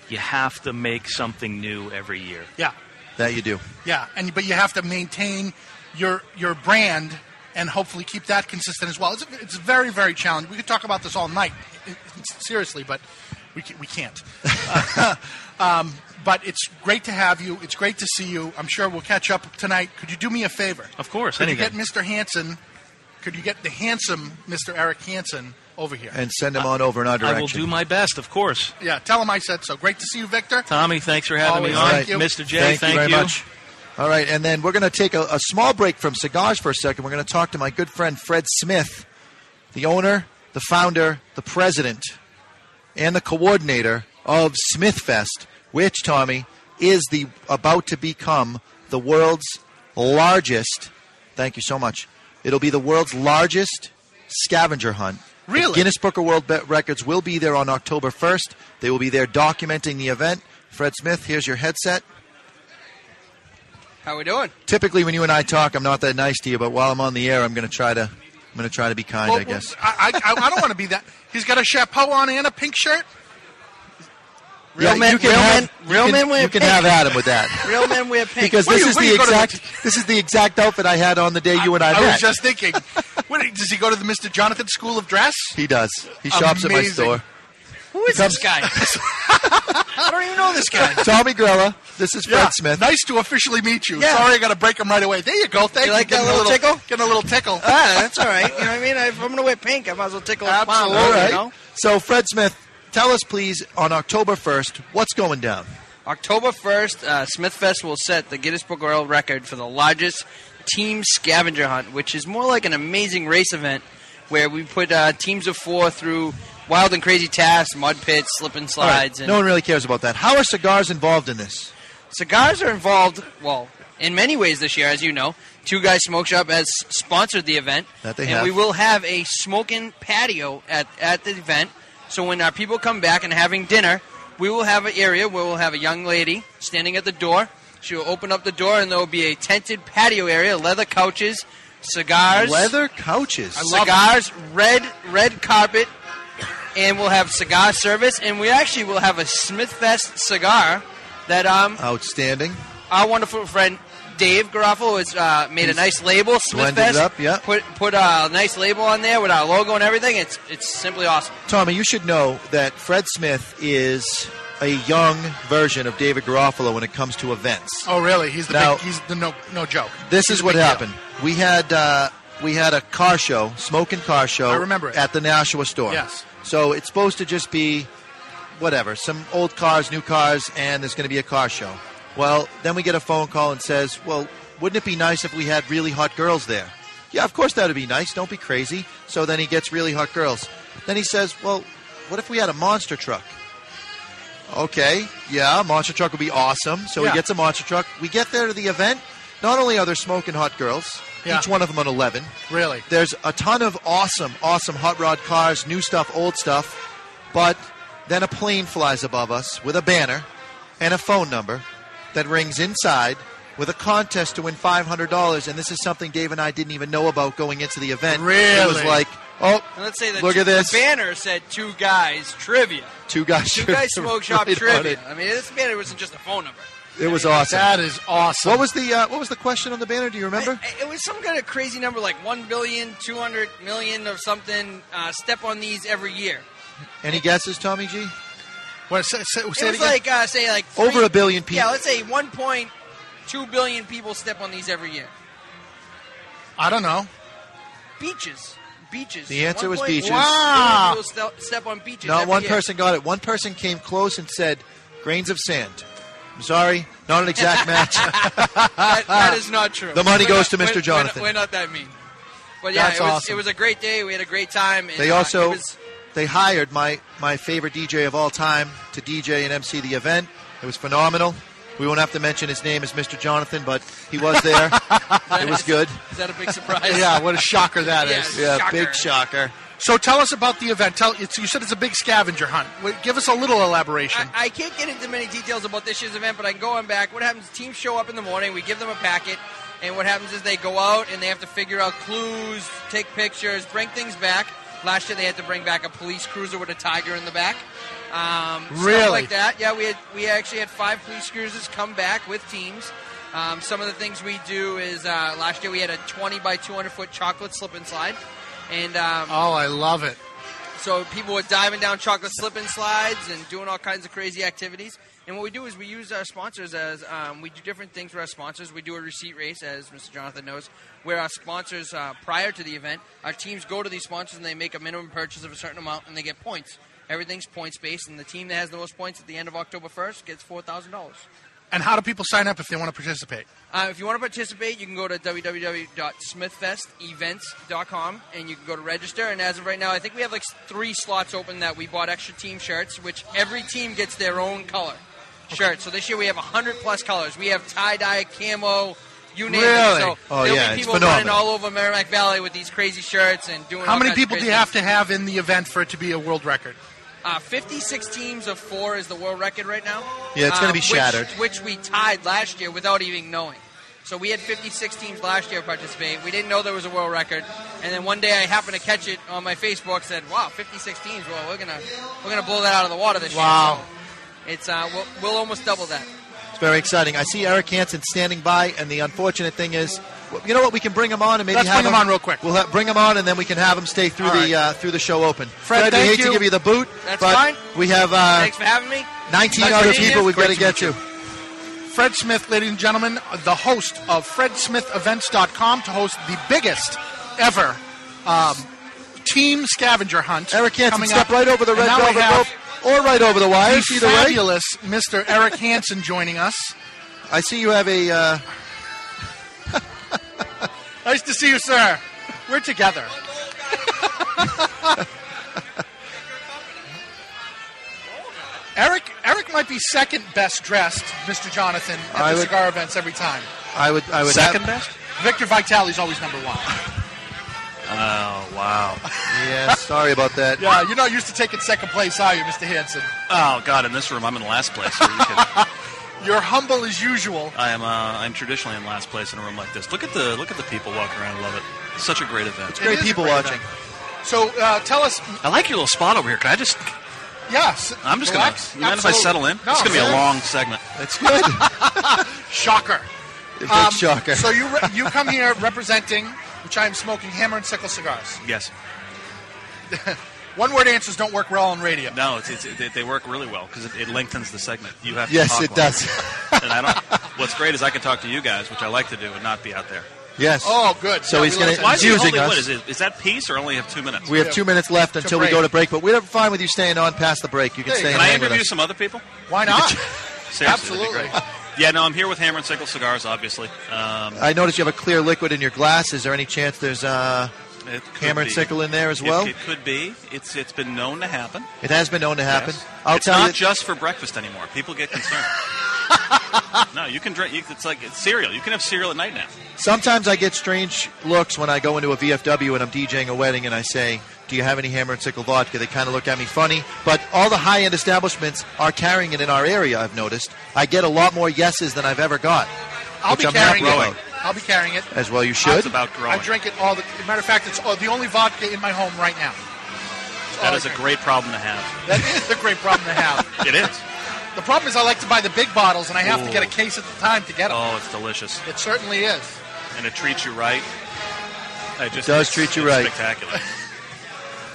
Speaker 14: you have to make something new every year.
Speaker 7: Yeah.
Speaker 3: That you do.
Speaker 7: Yeah, and but you have to maintain your your brand and hopefully keep that consistent as well. It's, it's very very challenging. We could talk about this all night, it- it's- seriously, but we ca- we can't. [laughs] Uh, um, but it's great to have you. It's great to see you. I'm sure we'll catch up tonight. Could you do me a favor?
Speaker 14: Of course,
Speaker 7: Could
Speaker 14: anything.
Speaker 7: you get Mr. Hanson? Could you get the handsome Mr. Eric Hanson over here?
Speaker 3: And send them on over in our
Speaker 14: I will
Speaker 3: direction.
Speaker 14: do my best, of course.
Speaker 7: Yeah, tell him I said so. Great to see you, Victor.
Speaker 14: Tommy, thanks for having
Speaker 7: Always
Speaker 14: me on.
Speaker 7: thank you.
Speaker 14: Mr. J,
Speaker 3: thank,
Speaker 14: thank
Speaker 3: you very much. All right, and then we're going to take a, a small break from cigars for a second. We're going to talk to my good friend Fred Smith, the owner, the founder, the president, and the coordinator of Smithfest, which Tommy is the about to become the world's largest. Thank you so much. It'll be the world's largest scavenger hunt. Really? Guinness Book of World Be- Records will be there on October 1st. They will be there documenting the event. Fred Smith, here's your headset.
Speaker 15: How we doing?
Speaker 3: Typically, when you and I talk, I'm not that nice to you, but while I'm on the air, I'm going to try to I'm going to try to be kind.
Speaker 7: Well,
Speaker 3: I guess.
Speaker 7: I, I, I don't want to be that. He's got a chapeau on and a pink shirt. Real
Speaker 3: Yeah,
Speaker 7: men-
Speaker 3: you can
Speaker 7: real
Speaker 3: have-
Speaker 7: men-
Speaker 3: you
Speaker 7: real
Speaker 3: can-
Speaker 7: men wear
Speaker 3: You can
Speaker 7: pink.
Speaker 3: have Adam
Speaker 7: [laughs]
Speaker 3: with that.
Speaker 15: Real men wear pink.
Speaker 3: Because
Speaker 7: What
Speaker 3: this
Speaker 7: do you-
Speaker 3: is
Speaker 7: what do
Speaker 3: the
Speaker 7: you go to
Speaker 3: exact this is the exact outfit I had on the day you and I,
Speaker 7: I
Speaker 3: met.
Speaker 7: was just thinking, what, does he go to the Mr. Jonathan School of Dress?
Speaker 3: he does. He shops at my
Speaker 7: Amazing.
Speaker 3: store.
Speaker 15: Who is this guy? I don't even know this [laughs] guy.
Speaker 3: [laughs] Tommy Grella. This is Fred
Speaker 7: Yeah,
Speaker 3: Smith.
Speaker 7: Nice to officially meet you.
Speaker 15: Yeah.
Speaker 7: Sorry, I got to break him right away. There you go. Thank you.
Speaker 15: like that
Speaker 7: Getting
Speaker 15: little tickle?
Speaker 7: Getting a little tickle.
Speaker 15: [laughs] Ah, that's all
Speaker 7: [laughs]
Speaker 15: right. You know what I mean? If I'm going to wear pink, I might as well tickle his palm.
Speaker 3: All right.
Speaker 15: You know?
Speaker 3: So, Fred Smith, tell us, please, on October 1st, what's going down?
Speaker 15: October 1st, uh, Smithfest will set the Guinness Book of World Record for the largest team scavenger hunt, which is more like an amazing race event where we put uh, teams of four through wild and crazy tasks, mud pits, slip and
Speaker 3: All right.
Speaker 15: slides. and
Speaker 3: No one really cares about that. How are cigars involved in this?
Speaker 15: Cigars are involved, well, in many ways this year, as you know. Two Guys Smoke Shop has sponsored the event.
Speaker 3: That they
Speaker 15: and
Speaker 3: have.
Speaker 15: we will have a smoking patio at, at the event. So when our people come back and having dinner, we will have an area where we'll have a young lady standing at the door. She will open up the door, and there will be a tented patio area, leather couches, cigars,
Speaker 3: Leather couches.
Speaker 15: cigars, red red carpet, and we'll have cigar service. And we actually will have a Smithfest cigar that um
Speaker 3: Outstanding.
Speaker 15: our wonderful friend Dave Garofalo has uh, made a
Speaker 3: He's
Speaker 15: nice label, Smithfest.
Speaker 3: blended it up, yeah.
Speaker 15: Put put a nice label on there with our logo and everything. It's it's simply awesome.
Speaker 3: Tommy, you should know that Fred Smith is a young version of David Garofalo when it comes to events.
Speaker 7: Oh, really? He's the
Speaker 3: Now-
Speaker 7: big, he's the no no joke.
Speaker 3: This
Speaker 7: He's
Speaker 3: is
Speaker 7: the
Speaker 3: what
Speaker 7: big deal.
Speaker 3: happened. We had uh, we had a car show, smoking car show.
Speaker 7: I remember it.
Speaker 3: at the Nashua store.
Speaker 7: Yes.
Speaker 3: So it's supposed to just be whatever, some old cars, new cars, and there's going to be a car show. Well, then we get a phone call and says, "Well, wouldn't it be nice if we had really hot girls there?" Yeah, of course that'd be nice. Don't be crazy. So then he gets really hot girls. Then he says, "Well, what if we had a monster truck?" Okay, yeah, monster truck would be awesome. So
Speaker 7: Yeah.
Speaker 3: he gets a monster truck. We get there to the event. Not only are there smoking hot girls,
Speaker 7: Yeah.
Speaker 3: each one of them on eleven.
Speaker 7: Really?
Speaker 3: There's a ton of awesome, awesome hot rod cars, new stuff, old stuff. But then a plane flies above us with a banner and a phone number that rings inside with a contest to win $500. And this is something Dave and I didn't even know about going into the event. It was
Speaker 15: Really?
Speaker 3: like, oh,
Speaker 15: And let's say that
Speaker 3: look at
Speaker 15: the
Speaker 3: this.
Speaker 15: banner said two guys trivia.
Speaker 3: Two guys.
Speaker 15: Two guys smoke
Speaker 3: [laughs]
Speaker 15: shop
Speaker 3: Right on
Speaker 15: trivia.
Speaker 3: it.
Speaker 15: I mean, this banner wasn't just a phone number.
Speaker 3: It was awesome.
Speaker 7: That is awesome.
Speaker 3: What was the uh, what was the question on the banner? Do you remember?
Speaker 15: It was some kind of crazy number, like one billion, two hundred million, or something. Uh, step on these every year.
Speaker 3: Any guesses, Tommy G?
Speaker 7: What, say,
Speaker 3: Oh,
Speaker 7: say,
Speaker 15: it was like uh, say like three-
Speaker 3: Over a billion people.
Speaker 15: Yeah, let's say 1.2 billion people step on these every year.
Speaker 7: I don't know.
Speaker 15: Beaches, beaches.
Speaker 3: The answer was
Speaker 15: 1.2
Speaker 3: beaches.
Speaker 15: billion
Speaker 3: Wow.
Speaker 15: People ste- step on beaches.
Speaker 3: Not
Speaker 15: every
Speaker 3: one
Speaker 15: year.
Speaker 3: person got it. One person came close and said, grains of sand. I'm sorry, not an
Speaker 15: [laughs]
Speaker 3: exact match.
Speaker 15: [laughs] That- that
Speaker 3: [laughs]
Speaker 15: is not true.
Speaker 3: The money
Speaker 15: We're
Speaker 3: goes to
Speaker 15: not- we're-
Speaker 3: Mr.
Speaker 15: we're not-
Speaker 3: Jonathan.
Speaker 15: We're, not that mean. But yeah,
Speaker 3: That's
Speaker 15: it, was,
Speaker 3: awesome.
Speaker 15: it was a great day. We had a great time. and,
Speaker 3: They
Speaker 15: uh, it
Speaker 3: also
Speaker 15: was-
Speaker 3: they hired my my favorite DJ of all time to DJ and MC the event. It was phenomenal. We won't have to mention his name as Mr. Jonathan, but he was
Speaker 15: [laughs]
Speaker 3: there. it was good.
Speaker 15: Is that a
Speaker 3: [laughs]
Speaker 15: big surprise?
Speaker 7: yeah, what a shocker that is.
Speaker 3: Yeah, big shocker.
Speaker 7: So tell us about the event. Tell it's, you said it's a big scavenger hunt. Wait, Give us a little elaboration.
Speaker 15: I can't get into many details about this year's event, but I can go on back. What happens? Teams show up in the morning. We give them a packet, and what happens is they go out and they have to figure out clues, take pictures, bring things back. Last year they had to bring back a police cruiser with a tiger in the back. Um, stuff
Speaker 7: Really?
Speaker 15: like that. Yeah, we had, we actually had five police cruisers come back with teams. Um, some of the things we do is uh, last year we had a 20 by 200 foot chocolate slip and slide, and um,
Speaker 7: oh, I love it.
Speaker 15: so people were diving down chocolate slip and slides and doing all kinds of crazy activities. And what we do is we use our sponsors as um, we do different things for our sponsors. We do a receipt race, as Mr. Jonathan knows, where our sponsors uh, prior to the event, our teams go to these sponsors and they make a minimum purchase of a certain amount and they get points. Everything's points based, and the team that has the most points at the end of October first gets four thousand dollars.
Speaker 7: And how do people sign up if they want to participate?
Speaker 15: Uh, if you want to participate, you can go to www.smithfestevents.com and you can go to register. And as of right now, I think we have like s- three slots open that we bought extra team shirts, which every team gets their own color shirt. So this year we have 100 plus colors. We have tie dye, camo, you name it.
Speaker 7: Really?
Speaker 15: So
Speaker 3: Oh,
Speaker 15: there'll
Speaker 3: yeah,
Speaker 15: be
Speaker 3: it's
Speaker 15: people running
Speaker 3: phenomenal.
Speaker 15: all over Merrimack Valley with these crazy shirts and doing
Speaker 7: How
Speaker 15: all
Speaker 7: many
Speaker 15: kinds of
Speaker 7: people do
Speaker 15: crazy
Speaker 7: you have to have in the event for it to be a world record?
Speaker 15: uh, 56 teams of four is the world record right now.
Speaker 7: Yeah, it's gonna
Speaker 15: Uh,
Speaker 7: be
Speaker 15: which-
Speaker 7: shattered.
Speaker 15: Which, we tied last year without even knowing. So we had 56 teams last year participate. We didn't know there was a world record, and then one day I happened to catch it on my Facebook. Said, "Wow, 56 teams! Well, we're gonna we're gonna blow that out of the water this
Speaker 3: Wow.
Speaker 15: year." So it's uh, we'll, we'll almost double that.
Speaker 3: It's very exciting. I see Eric Hansen standing by, and the unfortunate thing is, w- you know what? We can bring him on and maybe
Speaker 7: Let's
Speaker 3: have
Speaker 7: bring him on real quick.
Speaker 3: We'll ha- bring him on, and then we can have him stay through
Speaker 7: All
Speaker 3: the uh, through the show open.
Speaker 7: Fred,
Speaker 3: we
Speaker 7: thank
Speaker 3: hate to
Speaker 7: you.
Speaker 3: give you the boot.
Speaker 15: That's
Speaker 3: but
Speaker 15: fine.
Speaker 3: We have uh,
Speaker 15: Thanks for having me.
Speaker 3: 19
Speaker 7: Nice
Speaker 3: other
Speaker 7: meeting
Speaker 3: people
Speaker 7: you.
Speaker 3: we've
Speaker 7: Great
Speaker 3: got to
Speaker 7: to
Speaker 3: get
Speaker 7: meet
Speaker 3: to.
Speaker 7: Fred Smith, ladies and gentlemen, the host of FredSmithEvents.com to host the biggest ever um, team scavenger hunt. Eric
Speaker 3: Hansen, step right over the red velvet rope or right over the wires,
Speaker 7: The
Speaker 3: either way.
Speaker 7: fabulous Mr. Eric Hansen joining us.
Speaker 3: I see you have a. Uh,
Speaker 7: [laughs] Nice to see you, sir. We're together. [laughs] Eric, Eric might be second best dressed, Mr. Jonathan, at
Speaker 3: I
Speaker 7: the
Speaker 3: would-
Speaker 7: cigar events every time.
Speaker 3: I would. I would.
Speaker 7: Second
Speaker 3: have, best.
Speaker 7: Victor Vitale's always number
Speaker 3: [laughs]
Speaker 7: one.
Speaker 3: Oh wow. yeah. [laughs] Sorry about that.
Speaker 7: Yeah, you're not used to taking second place, are you, Mr. Hanson?
Speaker 16: Oh God! In this room, I'm in last place. Are you
Speaker 3: [laughs]
Speaker 16: kidding?
Speaker 7: You're humble as usual.
Speaker 16: I am. Uh, I'm traditionally in last place in a room like this. Look at the look at the people walking around. I love it. Such a great event.
Speaker 7: It is a great event. So uh, tell us,
Speaker 16: I like your little spot over here. Can I just?
Speaker 7: yes.
Speaker 16: I'm just
Speaker 7: relax,
Speaker 16: gonna. You mind if I
Speaker 7: absolutely.
Speaker 16: settle in?
Speaker 7: No,
Speaker 16: it's gonna be a
Speaker 7: sir.
Speaker 16: long segment.
Speaker 3: That's good.
Speaker 7: [laughs] Shocker. Um,
Speaker 16: Big shocker.
Speaker 7: So you re- you come here representing, which I am smoking Hammer and Sickle cigars.
Speaker 16: [laughs] yes.
Speaker 7: [laughs] One word answers don't work well on radio.
Speaker 16: No, it's, it's, it, they work really well because it, it lengthens the segment. You have.
Speaker 3: Yes,
Speaker 16: to talk
Speaker 3: it
Speaker 16: long.
Speaker 3: does.
Speaker 16: and I don't.
Speaker 3: [laughs]
Speaker 16: What's great is I can talk to you guys, which I like to do, and not be out there.
Speaker 3: Yes.
Speaker 7: Oh, good.
Speaker 3: So he's going to
Speaker 16: Why is
Speaker 3: he's
Speaker 16: it
Speaker 3: using
Speaker 16: only-
Speaker 3: us.
Speaker 16: What is it? Is that piece or only have two minutes?
Speaker 3: We have two minutes left
Speaker 16: It's a
Speaker 3: until we go
Speaker 16: break.
Speaker 3: to break, but we're fine with you staying on past the break. You can stay
Speaker 16: Can
Speaker 3: and
Speaker 16: I
Speaker 3: hang with
Speaker 16: interview
Speaker 3: us.
Speaker 16: some other people?
Speaker 7: Why
Speaker 16: [laughs]
Speaker 7: not?
Speaker 16: Seriously, Absolutely. Great. Yeah, no, I'm here with Hammer and Sickle Cigars, obviously. Um,
Speaker 3: I noticed you have a clear liquid in your glass. Is there any chance there's uh,
Speaker 16: it could
Speaker 3: hammer and
Speaker 16: be.
Speaker 3: sickle in there as
Speaker 16: It-
Speaker 3: well?
Speaker 16: It, could be. It's it's been known to happen.
Speaker 3: It has been known to happen.
Speaker 16: Yes.
Speaker 3: I'll
Speaker 16: it's
Speaker 3: tell
Speaker 16: not
Speaker 3: you-
Speaker 16: just for breakfast anymore. People get
Speaker 3: [laughs]
Speaker 16: concerned. no, you can drink. You, it's like it's cereal. You can have cereal at night now.
Speaker 3: Sometimes I get strange looks when I go into a VFW and I'm DJing a wedding and I say, Do you have any hammer and sickle vodka? They kind of look at me funny. But all the high end establishments are carrying it in our area, I've noticed. I get a lot more yeses than I've ever got.
Speaker 7: I'll
Speaker 3: which
Speaker 7: be
Speaker 3: I'm
Speaker 7: carrying
Speaker 3: happy
Speaker 7: it.
Speaker 3: about.
Speaker 7: I'll be carrying it.
Speaker 3: As well, you should.
Speaker 16: It's about growing.
Speaker 7: I drink it all the. As a matter of fact, it's all, the only vodka in my home right now. Oh,
Speaker 16: That is a great problem to
Speaker 7: [laughs]
Speaker 16: have.
Speaker 7: That is a great problem
Speaker 16: [laughs]
Speaker 7: to have.
Speaker 16: It is.
Speaker 7: The problem is I like to buy the big bottles, and I have to get a case at the time to get them.
Speaker 16: Oh, it's delicious,
Speaker 7: It certainly is.
Speaker 16: and it treats you right. It, just,
Speaker 3: does
Speaker 16: it's-
Speaker 3: treat you
Speaker 16: it's
Speaker 3: right.
Speaker 16: Spectacular.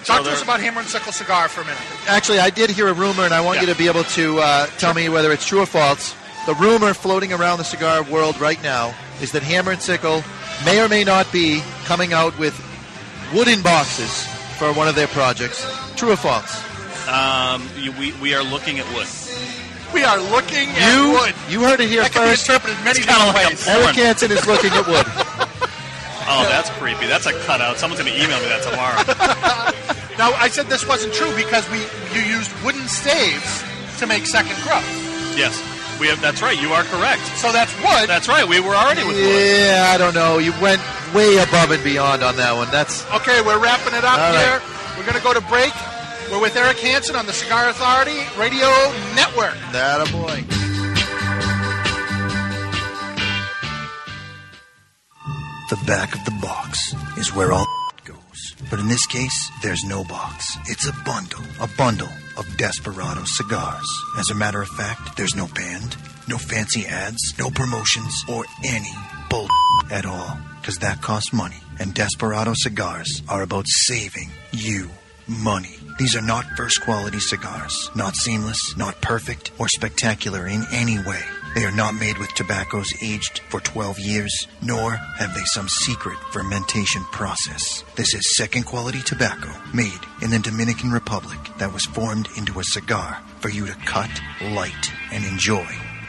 Speaker 7: Talk to us about Hammer and Sickle cigar for a minute.
Speaker 3: Actually, I did hear a rumor, and I want you to be able to uh, tell me whether it's true or false. The rumor floating around the cigar world right now is that Hammer and Sickle may or may not be coming out with wooden boxes for one of their projects. True or false?
Speaker 16: Um, you, we, we are looking at wood.
Speaker 7: We are looking
Speaker 3: you,
Speaker 7: at wood.
Speaker 3: you heard it here
Speaker 7: That can be
Speaker 3: first.
Speaker 7: interpreted many
Speaker 16: It's kinda
Speaker 7: different
Speaker 16: like a
Speaker 7: ways.
Speaker 16: porn.
Speaker 3: Eric Hansen is looking at wood.
Speaker 16: [laughs] Oh, that's creepy. That's a cutout. Someone's going to email me that tomorrow.
Speaker 7: [laughs] Now, I said this wasn't true because we you used wooden staves to make second growth.
Speaker 16: yes, we have. That's right. You are correct.
Speaker 7: So that's wood.
Speaker 16: That's right. We were already with wood.
Speaker 3: Yeah, I don't know. You went way above and beyond on that one. That's
Speaker 7: Okay, we're wrapping it up
Speaker 3: All right.
Speaker 7: here. We're going to go to break. We're with Eric Hansen on the Cigar Authority Radio Network.
Speaker 3: that a boy.
Speaker 17: The back of the box is where all goes. But in this case, there's no box. It's a bundle. A bundle of Desperado cigars. As a matter of fact, there's no band, no fancy ads, no promotions, or any bull at all. Because that costs money. And Desperado cigars are about saving you money. These are not first quality cigars. Not seamless, not perfect, or spectacular in any way. They are not made with tobaccos aged for 12 years, nor have they some secret fermentation process. This is second quality tobacco made in the Dominican Republic that was formed into a cigar for you to cut, light, and enjoy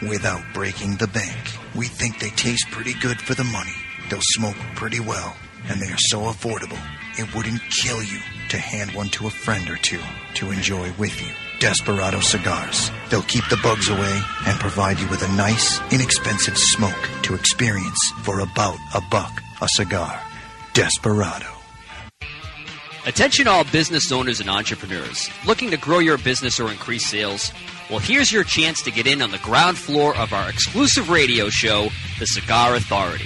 Speaker 17: without breaking the bank. We think they taste pretty good for the money. They'll smoke pretty well, and they are so affordable, it wouldn't kill you to hand one to a friend or two to enjoy with you. Desperado cigars. They'll keep the bugs away and provide you with a nice, inexpensive smoke to experience for about a buck a cigar. Desperado.
Speaker 18: Attention all business owners and entrepreneurs looking to grow your business or increase sales. Well, here's your chance to get in on the ground floor of our exclusive radio show, The Cigar Authority.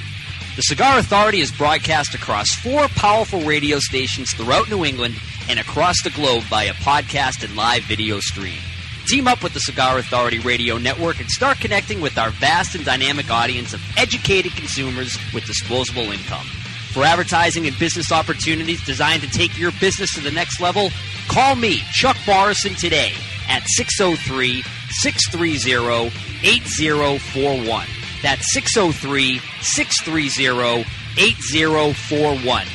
Speaker 18: The Cigar Authority is broadcast across four powerful radio stations throughout New England and across the globe via podcast and live video stream. Team up with the Cigar Authority Radio Network and start connecting with our vast and dynamic audience of educated consumers with disposable income. For advertising and business opportunities designed to take your business to the next level, call me, Chuck Morrison, today at 603 630 8041. That's 603 630 8041.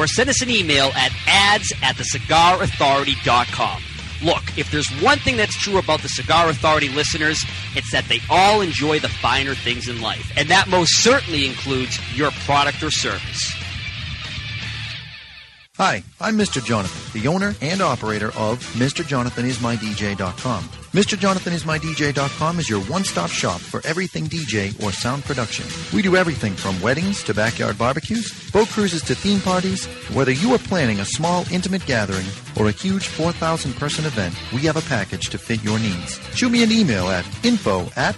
Speaker 18: Or send us an email at ads at thecigarauthority.com. Look, if there's one thing that's true about the Cigar Authority listeners, it's that they all enjoy the finer things in life. And that most certainly includes your product or service.
Speaker 3: Hi, I'm Mr. Jonathan, the owner and operator of MrJonathanIsMyDJ.com. MrJonathanIsMyDJ.com is your one-stop shop for everything DJ or sound production. We do everything from weddings to backyard barbecues, boat cruises to theme parties. Whether you are planning a small, intimate gathering or a huge 4,000-person event, we have a package to fit your needs. Shoot me an email at info at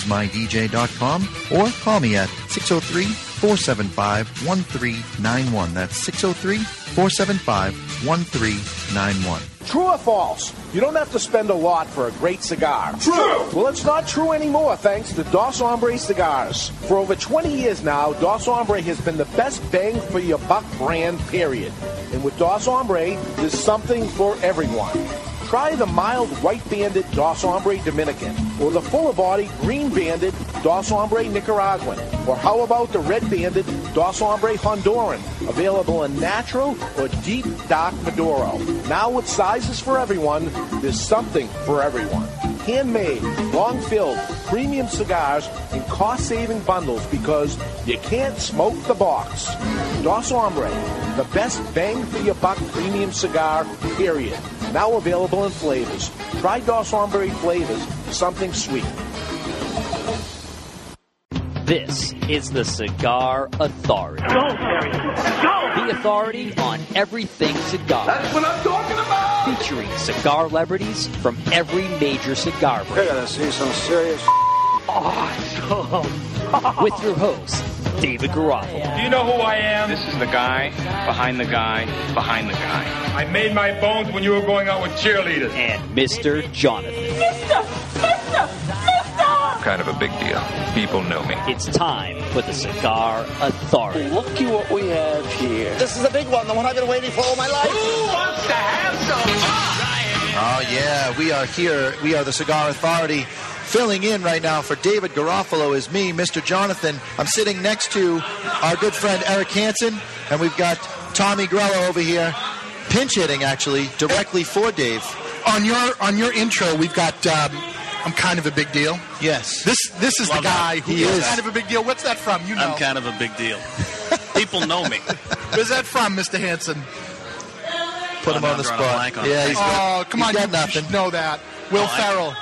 Speaker 3: MrJonathanIsMyDJ.com or call me at 603- 475 1391. That's 603 475 1391.
Speaker 6: True or false? You don't have to spend a lot for a great cigar. True. Well, it's not true anymore thanks to Dos Ombre cigars. For over 20 years now, Dos Ombre has been the best bang for your buck brand, period. And with Dos Ombre, there's something for everyone. Try the mild white banded Dos Ombre Dominican, or the fuller body green banded Dos Ombre Nicaraguan, or how about the red banded Dos Ombre Honduran, available in natural or deep dark Maduro. Now with sizes for everyone, there's something for everyone. Handmade, long filled, premium cigars in cost saving bundles because you can't smoke the box. Dos Ombre, the best bang for your buck premium cigar, period. Now available in flavors. Try Dos Ombre flavors, something sweet.
Speaker 19: This is the Cigar Authority.
Speaker 10: Oh,
Speaker 19: The authority on everything cigar. That's what I'm talking about! Featuring cigar celebrities from every major cigar brand. You're gonna see some serious awesome. With your host, David Garofalo.
Speaker 20: Do you know who I am? This is the guy behind the guy behind the guy. I made my bones when you were going out with cheerleaders.
Speaker 19: And Mr. Jonathan.
Speaker 9: Mister! Mister! Mister!
Speaker 21: kind of a big deal. People know me.
Speaker 20: It's time for the Cigar Authority. Look at what we have here.
Speaker 5: This is a big one, the one I've been waiting for all my life. Who wants to have some
Speaker 3: Oh, yeah. We are here. We are the Cigar Authority. Filling in right now for David Garofalo is me, Mr. Jonathan. I'm sitting next to our good friend Eric Hansen, and we've got Tommy Grello over here, pinch hitting actually, directly for Dave.
Speaker 7: on your on your intro, we've got. Um, I'm kind of a big deal.
Speaker 3: Yes.
Speaker 7: This this is
Speaker 16: Love
Speaker 7: the guy
Speaker 16: that.
Speaker 7: who
Speaker 16: He is.
Speaker 7: kind of a big deal. What's that from? You know.
Speaker 16: I'm kind of a big
Speaker 7: [laughs]
Speaker 16: deal. People know me.
Speaker 7: Where's that from, Mr. Hanson?
Speaker 3: Put him
Speaker 16: I'm
Speaker 3: on
Speaker 16: not drawing Oh, a
Speaker 3: the spot.
Speaker 16: blank on
Speaker 3: yeah,
Speaker 16: it.
Speaker 3: he's
Speaker 7: Oh,
Speaker 3: got,
Speaker 7: come
Speaker 3: he's
Speaker 7: on,
Speaker 3: got
Speaker 7: you
Speaker 3: nothing.
Speaker 7: know that. Will
Speaker 3: Oh, I-
Speaker 7: Farrell,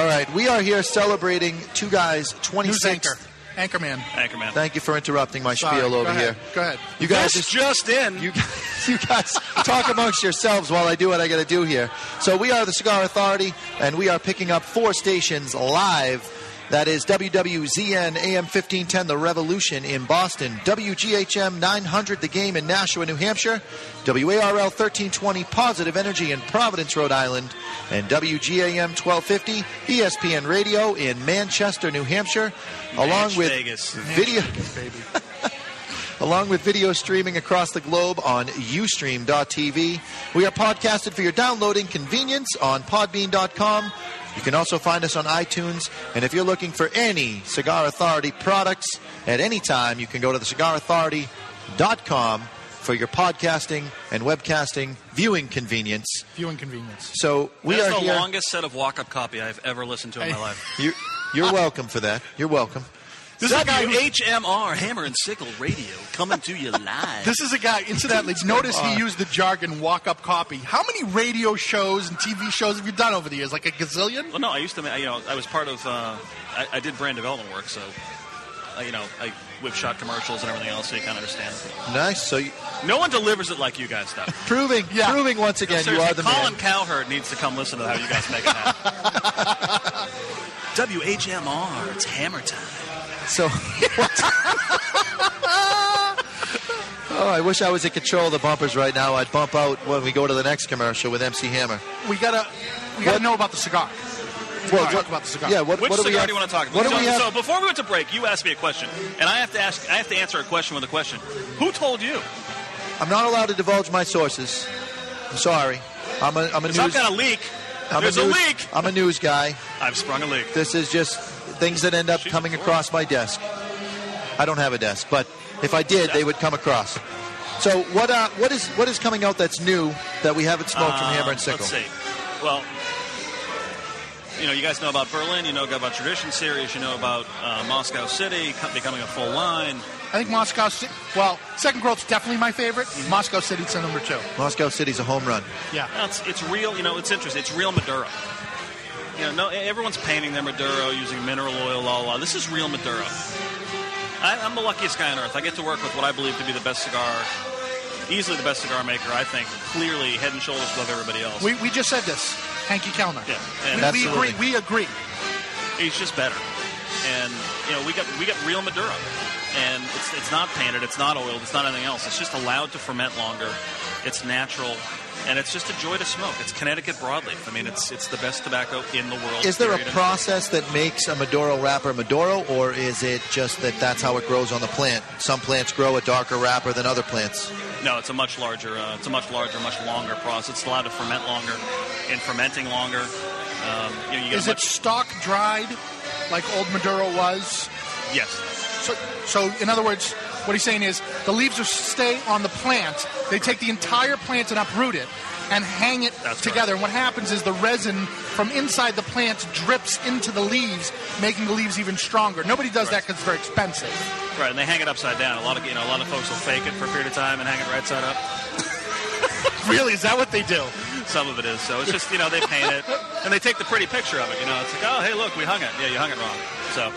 Speaker 3: All right, we are here celebrating two guys, 26th.
Speaker 7: anchor, anchorman.
Speaker 16: Anchorman.
Speaker 3: Thank you for interrupting my
Speaker 7: Sorry.
Speaker 3: spiel
Speaker 7: Go
Speaker 3: over
Speaker 7: ahead.
Speaker 3: here.
Speaker 7: Go ahead.
Speaker 3: You guys
Speaker 7: This
Speaker 3: just in. You, [laughs] you guys talk amongst yourselves while I do what I got to do here. So we are the Cigar Authority, and we are picking up four stations live. That is WWZN AM 1510 The Revolution in Boston, WGHM 900 The Game in Nashua, New Hampshire, WARL 1320 Positive Energy in Providence, Rhode Island, and WGAM 1250 ESPN Radio in Manchester, New Hampshire, along
Speaker 16: Match
Speaker 3: with
Speaker 16: Vegas.
Speaker 3: video [laughs] along with video streaming across the globe on ustream.tv. We are podcasted for your downloading convenience on podbean.com. You can also find us on iTunes. And if you're looking for any Cigar Authority products at any time, you can go to thecigarauthority.com for your podcasting and webcasting viewing convenience.
Speaker 7: Viewing convenience.
Speaker 3: So we
Speaker 16: That's
Speaker 3: are
Speaker 16: the
Speaker 3: here.
Speaker 16: longest set of walk-up copy I've ever listened to in my life.
Speaker 3: You, you're welcome for that. You're welcome.
Speaker 16: This is a guy HMR Hammer and Sickle Radio coming to you live.
Speaker 7: This is a guy, incidentally, notice he used the jargon walk up copy. How many radio shows and TV shows have you done over the years? Like a gazillion?
Speaker 16: Well, no, I used to. ma- You know, I was part of. Uh, I, I did brand development work, so uh, you know, I whip shot commercials and everything else, so you kind of understand.
Speaker 3: Nice. So you,
Speaker 16: No one delivers it like you guys do.
Speaker 3: proving, proving once again, you are the man.
Speaker 16: Colin Cowherd needs to come listen to how you guys make it happen. [laughs] WHMR, it's hammer time. [laughs]
Speaker 3: So, oh, I wish I was in control of the bumpers right now. I'd bump out when we go to the next commercial with MC Hammer.
Speaker 7: We gotta, we gotta know about the cigar.
Speaker 3: Well,
Speaker 7: gotta
Speaker 3: what-
Speaker 7: talk about the cigar.
Speaker 3: yeah, what-
Speaker 16: Which
Speaker 3: do we
Speaker 16: cigar
Speaker 3: have-
Speaker 16: do you want to talk about?
Speaker 3: what do
Speaker 16: so,
Speaker 3: we have-
Speaker 16: so before we went to break, you asked me a question, and I have to ask. I have to answer a question with a question. Who told you?
Speaker 3: I'm not allowed to divulge my sources. I'm sorry. I'm a, I'm a news.
Speaker 16: Because I've got a leak.
Speaker 3: I'm
Speaker 16: There's a,
Speaker 3: news,
Speaker 16: leak.
Speaker 3: I'm a news guy.
Speaker 16: I've sprung a leak.
Speaker 3: This is just things that end up coming across my desk. I don't have a desk, but if I did, they would come across. So what? Uh, what is what is coming out that's new that we haven't smoked from
Speaker 16: Uh,
Speaker 3: Hammer and Sickle?
Speaker 16: Let's see. Well, you know, you guys know about Berlin. You know about Tradition Series. You know about uh, Moscow City co- becoming a full line.
Speaker 7: I think Moscow City, well, Second Growth's definitely my favorite. Moscow City's at number two.
Speaker 3: Moscow City's a home run.
Speaker 7: Yeah.
Speaker 16: It's, it's real. You know, it's interesting. It's real Maduro. You know, no, e, everyone's painting their Maduro using mineral oil, la la. This is real Maduro. I, I'm the luckiest guy on earth. I get to work with what I believe to be the best cigar, easily the best cigar maker. I think clearly head and shoulders above everybody else.
Speaker 7: We, we just said this. Hanky Kellner. Yeah.
Speaker 16: and-
Speaker 7: we, we
Speaker 16: Absolutely.
Speaker 7: agree. We agree.
Speaker 16: It's just better. And you know, we got we got real Maduro, and it's it's not painted, it's not oiled, it's not anything else. It's just allowed to ferment longer. It's natural, and it's just a joy to smoke. It's Connecticut broadleaf. I mean, it's it's the best tobacco in the world.
Speaker 3: Is there a
Speaker 16: period.
Speaker 3: process that makes a Maduro wrapper Maduro, or is it just that that's how it grows on the plant? Some plants grow a darker wrapper than other plants.
Speaker 16: No, it's a much larger, uh, it's a much larger, much longer process. It's allowed to ferment longer, and fermenting longer. Um, you know, you get
Speaker 7: Is
Speaker 16: a
Speaker 7: it
Speaker 16: much,
Speaker 7: stock dried like old Maduro was?
Speaker 16: Yes.
Speaker 7: So, so in other words, what he's saying is the leaves will stay on the plant. They take the entire plant and uproot it and hang it together. And what happens is the resin from inside the plant drips into the leaves, making the leaves even stronger. Nobody does that 'cause that because it's very expensive.
Speaker 16: Right, and they hang it upside down. A lot of you know, a lot of folks will fake it for a period of time and hang it right side up.
Speaker 7: [laughs] really, is that what they do?
Speaker 16: Some of it is. So it's just you know they paint it and they take the pretty picture of it. You know, it's like oh hey look we hung it. Yeah, you hung it wrong. So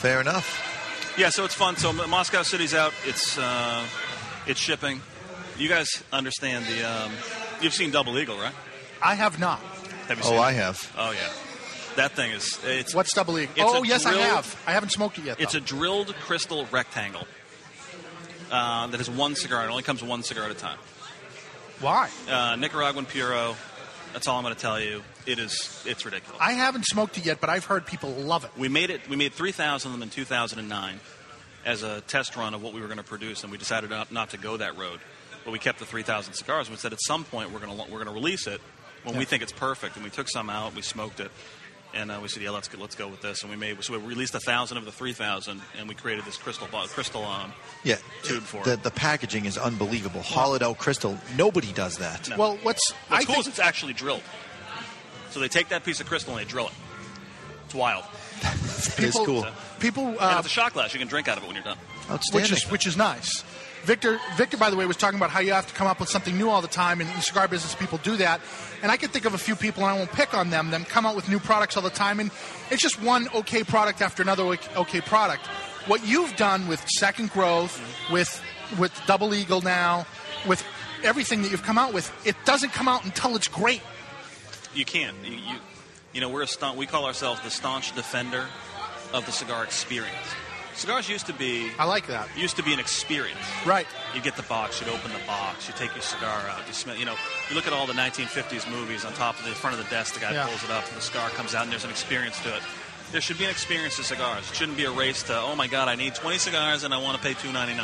Speaker 3: Fair enough.
Speaker 16: yeah, so it's fun. So M- Moscow City's out. It's uh, it's shipping. You guys understand the? Um, you've seen Double Eagle, right?
Speaker 7: I have not.
Speaker 16: Have you
Speaker 3: Oh,
Speaker 16: seen
Speaker 3: I
Speaker 16: it?
Speaker 3: have.
Speaker 16: Oh yeah, that thing is. It's
Speaker 7: What's double E?
Speaker 16: it's
Speaker 7: Oh,
Speaker 16: a
Speaker 7: yes, I
Speaker 16: drilled-
Speaker 7: have. I haven't smoked it yet.
Speaker 16: It's a drilled crystal rectangle uh, that is one cigar. It only comes one cigar at a time.
Speaker 7: Why?
Speaker 16: Uh, Nicaraguan Puro. That's all I'm going to tell you. it is it's ridiculous.
Speaker 7: I haven't smoked it yet, but I've heard people love it.
Speaker 16: We made it. We made 3,000 of them in 2009 as a test run of what we were going to produce, and we decided not, not to go that road. But we kept the 3,000 cigars. and We said at some point we're going to we're going to release it when we
Speaker 7: Yeah.
Speaker 16: think it's perfect. And we took some out. We smoked it. And uh, we said, yeah, let's go, let's go with this. And we made so we released a thousand of the three thousand, and we created this crystal bo- crystal um,
Speaker 3: Yeah,
Speaker 16: tube for
Speaker 3: the
Speaker 16: it.
Speaker 3: the packaging is unbelievable. Hollowed out crystal. Nobody does that.
Speaker 16: No.
Speaker 7: what's
Speaker 16: cool is it's actually drilled. So they take that piece of crystal and they drill it. It's
Speaker 7: [laughs]
Speaker 16: wild.
Speaker 7: It is People- cool. People, uh,
Speaker 16: and it's a shot glass. You can drink out of it when you're done.
Speaker 7: Which is which is nice. Victor, Victor, by the way, was talking about how you have to come up with something new all the time, and the cigar business people do that. And I can think of a few people, and I won't pick on them. Them come out with new products all the time, and it's just one okay product after another ok- okay product. What you've done with Second Growth, with with Double Eagle now, with everything that you've come out with, it doesn't come out until it's great.
Speaker 16: You can. You, you, you know, we're a staunch, we call ourselves the staunch defender of the cigar experience. Cigars used to be.
Speaker 7: I like that.
Speaker 16: Used to be an experience.
Speaker 7: Right.
Speaker 16: You get the box. You'd open the box. You take your cigar out. You smell. You know. You look at all the 1950s movies. On top of the front of the desk, the guy
Speaker 7: Yeah.
Speaker 16: pulls it up, and the cigar comes out, and there's an experience to it. There should be an experience to cigars. It shouldn't be a race to. Oh my God, I need 20 cigars, and I want to pay 2.99.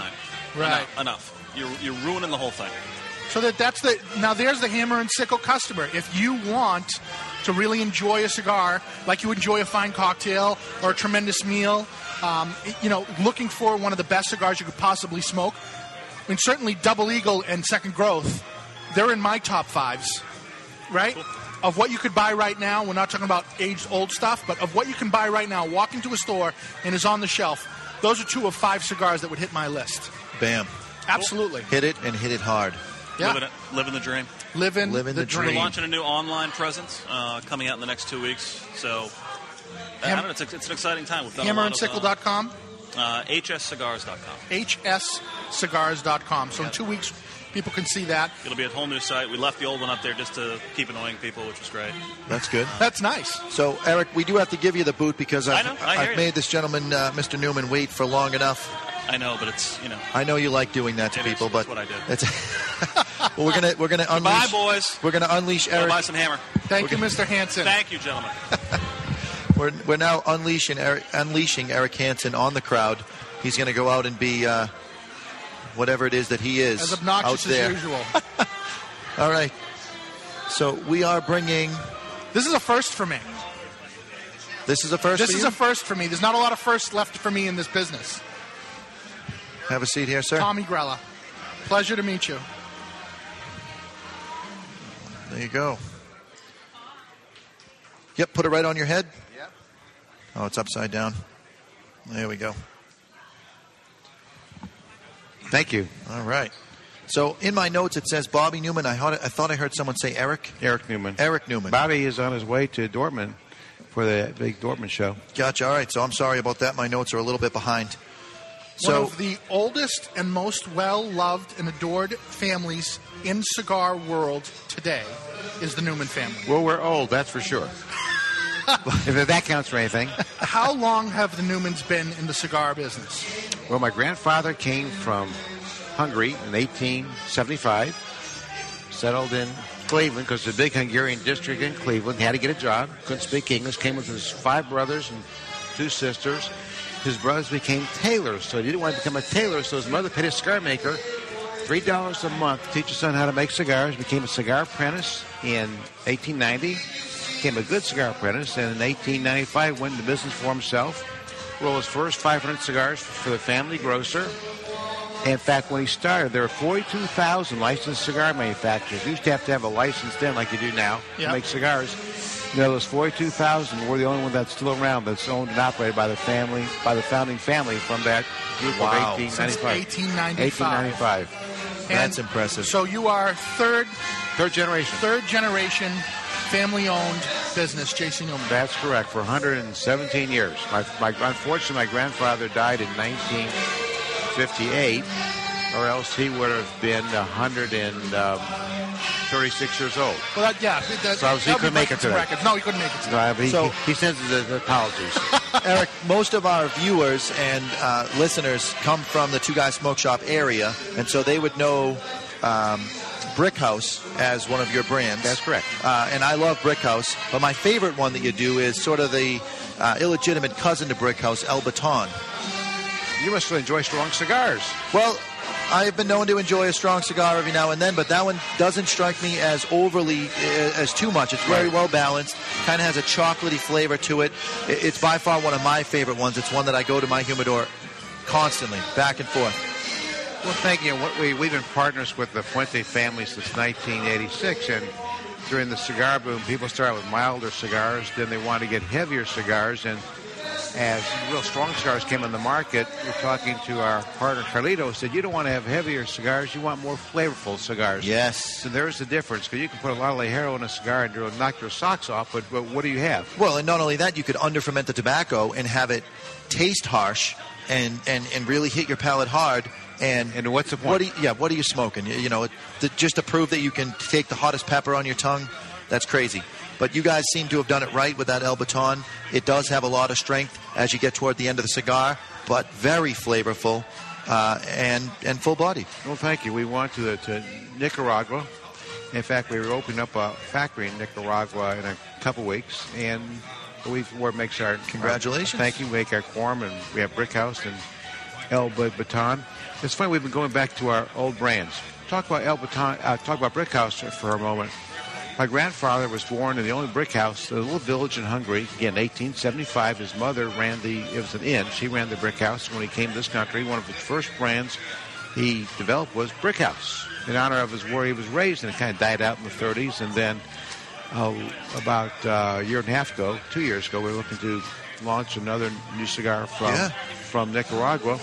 Speaker 7: Right.
Speaker 16: Enough. enough. You're you're ruining the whole thing.
Speaker 7: So that that's the now there's the hammer and sickle customer. If you want to really enjoy a cigar, like you enjoy a fine cocktail or a tremendous meal, um, you know, looking for one of the best cigars you could possibly smoke, and certainly Double Eagle and Second Growth, they're in my top fives, right? Of what you could buy right now, we're not talking about aged old stuff, but of what you can buy right now, walk into a store and is on the shelf. Those are two of five cigars that would hit my list.
Speaker 3: Bam.
Speaker 7: Absolutely.
Speaker 3: Hit it and hit it hard.
Speaker 7: Yeah.
Speaker 16: Living, it, living the dream.
Speaker 7: Living,
Speaker 3: Living the the dream. dream.
Speaker 16: We're launching a new online presence uh, coming out in the next two weeks. So, uh, I
Speaker 7: Ham-
Speaker 16: don't know, it's, a- it's an exciting time. We've done a lot of, uh,
Speaker 7: Hammerandsickle.com.
Speaker 16: uh, hscigars.com.
Speaker 7: hscigars.com. So in two weeks, people can see that.
Speaker 16: It'll be a whole new site. We left the old one up there just to keep annoying people, which was great.
Speaker 3: That's good.
Speaker 7: That's nice.
Speaker 3: So, Eric, we do have to give you the boot because I've,
Speaker 16: I know. I hear
Speaker 3: have
Speaker 16: you.
Speaker 3: made this gentleman, uh, Mr. Newman, wait for long enough.
Speaker 16: I know, but it's, you know.
Speaker 3: I know you like doing that to
Speaker 16: It is.
Speaker 3: people,
Speaker 16: That's
Speaker 3: but
Speaker 16: what I did.
Speaker 3: it's- [laughs] well, we're gonna we're gonna
Speaker 16: Goodbye,
Speaker 3: unleash.
Speaker 16: boys.
Speaker 3: We're gonna unleash
Speaker 16: Go
Speaker 3: Eric.
Speaker 16: buy some hammer.
Speaker 7: Thank you, Mr. Hanson.
Speaker 16: Thank you, gentlemen.
Speaker 3: [laughs] We're, we're now unleashing Eric, unleashing Eric Hansen on the crowd. He's gonna go out and be uh, whatever it is that he is
Speaker 7: As
Speaker 3: out
Speaker 7: obnoxious
Speaker 3: there.
Speaker 7: as usual.
Speaker 3: [laughs] All right. So we are bringing.
Speaker 7: This is a first for me.
Speaker 3: This is a first.
Speaker 7: this
Speaker 3: for
Speaker 7: is
Speaker 3: you?
Speaker 7: a first for me. There's not a lot of firsts left for me in this business.
Speaker 3: Have a seat here, sir.
Speaker 7: Tommy Grella. Pleasure to meet you.
Speaker 3: There you go. Yep, put it right on your head.
Speaker 6: Yep.
Speaker 3: Oh, it's upside down. There we go.
Speaker 8: Thank you.
Speaker 3: All right. So in my notes it says Bobby Newman. I thought I thought I heard someone say Eric.
Speaker 19: Eric Newman.
Speaker 3: Eric Newman.
Speaker 19: Bobby is on his way to Dortmund for the big Dortmund show.
Speaker 3: Gotcha. All right. So I'm sorry about that. My notes are a little bit behind.
Speaker 7: One
Speaker 3: So
Speaker 7: of the oldest and most well-loved and adored families in cigar world today is the Newman
Speaker 3: [laughs]
Speaker 7: family.
Speaker 19: Well, we're old, that's for [laughs] sure. if that counts for anything.
Speaker 7: How long have the Newmans been in the cigar business?
Speaker 19: Well, my grandfather came from Hungary in 1875, settled in Cleveland because the big Hungarian district in Cleveland had to get a job, couldn't speak English, came with his five brothers and two sisters. His brothers became tailors, so he didn't want to become a tailor, so his mother paid a cigar maker $3 a month to teach his son how to make cigars, became a cigar apprentice in 1890, became a good cigar apprentice, and in 1895 went into business for himself, rolled his first 500 cigars for the family grocer. In fact, when he started, there were 42,000 licensed cigar manufacturers. You used to have to have a license then, like you do now,
Speaker 7: Yeah.
Speaker 19: to make cigars. You know, those 42,000 were the only one that's still around that's owned and operated by the family, by the founding family from that group
Speaker 7: Wow.
Speaker 19: of
Speaker 7: Since
Speaker 19: 1895. 1895.
Speaker 7: 1895. That's
Speaker 3: impressive.
Speaker 7: So you are third,
Speaker 19: third generation,
Speaker 7: third generation, family-owned business, J.C. Newman.
Speaker 19: That's correct. For 117 years. My, my, unfortunately, my grandfather died in 1958, or else he would have been 136 um, years old.
Speaker 7: Well, that, yeah, that, that,
Speaker 19: So obviously he
Speaker 7: would
Speaker 19: couldn't make
Speaker 7: break
Speaker 19: it
Speaker 7: some
Speaker 19: today.
Speaker 7: records. No, he couldn't make it.
Speaker 19: No, I- he,
Speaker 3: So-
Speaker 19: he, he sends his apologies.
Speaker 3: [laughs] Eric, most of our viewers and uh, listeners come from the Two Guys Smoke Shop area, and so they would know um, Brick House as one of your brands. That's
Speaker 19: correct.
Speaker 3: Uh, and I love Brick House, but my favorite one that you do is sort of the uh, illegitimate cousin to Brick House, El Baton.
Speaker 19: You must enjoy strong cigars.
Speaker 3: Well, I have been known to enjoy a strong cigar every now and then, but that one doesn't strike me as overly uh, as too much. It's very well balanced. Kind of has a chocolatey flavor to it. I- It's by far one of my favorite ones. It's one that I go to my humidor constantly, back and forth.
Speaker 19: Well, thank you. What we, we've been partners with the Fuente family since 1986, and during the cigar boom, people started with milder cigars, then they wanted to get heavier cigars, and as real strong cigars came on the market, we're talking to our partner Carlito, who said, you don't want to have heavier cigars, you want more flavorful cigars.
Speaker 3: Yes.
Speaker 19: So there's the difference, because you can put a lot of Lajero in a cigar and it'll knock your socks off, but, but what do you have?
Speaker 3: Well, and not only that, you could underferment the tobacco and have it taste harsh and, and, and really hit your palate hard. And,
Speaker 19: and what's the point?
Speaker 3: What are you, yeah, what are you smoking? You, you know, it, to, just to prove that you can take the hottest pepper on your tongue, that's crazy. But you guys seem to have done it right with that El Baton. It does have a lot of strength as you get toward the end of the cigar, but very flavorful uh, and, and full bodied.
Speaker 19: Well, thank you. We want to, to Nicaragua. In fact, we were opening up a factory in Nicaragua in a couple weeks, and we've what makes our
Speaker 3: Congratulations.
Speaker 19: our- thank you. We make our quorum, and we have Brick House and El Bat- Baton. It's funny. We've been going back to our old brands. Talk about El Baton. Uh, talk about Brick House for a moment. My grandfather was born in the only brick house, a little village in Hungary. Again, 1875. His mother ran the. It was an inn. She ran the brick house. When he came to this country, one of his first brands he developed was brick house in honor of his where he was raised, and it kind of died out in the 30s. And then uh, about uh, a year and a half ago, two years ago, we were looking to launch another new cigar from
Speaker 3: Yeah.
Speaker 19: from Nicaragua.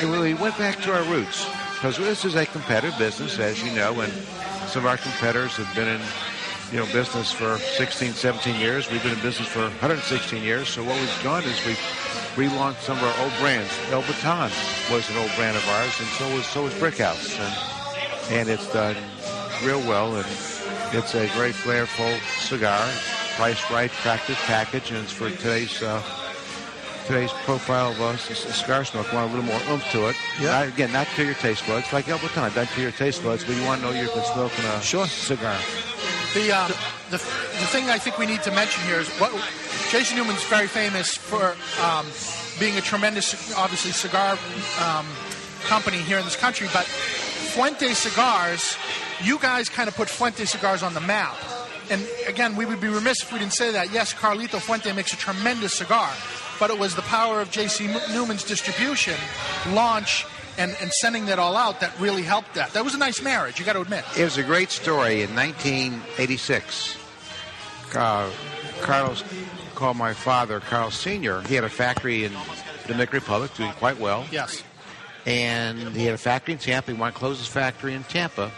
Speaker 19: And we went back to our roots because this is a competitive business, as you know, and some of our competitors have been in you know business for 16, 17 years. We've been in business for 116 years. So what we've done is we've relaunched some of our old brands. El Baton was an old brand of ours, and so was so was Brick House, and and it's done real well. And it's a very flavorful cigar, priced right, attractive package, and it's for today's. Uh, today's profile of us is a cigar smoke. Want a little more oomph to it. Yeah. again, not to your taste buds, like El Baton, not to your taste buds, but you want to know you've been smoking a cigar.
Speaker 7: The, um, the the thing I think we need to mention here is what Jason Newman's very famous for um, being a tremendous, obviously, cigar um, company here in this country. But Fuente Cigars, you guys kind of put Fuente Cigars on the map. And again, we would be remiss if we didn't say that. Yes, Carlito Fuente makes a tremendous cigar, but it was the power of J.C. Newman's distribution, launch, and, and sending that all out that really helped that. That was a nice marriage, you got to admit.
Speaker 19: It was a great story in 1986. Uh, Carlos called my father, Carlos Sr. He had a factory in Dominican Republic doing quite well.
Speaker 7: Yes.
Speaker 19: And he had a factory in Tampa. He wanted to close his factory in Tampa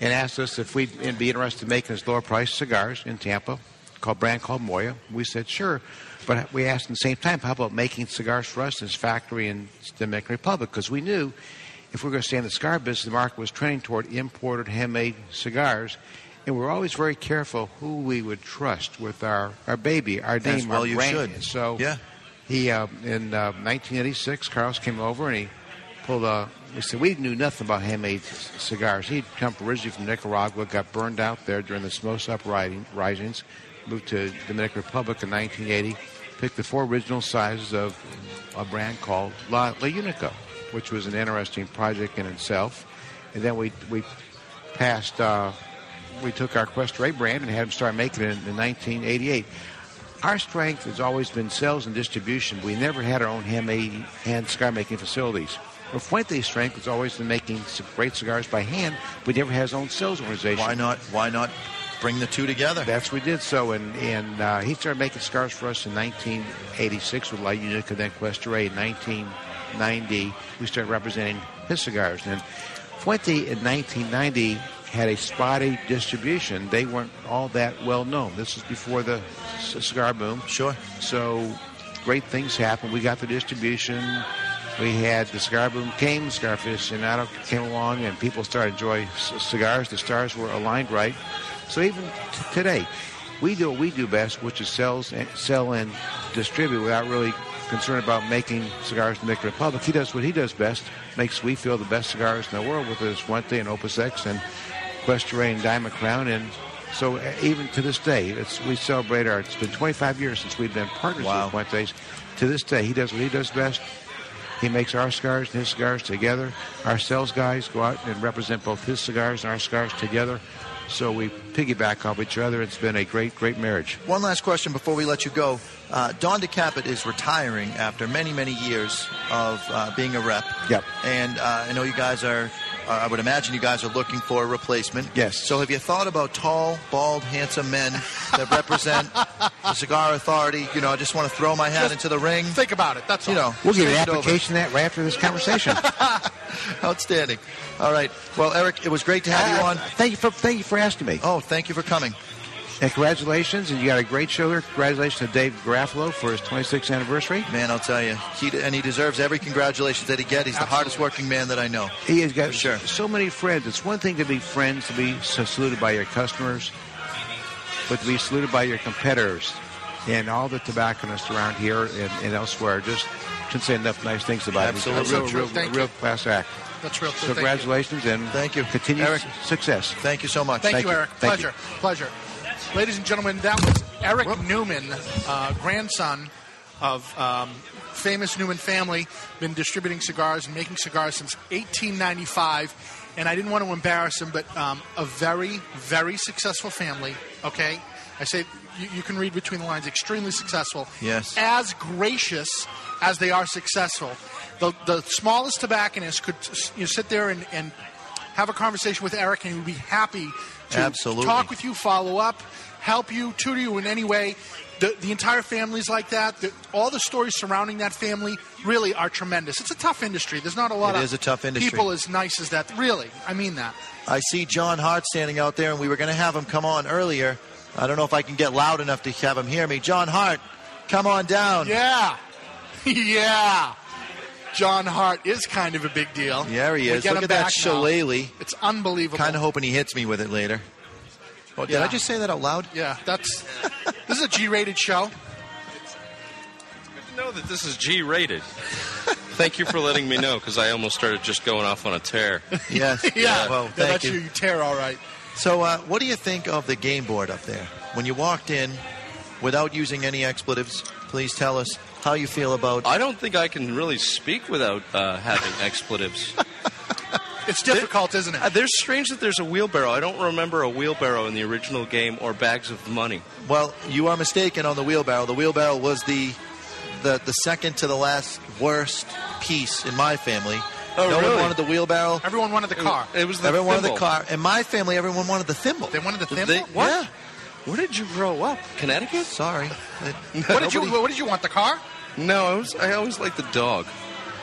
Speaker 19: and asked us if we'd be interested in making his lower priced cigars in Tampa, called brand called Moya. We said sure, but we asked at the same time, how about making cigars for us in his factory in Dominican Republic? Because we knew if we were going to stay in the cigar business, the market was trending toward imported handmade cigars. And we were always very careful who we would trust with our, our baby, our
Speaker 3: As
Speaker 19: name,
Speaker 3: well
Speaker 19: our
Speaker 3: you
Speaker 19: brand.
Speaker 3: should.
Speaker 19: So yeah. he uh, in uh, 1986, Carlos came over and he pulled a. We said we knew nothing about handmade c- cigars. He'd come originally from Nicaragua, got burned out there during the Somoza uprising, risings, moved to Dominican Republic in 1980, picked the four original sizes of a brand called La, La Unica, which was an interesting project in itself. And then we we passed. Uh, we took our Quest Ray brand and had them start making it in, in 1988. Our strength has always been sales and distribution. We never had our own handmade hand cigar making facilities. Well, Fuente's strength has always been making some great cigars by hand, but he never has his own sales organization. Why
Speaker 3: not? Why not bring the two together?
Speaker 19: That's what we did. So, and and uh, he started making cigars for us in 1986 with La Unica, then Quest Ray. In 1990, we started representing his cigars. And Fuente in 1990 had a spotty distribution. They weren't all that well known. This was before the c- cigar boom.
Speaker 3: Sure.
Speaker 19: So great things happened. We got the distribution. We had the cigar boom came, cigar aficionado came along, and people started to enjoy c- cigars. The stars were aligned right. So even t- today, we do what we do best, which is sells and, sell and distribute without really concerned about making cigars in the Dominican Republic. He does what he does best, makes we feel the best cigars in the world with his Fuente and Opus X and West Terrain Diamond Crown. And so uh, even to this day, it's, we celebrate our, it's been 25 years since we've been partners with Fuentes. To this day, he does what he does best. He makes our cigars and his cigars together. Our sales guys go out and represent both his cigars and our cigars together. So we piggyback off each other. It's been a great, great marriage.
Speaker 3: One last question before we let you go. Uh, Don DeCapit is retiring after many, many years of uh, being a rep.
Speaker 19: Yep.
Speaker 3: And uh, I know you guys are, uh, I would imagine you guys are looking for a replacement.
Speaker 19: Yes.
Speaker 3: So have you thought about tall, bald, handsome men that
Speaker 19: [laughs]
Speaker 3: represent the Cigar Authority? You know, I just want to throw my hat
Speaker 6: Just
Speaker 3: into the ring.
Speaker 6: Think about it. That's
Speaker 3: You
Speaker 6: all.
Speaker 3: know,
Speaker 19: We'll get an
Speaker 3: Stand over.
Speaker 19: application that right after this conversation.
Speaker 3: [laughs]
Speaker 19: [laughs]
Speaker 3: Outstanding. All right. Well, Eric, it was great to have you on.
Speaker 19: Ah, Thank you for thank you for asking me.
Speaker 3: Oh, thank you for coming.
Speaker 19: And congratulations, and you got a great show there. Congratulations to Dave Garafalo for his 26th anniversary.
Speaker 3: Man, I'll tell you, he and he deserves every congratulations that he gets. He's the hardest working man that I know.
Speaker 19: He has got so many friends. It's one thing to be friends, to be saluted by your customers, but to be saluted by your competitors and all the tobacconists around here and, and elsewhere. Just couldn't say enough nice things about
Speaker 3: Absolutely.
Speaker 19: him. He's
Speaker 3: So
Speaker 19: a
Speaker 3: true.
Speaker 19: real, real,
Speaker 3: Thank
Speaker 19: real class act.
Speaker 6: That's real.
Speaker 19: So
Speaker 6: Thank you.
Speaker 19: congratulations and
Speaker 3: thank you.
Speaker 19: Continued
Speaker 3: Eric.
Speaker 19: success.
Speaker 3: Thank you so much.
Speaker 7: Thank, you, Eric. pleasure, pleasure. Ladies and gentlemen, that was Eric Newman, uh, grandson of um, famous Newman family, been distributing cigars and making cigars since 1895. And I didn't want to embarrass him, but um, a very, very successful family. Okay, I say you, you can read between the lines. Extremely successful
Speaker 3: Yes.
Speaker 7: as gracious as they are successful. The, the smallest tobacconist could you know, sit there and, and have a conversation with Eric, and he would be happy to
Speaker 3: Absolutely.
Speaker 7: talk with you, follow up, help you, tutor you in any way. The, the entire family's like that. The, all the stories surrounding that family really are tremendous. It's a tough industry. There's not a lot
Speaker 3: It
Speaker 7: of
Speaker 3: is a tough industry.
Speaker 7: people as nice as that. Really, I mean that. [laughs]
Speaker 3: I see John Hart standing out there, and we were going to have him come on earlier. I don't know if I can get loud enough to have him hear me. John Hart, come on down.
Speaker 7: Yeah. yeah. John Hart is kind of a big deal.
Speaker 3: Yeah, he
Speaker 7: We
Speaker 3: is.
Speaker 7: get
Speaker 3: Look
Speaker 7: him
Speaker 3: at that
Speaker 7: back now.
Speaker 3: shillelagh.
Speaker 7: It's unbelievable.
Speaker 3: Kind of hoping he hits me with it later. Oh, did
Speaker 7: Yeah. [laughs]
Speaker 3: I just say that out loud?
Speaker 7: Yeah, that's. this is a G-rated show.
Speaker 1: know that this is G rated. Thank you for letting me know because I almost started just going off on a tear.
Speaker 3: Yes.
Speaker 7: yeah,
Speaker 3: Well,
Speaker 7: Yeah,
Speaker 3: thank
Speaker 7: that's
Speaker 3: you.
Speaker 7: you. You tear all right.
Speaker 3: So, uh, what do you think of the game board up there? When you walked in, without using any expletives, please tell us how you feel about.
Speaker 1: I don't think I can really speak without uh, having expletives.
Speaker 7: It's difficult, isn't it?
Speaker 1: Uh, There's strange that there's a wheelbarrow. I don't remember a wheelbarrow in the original game or bags of money.
Speaker 3: Well, you are mistaken on the wheelbarrow. The wheelbarrow was the the, the second to the last worst piece in my family.
Speaker 1: Oh,
Speaker 3: no
Speaker 1: really?
Speaker 3: one wanted the wheelbarrow.
Speaker 7: Everyone wanted the car.
Speaker 1: It was the
Speaker 3: everyone wanted the
Speaker 1: thimble.
Speaker 3: car. In my family, everyone wanted the thimble. They
Speaker 7: wanted the
Speaker 1: Did they- what? Where did you grow up? Connecticut?
Speaker 3: Sorry.
Speaker 7: What did you? What did you want? The car?
Speaker 1: No, I was. I always liked the dog.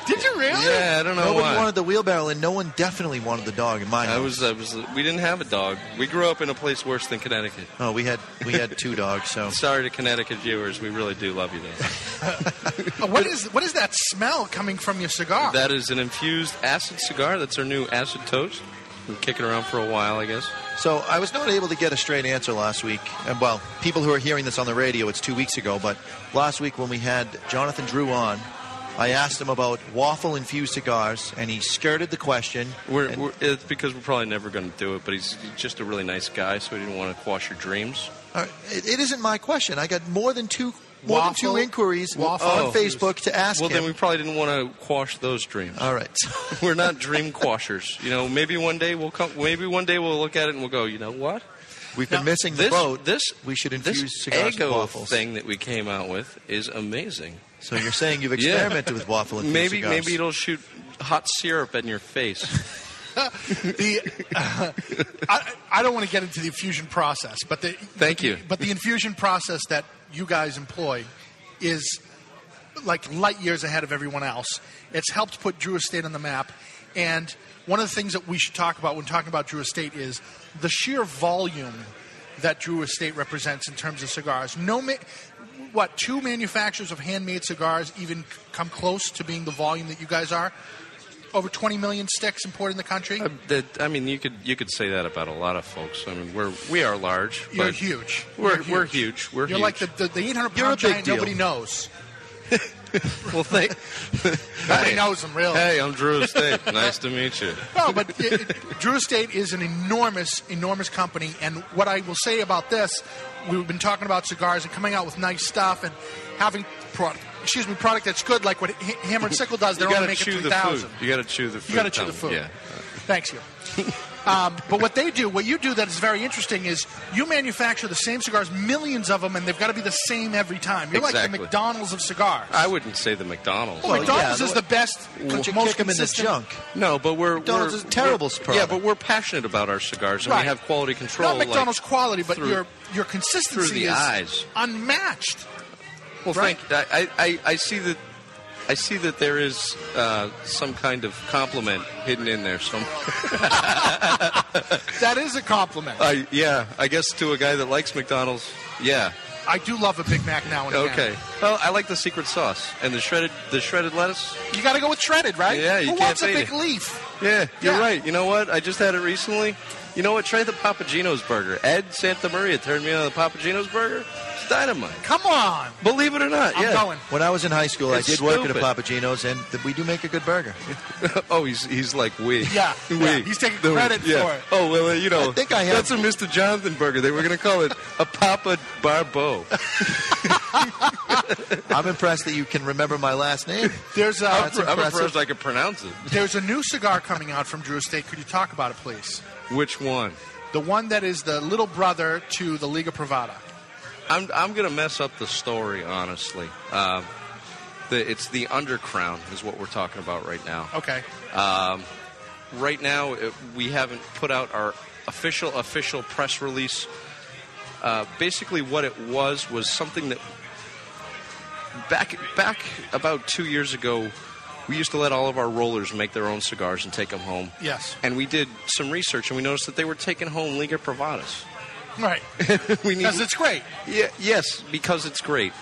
Speaker 7: Did you really?
Speaker 1: Yeah, I don't know
Speaker 3: Nobody
Speaker 1: why.
Speaker 3: wanted the wheelbarrow, and no one definitely wanted the dog in my
Speaker 1: I
Speaker 3: house.
Speaker 1: was. I was. We didn't have a dog. We grew up in a place worse than Connecticut.
Speaker 3: Oh, we had we had
Speaker 1: [laughs]
Speaker 3: two dogs. So
Speaker 1: sorry to Connecticut viewers. We really do love you though.
Speaker 7: Uh, what is what is that smell coming from your cigar?
Speaker 1: that is an infused acid cigar. That's our new acid toast. Been kicking around for a while, I guess.
Speaker 3: So I was not able to get a straight answer last week. And well, people who are hearing this on the radio, it's two weeks ago, but last week when we had Jonathan Drew on, I asked him about waffle infused cigars, and he skirted the question.
Speaker 1: We're, we're, it's because we're probably never going to do it, but he's just a really nice guy, so he didn't want to quash your dreams.
Speaker 3: Uh, it, it isn't my question. I got more than two more than
Speaker 1: Waffle-
Speaker 3: two inquiries
Speaker 1: waffle
Speaker 3: on
Speaker 1: infused.
Speaker 3: Facebook to ask
Speaker 1: well,
Speaker 3: him.
Speaker 1: then we probably didn't want to quash those dreams.
Speaker 3: All right,
Speaker 1: [laughs] we're not dream quashers. You know, maybe one day we'll come. Maybe one day we'll look at it and we'll go. You know what?
Speaker 3: We've been missing the
Speaker 1: this-
Speaker 3: boat.
Speaker 1: This
Speaker 3: we should infuse
Speaker 1: this
Speaker 3: cigars with
Speaker 1: ego
Speaker 3: waffles.
Speaker 1: thing that we came out with is amazing.
Speaker 3: So you're saying you've
Speaker 1: [laughs] Yeah.
Speaker 3: experimented with waffle infused
Speaker 1: maybe
Speaker 3: cigars?
Speaker 1: maybe it'll shoot hot syrup in
Speaker 7: [laughs]
Speaker 1: your face.
Speaker 7: the uh, I, I don't want to get into the infusion process, but the
Speaker 1: Thank you.
Speaker 7: but the infusion process that you guys employ is like light years ahead of everyone else. It's helped put Drew Estate on the map, and one of the things that we should talk about when talking about Drew Estate is the sheer volume that Drew Estate represents in terms of cigars. No, ma- what two manufacturers of handmade cigars even come close to being the volume that you guys are? Over 20 million sticks imported in the country.
Speaker 1: Uh, that- I mean, you could you could say that about a lot of folks. I mean, we're we are large.
Speaker 7: You're
Speaker 1: but
Speaker 7: huge.
Speaker 1: We're
Speaker 7: You're
Speaker 1: we're huge. We're
Speaker 7: You're
Speaker 1: huge.
Speaker 7: like the, the, the 800
Speaker 1: You're a
Speaker 7: pound
Speaker 1: big [laughs]
Speaker 7: giant
Speaker 1: deal.
Speaker 7: nobody knows.
Speaker 8: well, thank.
Speaker 7: [laughs] Nobody knows him, really.
Speaker 1: Hey, I'm
Speaker 7: [laughs]
Speaker 1: Drew Estate. nice to meet you.
Speaker 7: No, but it, it- Drew Estate is an enormous, enormous company. And what I will say about this, we've been talking about cigars and coming out with nice stuff and having product, excuse me, product that's good, like what H- Hammer and Sickle does. They're
Speaker 1: you
Speaker 7: only
Speaker 1: gotta
Speaker 7: making
Speaker 1: chew
Speaker 7: three
Speaker 1: the
Speaker 7: thousand.
Speaker 1: food. You got to chew the food.
Speaker 7: You gotta chew the
Speaker 1: Tom.
Speaker 7: food.
Speaker 1: Yeah.
Speaker 7: Thanks, you. [laughs] um, but what they do, what you do that is very interesting is you manufacture the same cigars, millions of them, and they've got to be the same every time. You're like the
Speaker 1: Exactly.
Speaker 7: McDonald's of cigars.
Speaker 1: I wouldn't say the McDonald's.
Speaker 7: Well, McDonald's is the best,
Speaker 1: Don't you
Speaker 7: most
Speaker 1: kick 'em in the
Speaker 7: consistent-
Speaker 1: junk? No, but we're
Speaker 7: McDonald's
Speaker 1: we're,
Speaker 7: is a terrible
Speaker 1: we're- Yeah, but we're passionate about our cigars, and
Speaker 7: Right.
Speaker 1: we have quality control.
Speaker 7: Not McDonald's
Speaker 1: like,
Speaker 7: quality, but
Speaker 1: through-
Speaker 7: your your consistency
Speaker 1: through the
Speaker 7: is
Speaker 1: eyes.
Speaker 7: unmatched.
Speaker 1: Well,
Speaker 7: right?
Speaker 1: thank. I, I I see that. I see that there is uh, some kind of compliment hidden in there somewhere.
Speaker 7: [laughs] that is a compliment.
Speaker 1: I yeah, I guess to a guy that likes McDonald's, yeah.
Speaker 7: I do love a Big Mac now and again.
Speaker 1: Okay. Well, I like the secret sauce and the shredded the shredded lettuce.
Speaker 7: You got to go with shredded, right?
Speaker 1: Yeah, you
Speaker 7: Who
Speaker 1: can't
Speaker 7: wants a
Speaker 1: beat
Speaker 7: big
Speaker 1: it.
Speaker 7: leaf?
Speaker 1: Yeah, you're
Speaker 7: Yeah.
Speaker 1: right. You know what? I just had it recently. You know what? Try the Papagino's burger. Ed Santamaria turned me on to the Papagino's burger. It's dynamite.
Speaker 7: Come on.
Speaker 1: Believe it or not, yeah.
Speaker 3: When I was in high school,
Speaker 1: It's
Speaker 3: I did work at a
Speaker 1: stupid.
Speaker 3: Papagino's, and th- we do make a good burger.
Speaker 1: [laughs] oh, he's he's like we.
Speaker 3: [laughs] Yeah,
Speaker 1: we.
Speaker 3: yeah, he's taking
Speaker 1: The-
Speaker 3: credit
Speaker 1: yeah.
Speaker 3: for it.
Speaker 1: Oh well, uh, you know.
Speaker 3: I think I have-
Speaker 1: That's a Mr. Jonathan burger. They were going to call it a Papa
Speaker 3: [laughs]
Speaker 1: Barbeau.
Speaker 3: I'm impressed that you can remember my last name.
Speaker 7: There's a.
Speaker 1: I'm, I'm impressed I could pronounce it.
Speaker 7: There's a new cigar coming out from Drew Estate. Could you talk about it, please?
Speaker 1: Which one?
Speaker 7: The one that is the little brother to the Liga Privada.
Speaker 1: I'm I'm gonna mess up the story, honestly. Um, the, it's the undercrown is what we're talking about right now.
Speaker 7: Okay.
Speaker 1: Um, right now, it, we haven't put out our official official press release. Uh, basically, what it was was something that back back about two years ago, we used to let all of our rollers make their own cigars and take them home.
Speaker 7: Yes.
Speaker 1: And we did some research, and we noticed that they were taking home Liga Privadas. [laughs]
Speaker 7: Right.
Speaker 1: we need
Speaker 7: Because it's great.
Speaker 1: Yeah, yes, because it's great.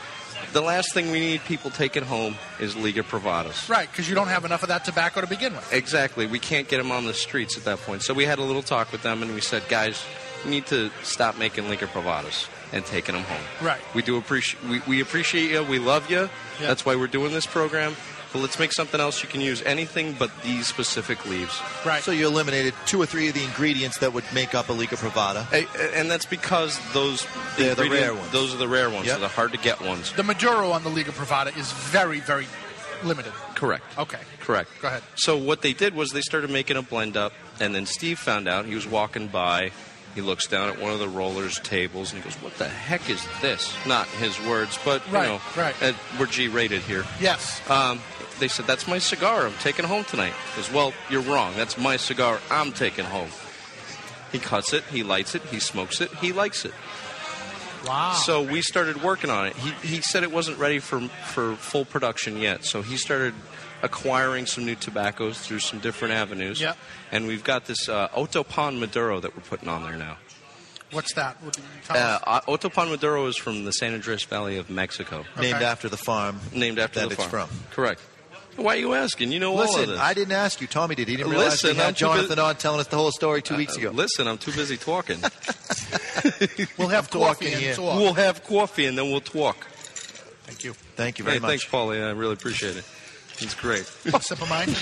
Speaker 1: The last thing we need people taking home is Liga Privadas.
Speaker 7: Right, because you don't have enough of that tobacco to begin with.
Speaker 1: Exactly. We can't get them on the streets at that point. So we had a little talk with them and we said, guys, we need to stop making Liga Privadas and taking them home.
Speaker 7: Right.
Speaker 1: We do appreciate we, we appreciate you. We love you.
Speaker 7: Yeah.
Speaker 1: That's why we're doing this program. But let's make something else you can use anything but these specific leaves.
Speaker 7: Right.
Speaker 3: So you eliminated two or three of the ingredients that would make up a Liga Privada.
Speaker 1: A- a- And that's because those
Speaker 3: They're the rare
Speaker 1: ingredient-
Speaker 3: ones.
Speaker 1: Those are the rare ones.
Speaker 3: Yep.
Speaker 1: So the hard to get ones.
Speaker 7: The Maduro on the Liga Privada is very, very limited.
Speaker 1: Correct.
Speaker 7: Okay.
Speaker 1: Correct.
Speaker 7: Go ahead.
Speaker 1: So what they did was they started making a blend up, and then Steve found out he was walking by. He looks down at one of the rollers tables and he goes, "What the heck is this?" Not his words, but
Speaker 7: Right,
Speaker 1: you know,
Speaker 7: right.
Speaker 1: uh, we're G-rated here.
Speaker 7: Yes.
Speaker 1: Um, they said, "That's my cigar. I'm taking home tonight." He goes, "Well, you're wrong. That's my cigar. I'm taking home." He cuts it. He lights it. He smokes it. He likes it.
Speaker 7: Wow.
Speaker 1: So we started working on it. He, he said it wasn't ready for for full production yet, so he started acquiring some new tobaccos through some different avenues.
Speaker 7: Yep.
Speaker 1: And we've got this uh, Otopan Maduro that we're putting on there now.
Speaker 7: What's that? What, tell
Speaker 1: Uh,
Speaker 7: us.
Speaker 1: O- Otopan Maduro is from the San Andres Valley of Mexico.
Speaker 3: Named Okay. after the farm.
Speaker 1: Named after
Speaker 3: that
Speaker 1: the
Speaker 3: it's
Speaker 1: farm.
Speaker 3: from.
Speaker 1: Correct. Why are you asking? You know all of
Speaker 3: Listen,
Speaker 1: this.
Speaker 3: I didn't ask you. Tommy did. He didn't realize
Speaker 1: Listen,
Speaker 3: we had
Speaker 1: I'm too
Speaker 3: Jonathan
Speaker 1: bu-
Speaker 3: on telling us the whole story two
Speaker 1: Uh,
Speaker 3: weeks ago.
Speaker 1: Listen, I'm too busy talking.
Speaker 3: [laughs]
Speaker 7: we'll have coffee and talk.
Speaker 1: We'll have coffee and then we'll talk.
Speaker 7: Thank you.
Speaker 3: Thank
Speaker 1: hey, Thanks, Paulie. I really appreciate it. It's great. [laughs]
Speaker 7: Sip of mine.
Speaker 3: [laughs]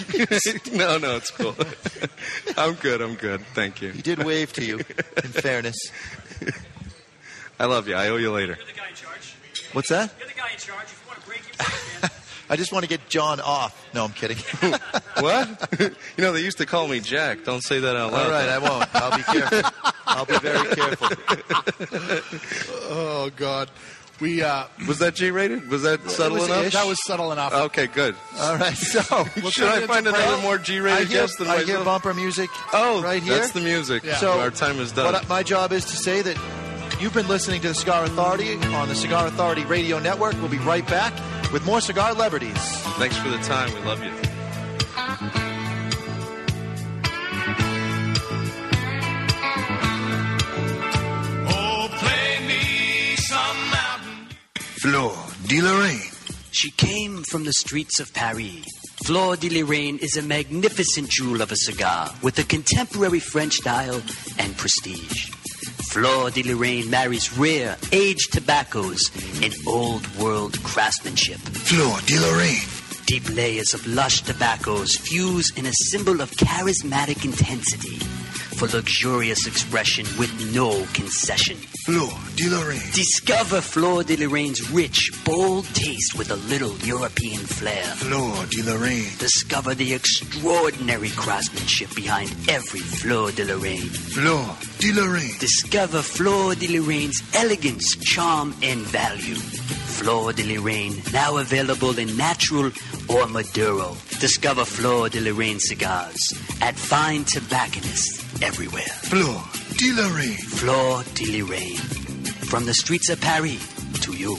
Speaker 1: no, no, it's cool. [laughs] I'm good. I'm good. Thank you.
Speaker 3: He did wave to you,
Speaker 1: [laughs]
Speaker 3: in fairness.
Speaker 1: I love you. I owe you later.
Speaker 3: [laughs] What's that?
Speaker 2: You're the guy in charge. If you want to break your
Speaker 3: I just want to get [laughs] John off. No, I'm kidding.
Speaker 1: [laughs] what? [laughs] you know, they used to call me Jack. Don't say that out loud.
Speaker 3: All right, I won't. I'll be careful.
Speaker 1: [laughs]
Speaker 3: I'll be very careful.
Speaker 7: oh God. We uh,
Speaker 1: Was that G-rated? Was that subtle
Speaker 7: it was-
Speaker 1: enough?
Speaker 7: That was subtle enough.
Speaker 1: Okay, good.
Speaker 3: All right, so
Speaker 1: should Oh, I find another more G-rated
Speaker 3: I hear,
Speaker 1: guest than
Speaker 3: I
Speaker 1: myself?
Speaker 3: hear bumper music.
Speaker 1: Oh,
Speaker 3: right here.
Speaker 1: that's the music. Yeah. Our time is done.
Speaker 3: What I- my job is to say that you've been listening to the Cigar Authority on the Cigar Authority Radio Network. We'll be right back with more cigar celebrities.
Speaker 1: Thanks for the time. We love you.
Speaker 2: Oh, play me some mountain.
Speaker 17: Fleur de Lorraine.
Speaker 9: She came from the streets of Paris. Fleur de Lorraine is a magnificent jewel of a cigar with a contemporary French style and prestige. Fleur de Lorraine marries rare, aged tobaccos and old world craftsmanship.
Speaker 17: Fleur de Lorraine.
Speaker 9: Deep layers of lush tobaccos fuse in a symbol of charismatic intensity for luxurious expression with no concession.
Speaker 17: Fleur de Lorraine.
Speaker 9: Discover Fleur de Lorraine's rich, bold taste with a little European flair.
Speaker 17: Fleur de Lorraine.
Speaker 9: Discover the extraordinary craftsmanship behind every Fleur de Lorraine.
Speaker 17: Fleur de Lorraine.
Speaker 9: Discover Fleur de Lorraine's elegance, charm, and value. Fleur de Lorraine, now available in natural or Maduro. Discover Fleur de Lorraine cigars at fine tobacconists everywhere.
Speaker 17: Fleur de Lorraine.
Speaker 9: Fleur de Lorraine. From the streets of Paris to you.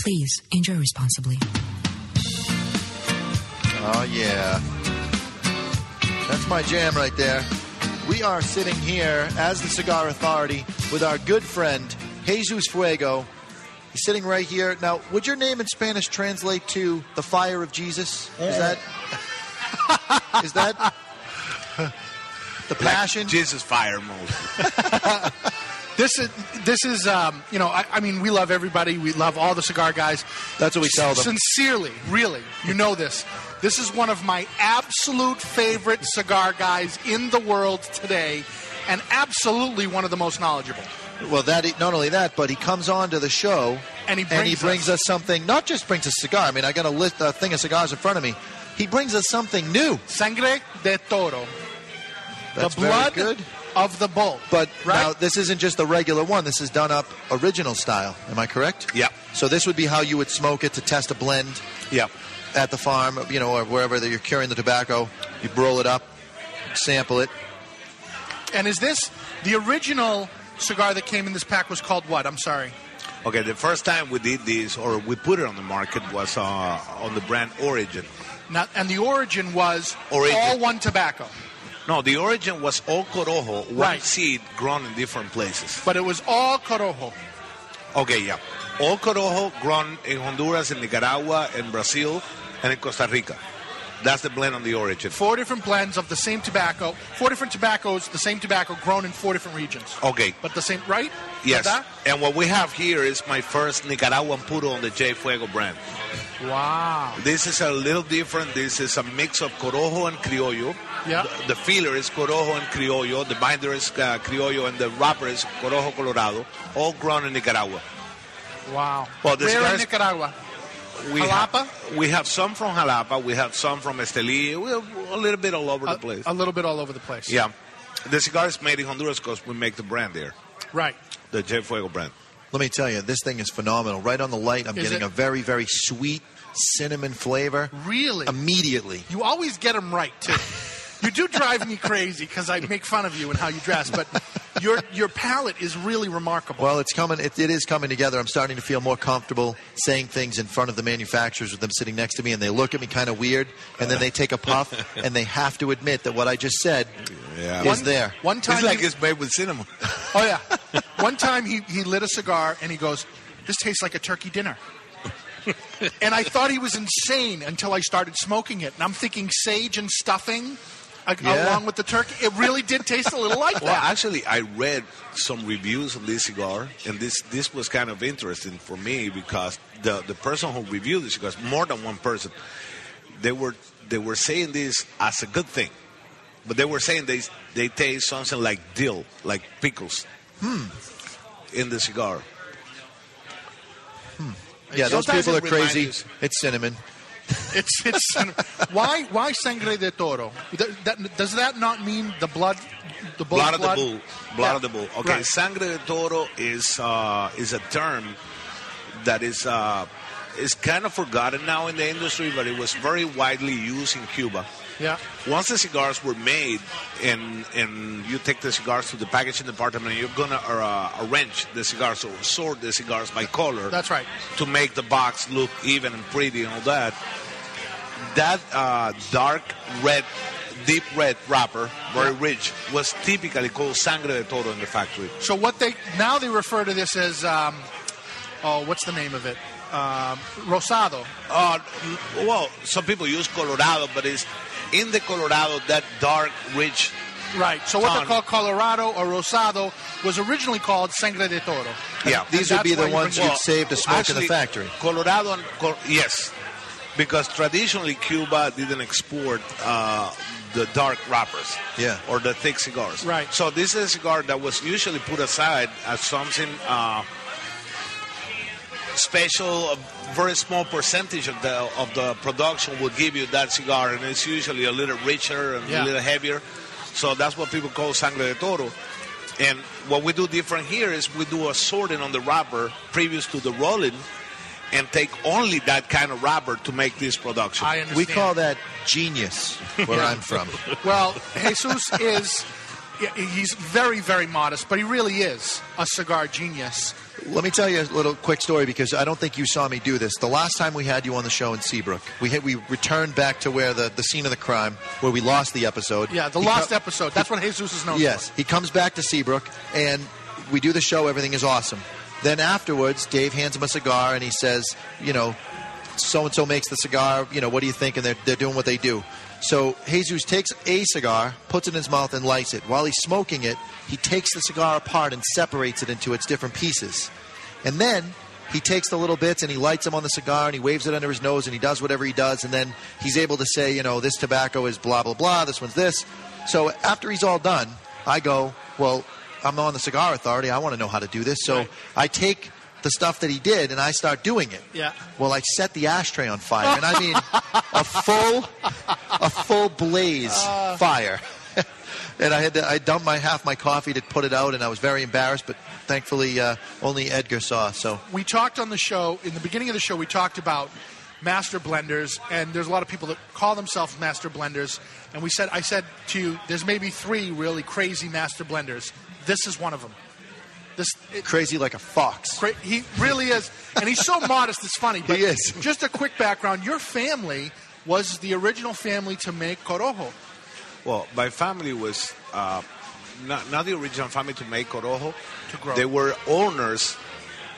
Speaker 11: Please enjoy responsibly.
Speaker 3: Oh, yeah. That's my jam right there. We are sitting here as the Cigar Authority with our good friend, Jesus Fuego. He's sitting right here. Now, would your name in Spanish translate to the fire of Jesus? Is that. [laughs] is that. The
Speaker 7: [laughs]
Speaker 3: passion?
Speaker 6: Jesus fire mode.
Speaker 7: This is this is um, you know I, I mean we love everybody we love all the cigar guys.
Speaker 3: That's what we tell them.
Speaker 7: Sincerely, really, you know this. This is one of my absolute favorite cigar guys in the world today, and absolutely one of the most knowledgeable.
Speaker 3: Well, that not only that, but he comes on to the show
Speaker 7: And he brings
Speaker 3: brings us, something. Not just brings a cigar. I mean, I got a list, a thing of cigars in front of me. He brings us something new.
Speaker 7: Sangre de toro.
Speaker 3: That's
Speaker 7: the blood
Speaker 3: very good.
Speaker 7: of the bull.
Speaker 3: But now this isn't just the regular one. This is done up original style. Am I correct?
Speaker 22: Yep.
Speaker 3: So this would be how you would smoke it to test a blend.
Speaker 22: Yep.
Speaker 3: At the farm, you know, or wherever that you're curing the tobacco, you roll it up, sample it.
Speaker 7: And is this the original cigar that came in this pack was called what? I'm sorry.
Speaker 23: Okay, the first time we did this or we put it on the market was uh, on the brand Origin.
Speaker 7: Now, and the origin was
Speaker 23: Origin.
Speaker 7: all one tobacco,
Speaker 23: No, the origin was all corojo, one
Speaker 7: Right.
Speaker 23: seed grown in different places.
Speaker 7: but it was all corojo.
Speaker 23: Okay, yeah. All corojo grown in Honduras, in Nicaragua, in Brazil, and in Costa Rica. That's the blend on the origin.
Speaker 7: Four different blends of the same tobacco, four different tobaccos, the same tobacco grown in four different regions,
Speaker 23: Okay,
Speaker 7: but the same, right?
Speaker 23: yes.
Speaker 7: Verdad?
Speaker 23: And what we have here is my first Nicaraguan puro on the J Fuego brand.
Speaker 7: Wow.
Speaker 23: This is a little different. This is a mix of corojo and criollo.
Speaker 7: Yeah.
Speaker 23: The, the feeler is corojo and criollo. The binder is uh, criollo, and the wrapper is corojo colorado. All grown in Nicaragua.
Speaker 7: Wow.
Speaker 23: Well, this
Speaker 7: Where in
Speaker 23: guy's-
Speaker 7: Nicaragua?
Speaker 23: We
Speaker 7: Jalapa?
Speaker 23: Have, we have some from Jalapa. We have some from Estelí. We have a little bit all over the place.
Speaker 7: A little bit all over the place.
Speaker 23: yeah. The cigar is made in Honduras because we make the brand there,
Speaker 7: Right.
Speaker 23: the J Fuego brand.
Speaker 3: Let me tell you, this thing is phenomenal. Right on the light, I'm
Speaker 7: Is
Speaker 3: getting
Speaker 7: it-
Speaker 3: a very, very sweet cinnamon flavor.
Speaker 7: Really?
Speaker 3: Immediately.
Speaker 7: You always get them right
Speaker 23: [laughs]
Speaker 7: too. You do drive me crazy because I make fun of you and how you dress, but your your palate is really remarkable.
Speaker 3: Well, it's coming. It, it is coming together. I'm starting to feel more comfortable saying things in front of the manufacturers with them sitting next to me, and they look at me kind of weird, and then they take
Speaker 7: [laughs]
Speaker 3: a puff, and they have to admit that what I just said is
Speaker 7: One-
Speaker 3: there.
Speaker 7: one time It's like you-
Speaker 23: it's made with cinnamon.
Speaker 7: Oh yeah. One time he, he lit a cigar and he goes, "This tastes like a turkey
Speaker 23: [laughs]
Speaker 7: dinner." and I thought he was insane until I started smoking it, and I'm thinking sage and stuffing. like,
Speaker 23: Yeah.
Speaker 7: Along with the turkey, it really did taste a little like
Speaker 23: [laughs] well,
Speaker 7: that.
Speaker 23: actually, I read some reviews on this cigar, and this this was kind of interesting for me because the the person who reviewed this cigar, more than one person, they were they were saying this as a good thing, but they were saying they they taste something like dill, like pickles
Speaker 3: Hmm.
Speaker 23: in the cigar.
Speaker 3: Yeah, those
Speaker 7: Hmm. Sometimes
Speaker 3: people
Speaker 7: it
Speaker 3: are crazy.
Speaker 7: reminds-
Speaker 3: It's cinnamon.
Speaker 7: It's, it's why why sangre de toro? Th- that- does that not mean the blood, the bull's
Speaker 23: blood, of the bull. Blood
Speaker 7: Yeah.
Speaker 23: of the bull. Okay,
Speaker 7: Right.
Speaker 23: sangre de toro is uh, is a term that is uh, is kind of forgotten now in the industry, but it was very widely used in Cuba.
Speaker 7: Yeah.
Speaker 23: Once the cigars were made, and and you take the cigars to the packaging department, and you're gonna uh, arrange the cigars or sort the cigars by color
Speaker 7: That's right.
Speaker 23: to make the box look even and pretty and all that. That uh, dark red, deep red wrapper, very rich, was typically called sangre de toro in the factory.
Speaker 7: So what they now they refer to this as um, oh what's the name of it um, rosado.
Speaker 23: Uh, well, some people use Colorado, but it's in the Colorado that dark, rich.
Speaker 7: Right. So what they
Speaker 23: Ton.
Speaker 7: call Colorado or rosado was originally called sangre de toro.
Speaker 23: Yeah,
Speaker 3: These would be the ones you'd save to smoke in the factory.
Speaker 23: Colorado, and Col- yes, because traditionally Cuba didn't export uh, the dark wrappers,
Speaker 3: Yeah.
Speaker 23: or the thick cigars.
Speaker 3: Right.
Speaker 23: So this is a cigar that was usually put aside as something uh, special. A very small percentage of the of the production will give you that cigar, and it's usually a little richer and
Speaker 7: Yeah.
Speaker 23: a little heavier. So that's what people call sangre de toro. And what we do different here is we do a sorting on the wrapper previous to the rolling, and take only that kind of wrapper to make this
Speaker 7: [laughs]
Speaker 23: production.
Speaker 7: I understand. We call
Speaker 3: that genius where
Speaker 7: [laughs]
Speaker 3: I'm from.
Speaker 7: Well, Jesus is yeah, he's very very modest, but he really is a cigar genius.
Speaker 3: Let me tell you a little quick story because I don't think you saw me do this. The last time we had you on the show in Seabrook, we had, we returned back to where the, the scene of the crime where we lost the episode.
Speaker 7: Yeah, the
Speaker 3: He
Speaker 7: lost
Speaker 3: co-
Speaker 7: episode. That's what Jesus is known
Speaker 3: Yes, he comes back to Seabrook, and we do the show. Everything is awesome. Then afterwards, Dave hands him a cigar, and he says, "You know, so and so makes the cigar. You know, what do you think?" And they're they're doing what they do. So Jesus takes a cigar, puts it in his mouth, and lights it. While he's smoking it, he takes the cigar apart and separates it into its different pieces. And then he takes the little bits and he lights them on the cigar and he waves it under his nose and he does whatever he does. And then he's able to say, you know, this tobacco is blah, blah, blah, this one's this. So after he's all done, I go, well, I'm on the cigar authority. I want to know how to do this. So I take the stuff that he did and I start doing it.
Speaker 7: Yeah.
Speaker 3: Well, I set the ashtray on fire, and I mean a full, a full blaze fire. [laughs] and I had to, I dumped my half my coffee to put it out, and I was very embarrassed. But thankfully, uh, only Edgar saw. So
Speaker 7: [laughs] we talked on the show in the beginning of the show we talked about master blenders and there's a lot of people that call themselves master blenders and we said i said to you there's maybe three really crazy master blenders this is one of them this it-
Speaker 3: crazy like a fox.
Speaker 7: Cra- he really is, and he's
Speaker 3: [laughs]
Speaker 7: so modest. It's funny. But
Speaker 3: He is.
Speaker 7: Just a quick background: your family was the original family to make corojo.
Speaker 23: Well, my family was uh, not, not the original family to make Corojo.
Speaker 7: To grow.
Speaker 23: They were owners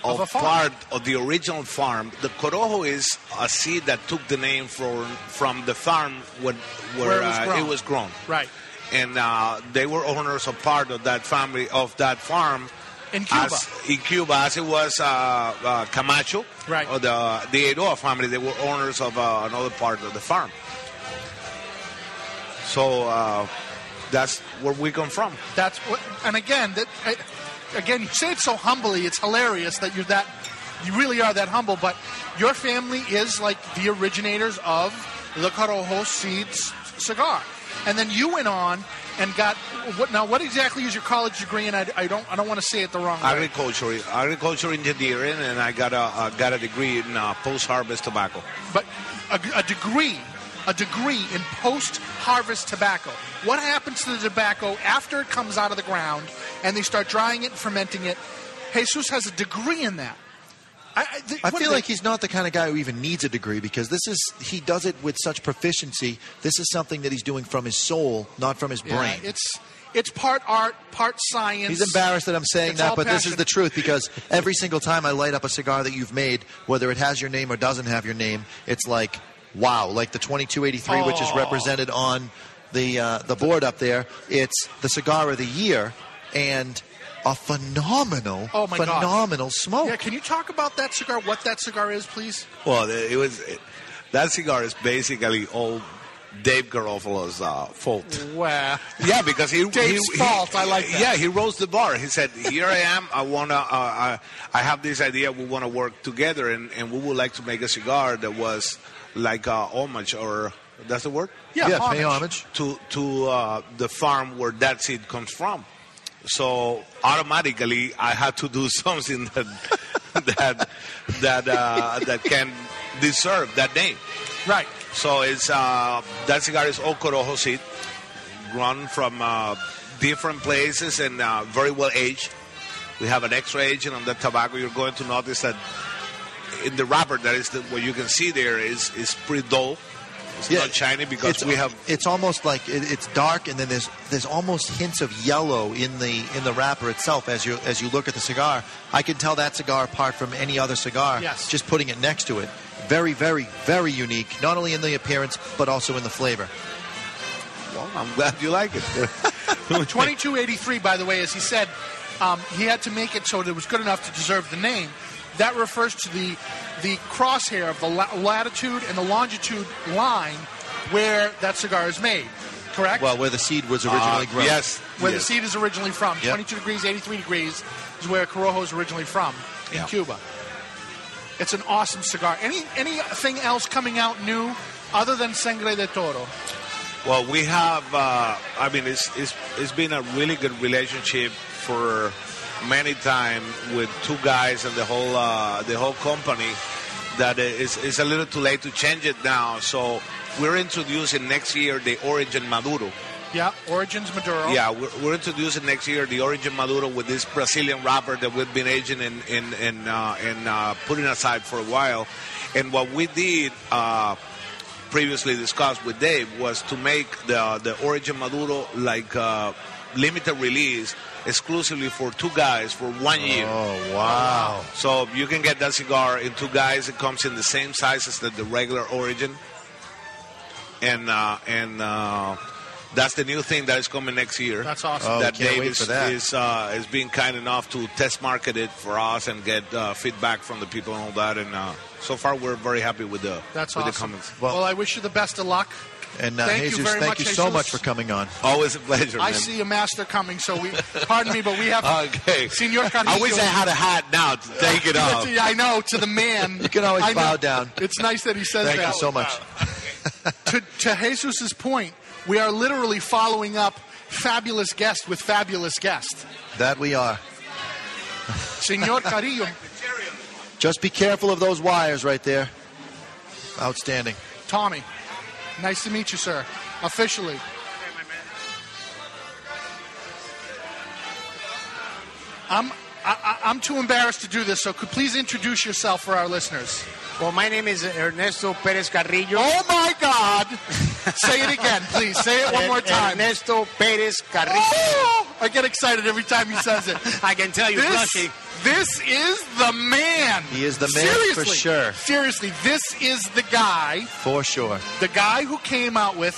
Speaker 7: Of
Speaker 23: of,
Speaker 7: a farm.
Speaker 23: part of the original farm. The Corojo is a seed that took the name from from the farm when, where,
Speaker 7: Where it was
Speaker 23: uh,
Speaker 7: grown.
Speaker 23: it was grown.
Speaker 7: Right.
Speaker 23: And uh, they were owners of part of that family of that farm
Speaker 7: In Cuba.
Speaker 23: as- in Cuba, as it was uh, uh, Camacho,
Speaker 7: Right.
Speaker 23: or the the Edoa family, they were owners of uh, another part of the farm. So uh, that's where we come from.
Speaker 7: That's what, and again, that I, again, you say it so humbly. It's hilarious that you're that. You really are that humble, but your family is like the originators of the Corojo seeds cigar, and then you went on and got what? Now, what exactly is your college degree? And I, I don't, I don't want to say it the wrong way.
Speaker 23: Agriculture, agriculture engineering, and I got a uh, got a degree in uh, post-harvest tobacco.
Speaker 7: but a, a degree, a degree in post-harvest tobacco. What happens to the tobacco after it comes out of the ground and they start drying it and fermenting it? Jesus has a degree in that. I, I, th-
Speaker 3: I
Speaker 7: what
Speaker 3: feel
Speaker 7: they-
Speaker 3: like he's not the kind of guy who even needs a degree because this is he does it with such proficiency. This is something that he's doing from his soul, not from his
Speaker 7: Yeah,
Speaker 3: brain.
Speaker 7: It's it's part art, part science.
Speaker 3: He's embarrassed that I'm saying
Speaker 7: It's
Speaker 3: that,
Speaker 7: all
Speaker 3: but this is
Speaker 7: passion.
Speaker 3: the truth because every single time I light up a cigar that you've made, whether it has your name or doesn't have your name, it's like wow, like the 2283, which is
Speaker 7: Aw.
Speaker 3: represented on the uh, the board up there. It's the cigar of the year and a phenomenal,
Speaker 7: Oh my God.
Speaker 3: phenomenal smoke.
Speaker 7: Yeah, can you talk about that cigar? What that cigar is, please?
Speaker 23: Well, it it was it, that cigar is basically all Dave Garofalo's uh, fault.
Speaker 7: Wow.
Speaker 23: [laughs] Yeah, because he
Speaker 7: Dave's
Speaker 23: he,
Speaker 7: fault.
Speaker 23: He,
Speaker 7: I like that.
Speaker 23: Yeah, he rose the bar. He said, "Here I am. I wanna. Uh, I, I have this idea. We want to work together, and, and we would like to make a cigar that was like uh, homage, or that's the word.
Speaker 3: Yeah, Yeah, pay homage.
Speaker 23: to to uh, the farm where that seed comes from. So automatically, I had to do [laughs] something that that that uh, that can deserve that name.
Speaker 7: Right.
Speaker 23: So it's uh, that cigar is Okorojo seed, grown from uh, different places and uh, very well aged. We have an extra aging on the tobacco. You're going to notice that in the wrapper, that is the, what you can see there is is pretty dull. It's not shiny because
Speaker 3: it's,
Speaker 23: we have
Speaker 3: it's almost like it, it's dark and then there's there's almost hints of yellow in the in the wrapper itself as you as you look at the cigar i can tell that cigar apart from any other cigar
Speaker 7: Yes.
Speaker 3: just putting it next to it very very very unique not only in the appearance but also in the flavor
Speaker 23: well i'm glad you like it
Speaker 7: 2283, by the way, as he said, um, he had to make it so that it was good enough to deserve the name. That refers to the the crosshair of the la- latitude and the longitude line where that cigar is made. Correct.
Speaker 3: [laughs] well where the seed was originally
Speaker 23: Uh,
Speaker 3: grown
Speaker 23: yes.
Speaker 7: where the seed is originally from.
Speaker 3: Yep.
Speaker 7: 22 degrees, 83 degrees is where Corojo is originally from in
Speaker 3: Yeah.
Speaker 7: Cuba. It's an awesome cigar. Any anything else coming out new other than Sangre de Toro?
Speaker 23: Well, we have. Uh, I mean, it's, it's it's been a really good relationship for many time with two guys and the whole uh, the whole company. That is it's a little too late to change it now. So we're introducing next year the Origin Maduro.
Speaker 7: Yeah, Origins Maduro.
Speaker 23: Yeah, we're, we're introducing next year the Origin Maduro with this Brazilian wrapper that we've been aging and and and, uh, and uh, putting aside for a while. And what we did uh, previously discussed with Dave was to make the the Origin Maduro like uh, limited release exclusively for two guys for one year.
Speaker 3: Oh wow!
Speaker 23: So you can get that cigar in two guys. It comes in the same size as the, the regular Origin.
Speaker 12: and uh, and uh, that's the new thing that is coming next year.
Speaker 6: That's awesome. Oh,
Speaker 12: that
Speaker 6: can't
Speaker 12: Dave
Speaker 6: wait
Speaker 12: is,
Speaker 6: for that.
Speaker 12: is, uh, has been kind enough to test market it for us and get uh, feedback from the people and all that. And uh, so far, we're very happy with the
Speaker 7: That's
Speaker 12: with the
Speaker 7: awesome.
Speaker 12: comments.
Speaker 7: Well, I wish you the best of luck.
Speaker 3: And uh,
Speaker 7: Thank you
Speaker 3: Jesus,
Speaker 7: very
Speaker 3: thank
Speaker 7: much,
Speaker 3: you so
Speaker 7: Jesus.
Speaker 3: much for coming on.
Speaker 12: Always a pleasure.
Speaker 7: I see a master coming, so we. Pardon me, but we have.
Speaker 12: Okay.
Speaker 7: Senor
Speaker 12: I wish I had a hat now to take it off.
Speaker 7: [laughs] Yeah, I know to the
Speaker 12: [laughs]
Speaker 7: man. You
Speaker 3: can always
Speaker 7: I know.
Speaker 3: bow down.
Speaker 7: It's nice that he says
Speaker 3: Thank
Speaker 7: that.
Speaker 3: you so much.
Speaker 7: [laughs] to, to Jesus's point, we are literally following up fabulous guest with fabulous guest.
Speaker 3: That we are.
Speaker 7: Senor Carillo,
Speaker 3: Just be careful of those wires right there. Outstanding.
Speaker 7: Tommy, nice to meet you, sir. Officially. I'm I, I- I'm too embarrassed to do this, so could please introduce yourself for our listeners.
Speaker 13: Well, my name is Ernesto Perez Carrillo.
Speaker 7: Oh my God! say it
Speaker 13: [laughs]
Speaker 7: again, please. Say it one more time.
Speaker 13: Ernesto Perez Carrillo.
Speaker 7: [laughs] I get excited every time he says it.
Speaker 13: [laughs] I can tell you,
Speaker 7: this,
Speaker 13: Rushy.
Speaker 7: This is the man.
Speaker 3: He is the man for
Speaker 7: Seriously.
Speaker 3: sure.
Speaker 7: Seriously, this is the guy.
Speaker 3: For sure.
Speaker 7: The guy who came out with,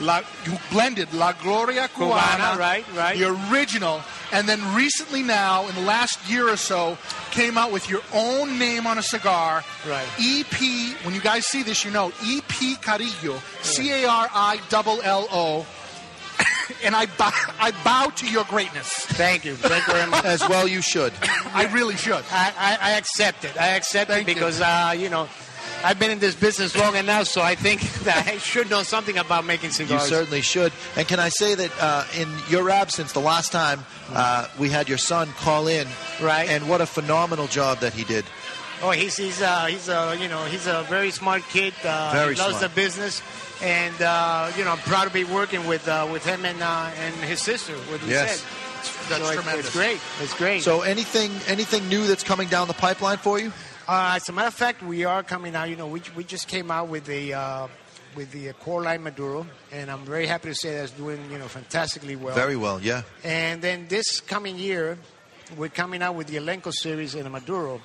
Speaker 7: La, who blended La Gloria Cubana,
Speaker 13: Cubana, right, right.
Speaker 7: the original, and then recently now, in the last year or so, came out with your own name on a cigar. Right. EP, when you guys see this, you know, EP Carillo, C A R I L L O. [coughs] And I bow, I bow to your greatness.
Speaker 13: Thank you. Thank you very much.
Speaker 3: As well, you should.
Speaker 7: I really should.
Speaker 13: I, I, I accept it. I accept it because, Uh, you know, I've been in this business long enough, so I think [laughs] that I should know something about making
Speaker 3: You
Speaker 13: cigars.
Speaker 3: certainly should. And can I say that uh, in your absence, the last time uh, we had your son call in, right? And what a phenomenal job that he did.
Speaker 13: Oh, he's he's uh, he's uh, you know he's a very smart kid. Uh,
Speaker 3: Very
Speaker 13: he loves
Speaker 3: smart.
Speaker 13: the business, and uh, you know I'm proud to be working with uh, with him and uh, and his sister. What
Speaker 3: Yes.
Speaker 13: said. That's tremendous. It's great. It's great.
Speaker 3: So anything anything new that's coming down the pipeline for you?
Speaker 13: Uh, as a matter of fact, we are coming out. You know, we, we just came out with the uh, with the core line Maduro, and I'm very happy to say that's doing you know fantastically well.
Speaker 3: Very well, yeah.
Speaker 13: And then this coming year, we're coming out with the Elenco series in Maduro.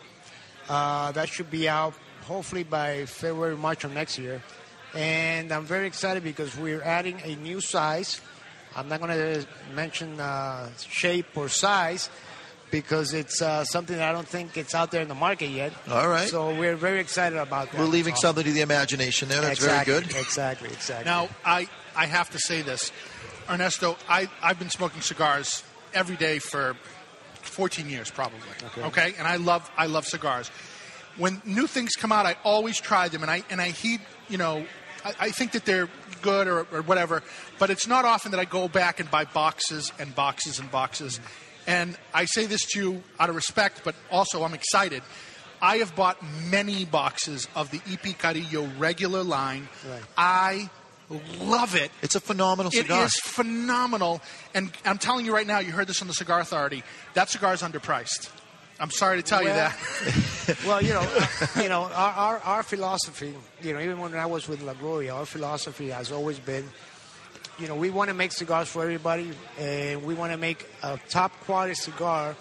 Speaker 13: Uh, that should be out hopefully by February, March of next year. And I'm very excited because we're adding a new size. I'm not going to mention uh, shape or size because it's uh, something that I don't think it's out there in the market yet.
Speaker 3: All right.
Speaker 13: So we're very excited about that.
Speaker 3: We're leaving
Speaker 13: So-
Speaker 3: something to the imagination there. That's
Speaker 13: exactly,
Speaker 3: very good.
Speaker 13: Exactly, exactly.
Speaker 7: Now, I, I have to say this. Ernesto, I, I've been smoking cigars every day for 14 years probably. Okay. And I love I love cigars. When new things come out, I always try them and I and I heed, you know, I, I think that they're good or, or whatever, but it's not often that I go back and buy boxes and boxes and boxes. And I say this to you out of respect, but also I'm excited. I have bought many boxes of the EP Carillo regular line. I love it.
Speaker 3: It's a phenomenal
Speaker 7: It
Speaker 3: cigar.
Speaker 7: is phenomenal. And I'm telling you right now, you heard this on the Cigar Authority. That cigar is underpriced. I'm sorry to tell you
Speaker 13: Well,
Speaker 7: that.
Speaker 13: well, you know, [laughs] you know, our, our, our philosophy, you know, even when I was with La Gloria, our philosophy has always been, you know, we want to make cigars for everybody, and we want to make a top quality cigar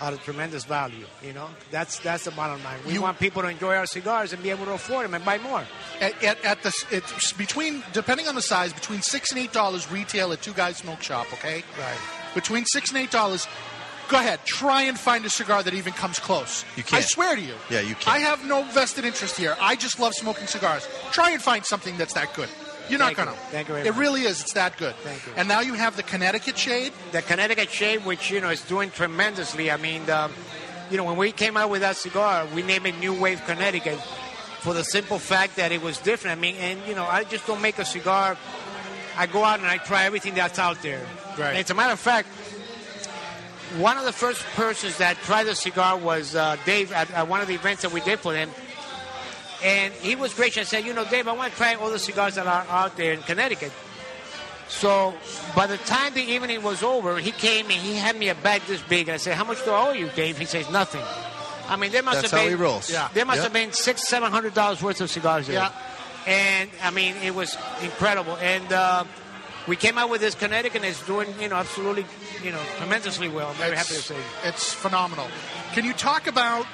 Speaker 13: at a tremendous value. You know, that's that's the bottom line. We want people to enjoy our cigars and be able to afford them and buy more.
Speaker 7: At, at, at the it's between depending on the size between six and eight dollars retail at Two Guys Smoke Shop. Okay, right. Between six and eight dollars. Go ahead, try and find a cigar that even comes close.
Speaker 3: You can't.
Speaker 7: I swear to you.
Speaker 3: Yeah, you can't.
Speaker 7: I have no vested interest here. I just love smoking cigars. Try and find something that's that good. You're
Speaker 13: Thank
Speaker 7: not
Speaker 13: you.
Speaker 7: gonna.
Speaker 13: Thank you very
Speaker 7: it
Speaker 13: much.
Speaker 7: really is. It's that good.
Speaker 13: Thank you.
Speaker 7: And now you have the Connecticut shade.
Speaker 13: The Connecticut shade, which you know is doing tremendously. I mean, the, you know, when we came out with that cigar, we named it New Wave Connecticut for the simple fact that it was different. I mean, and you know, I just don't make a cigar. I go out and I try everything that's out there.
Speaker 7: Right.
Speaker 13: And as a matter of fact, one of the first persons that tried the cigar was uh, Dave at, at one of the events that we did for him. And he was gracious and said, you know, Dave, I want to try all the cigars that are out there in Connecticut. So by the time the evening was over, he came and he had me a bag this big. And I said, how much do I owe you, Dave? He says, nothing. I mean, there must
Speaker 3: That's
Speaker 13: have
Speaker 3: how
Speaker 13: been
Speaker 3: he rolls. Yeah.
Speaker 13: there must
Speaker 3: Yep.
Speaker 13: have been six, seven hundred dollars worth of cigars there.
Speaker 3: Yeah.
Speaker 13: And I mean, it was incredible. And uh, we came out with this Connecticut, and it's doing you know absolutely you know tremendously well. I'm very happy to say.
Speaker 7: It's phenomenal. Can you talk about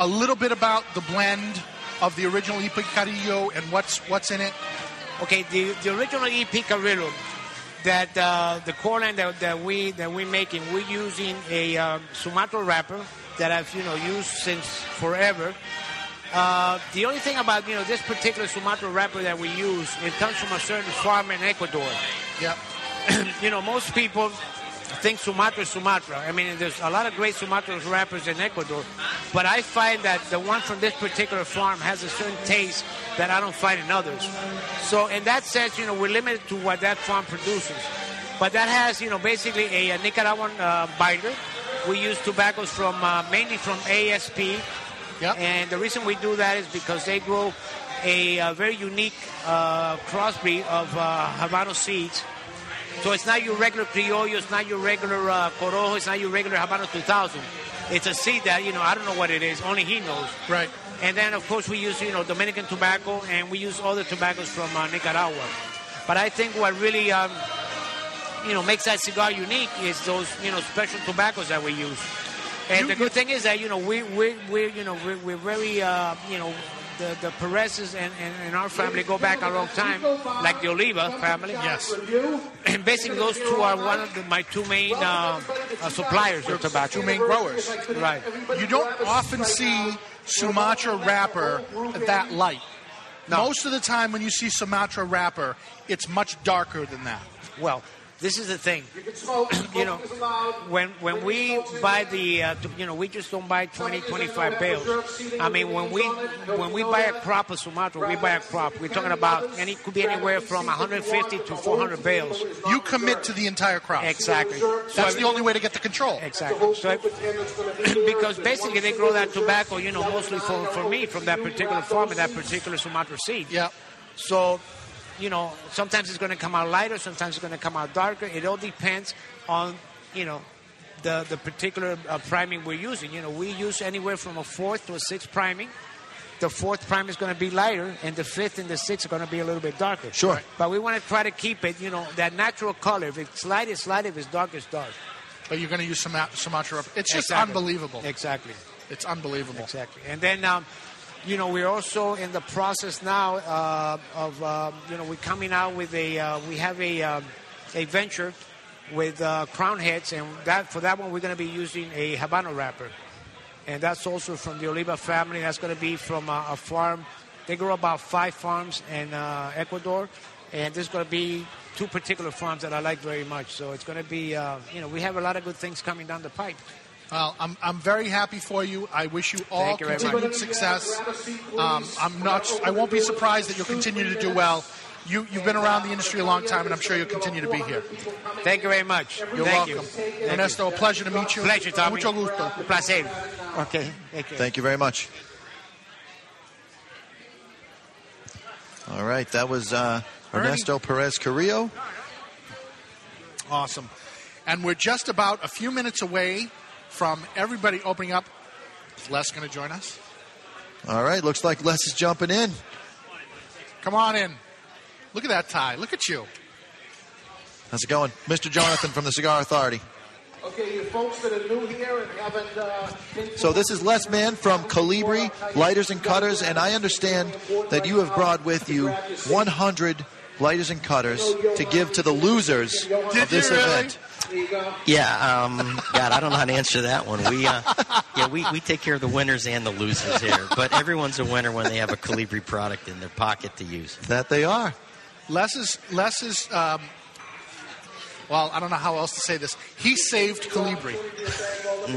Speaker 7: a little bit about the blend of the original Ipicarillo and what's what's in it?
Speaker 13: Okay, the, the original EP Carillon that uh, the core line that, that we that we making we're using a um, Sumatra wrapper that I've you know used since forever. Uh, the only thing about you know this particular Sumatra wrapper that we use, it comes from a certain farm in Ecuador.
Speaker 6: Yep.
Speaker 13: [clears throat] you know, most people think Sumatra is Sumatra. I mean, there's a lot of great Sumatra rappers in Ecuador, but I find that the one from this particular farm has a certain taste that I don't find in others. So, in that sense, you know, we're limited to what that farm produces. But that has, you know, basically a, a Nicaraguan uh, binder. We use tobaccos from uh, mainly from ASP, and the reason we do that is because they grow a, uh very unique uh, crossbreed of uh, Habano seeds. So it's not your regular criollo, it's not your regular uh, corojo, it's not your regular Habano 2000. It's a seed that, you know, I don't know what it is, only he knows.
Speaker 6: Right.
Speaker 13: And then, of course, we use, you know, Dominican tobacco and we use other tobaccos from uh, Nicaragua. But I think what really, um, you know, makes that cigar unique is those, you know, special tobaccos that we use. And the good thing is that, you know, we, we, we you know, we're, we're very, uh, you know, the, the Perez's and, and, and our family go back a long time, like the Oliva family. Yes. And [clears throat] basically, those two are one of the, my two main um, uh, suppliers of tobacco.
Speaker 7: Two main growers.
Speaker 13: Right.
Speaker 7: You don't often see Sumatra wrapper that light. Most of the time, when you see Sumatra wrapper, it's much darker than that.
Speaker 13: Well, this is the thing. [clears throat] you know, when when we buy the, uh, t- you know, we just don't buy 20, 25 bales. I mean, when we when we buy a crop of Sumatra, we buy a crop. We're talking about, and it could be anywhere from 150 to 400 bales.
Speaker 7: You commit to the entire crop.
Speaker 13: Exactly.
Speaker 7: That's the only way to get the control.
Speaker 13: Exactly. So [coughs] because basically they grow that tobacco, you know, mostly for, for me from that particular farm and that particular Sumatra seed.
Speaker 6: Yeah.
Speaker 13: So, you know, sometimes it's going to come out lighter, sometimes it's going to come out darker. It all depends on, you know, the, the particular uh, priming we're using. You know, we use anywhere from a fourth to a sixth priming. The fourth prime is going to be lighter, and the fifth and the sixth are going to be a little bit darker.
Speaker 3: Sure.
Speaker 13: But we want to try to keep it, you know, that natural color. If it's light, it's light. If it's dark, it's dark.
Speaker 7: But you're going to use some Sumatra wrapper. It's just
Speaker 13: Exactly.
Speaker 7: unbelievable.
Speaker 13: Exactly.
Speaker 7: It's unbelievable.
Speaker 13: Exactly. And then, um, you know, we're also in the process now uh, of, um, you know, we're coming out with a, uh, we have a, um, a venture with uh, Crown Heads, and that for that one we're going to be using a Habano wrapper, and that's also from the Oliva family. That's going to be from uh, a farm. They grow about five farms in uh, Ecuador, and there's going to be two particular farms that I like very much. So it's going to be, uh, you know, we have a lot of good things coming down the pipe.
Speaker 7: Well, I'm, I'm very happy for you. I wish you all
Speaker 13: Thank you very
Speaker 7: continued
Speaker 13: much.
Speaker 7: success. Um, I'm not. I won't be surprised that you'll continue to do well. You, you've been around the industry a long time, and I'm sure you'll continue to be here.
Speaker 13: Thank you very much.
Speaker 7: You're
Speaker 13: Thank
Speaker 7: welcome.
Speaker 13: you.
Speaker 7: Ernesto, a pleasure to meet you.
Speaker 13: Pleasure, Tommy.
Speaker 7: Mucho gusto.
Speaker 13: Placer. Okay. Thank you.
Speaker 3: Thank you very much. All right, that was uh,
Speaker 7: Ernie.
Speaker 3: Ernesto Perez Carrillo.
Speaker 7: Awesome. And we're just about a few minutes away from everybody opening up. Is Les going to join us?
Speaker 3: All right, looks like Les is jumping in.
Speaker 7: Come on in. Look at that tie. Look at you.
Speaker 3: How's it going? Mr. Jonathan from the Cigar Authority.
Speaker 14: Okay, you folks that are new here and haven't uh, been
Speaker 3: So this is Les Mann from Calibri Lighters and Cutters, and I understand that you have brought with you 100 lighters and cutters to give to the losers of this event.
Speaker 24: Yeah, um, God, I don't know how to answer that one. We, uh, yeah, we, we take care of the winners and the losers here, but everyone's a winner when they have a Calibri product in their pocket to use.
Speaker 3: That they are.
Speaker 7: Les is Les is. Um, well, I don't know how else to say this. He saved Calibri.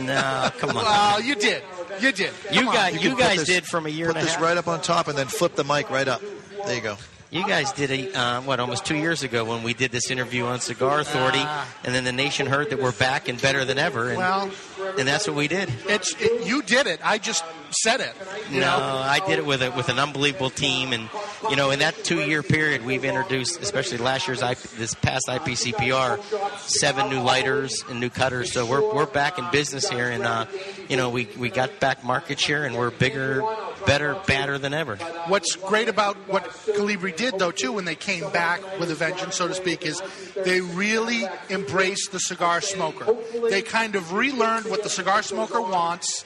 Speaker 24: No, come on.
Speaker 7: Well, you did. You did. Come on.
Speaker 3: can put this- Put this right up on top and then flip the mic right up. There you go.
Speaker 24: You guys did a uh, what almost two years ago when we did this interview on Cigar Authority,
Speaker 7: Ah.
Speaker 24: and then the nation heard that we're back and better than ever, and,
Speaker 7: Well-
Speaker 24: and that's what we did.
Speaker 7: It's it, you did it. I just said it. You
Speaker 24: no,
Speaker 7: know?
Speaker 24: I did it with a, with an unbelievable team, and you know, in that two year period, we've introduced, especially last year's IP, this past IPCPR, seven new lighters and new cutters. So we're we're back in business here, and uh, you know, we we got back market share, and we're bigger better batter than ever.
Speaker 7: What's great about what Calibri did, though, too, when they came back with a vengeance, so to speak, is they really embraced the cigar smoker. They kind of relearned what the cigar smoker wants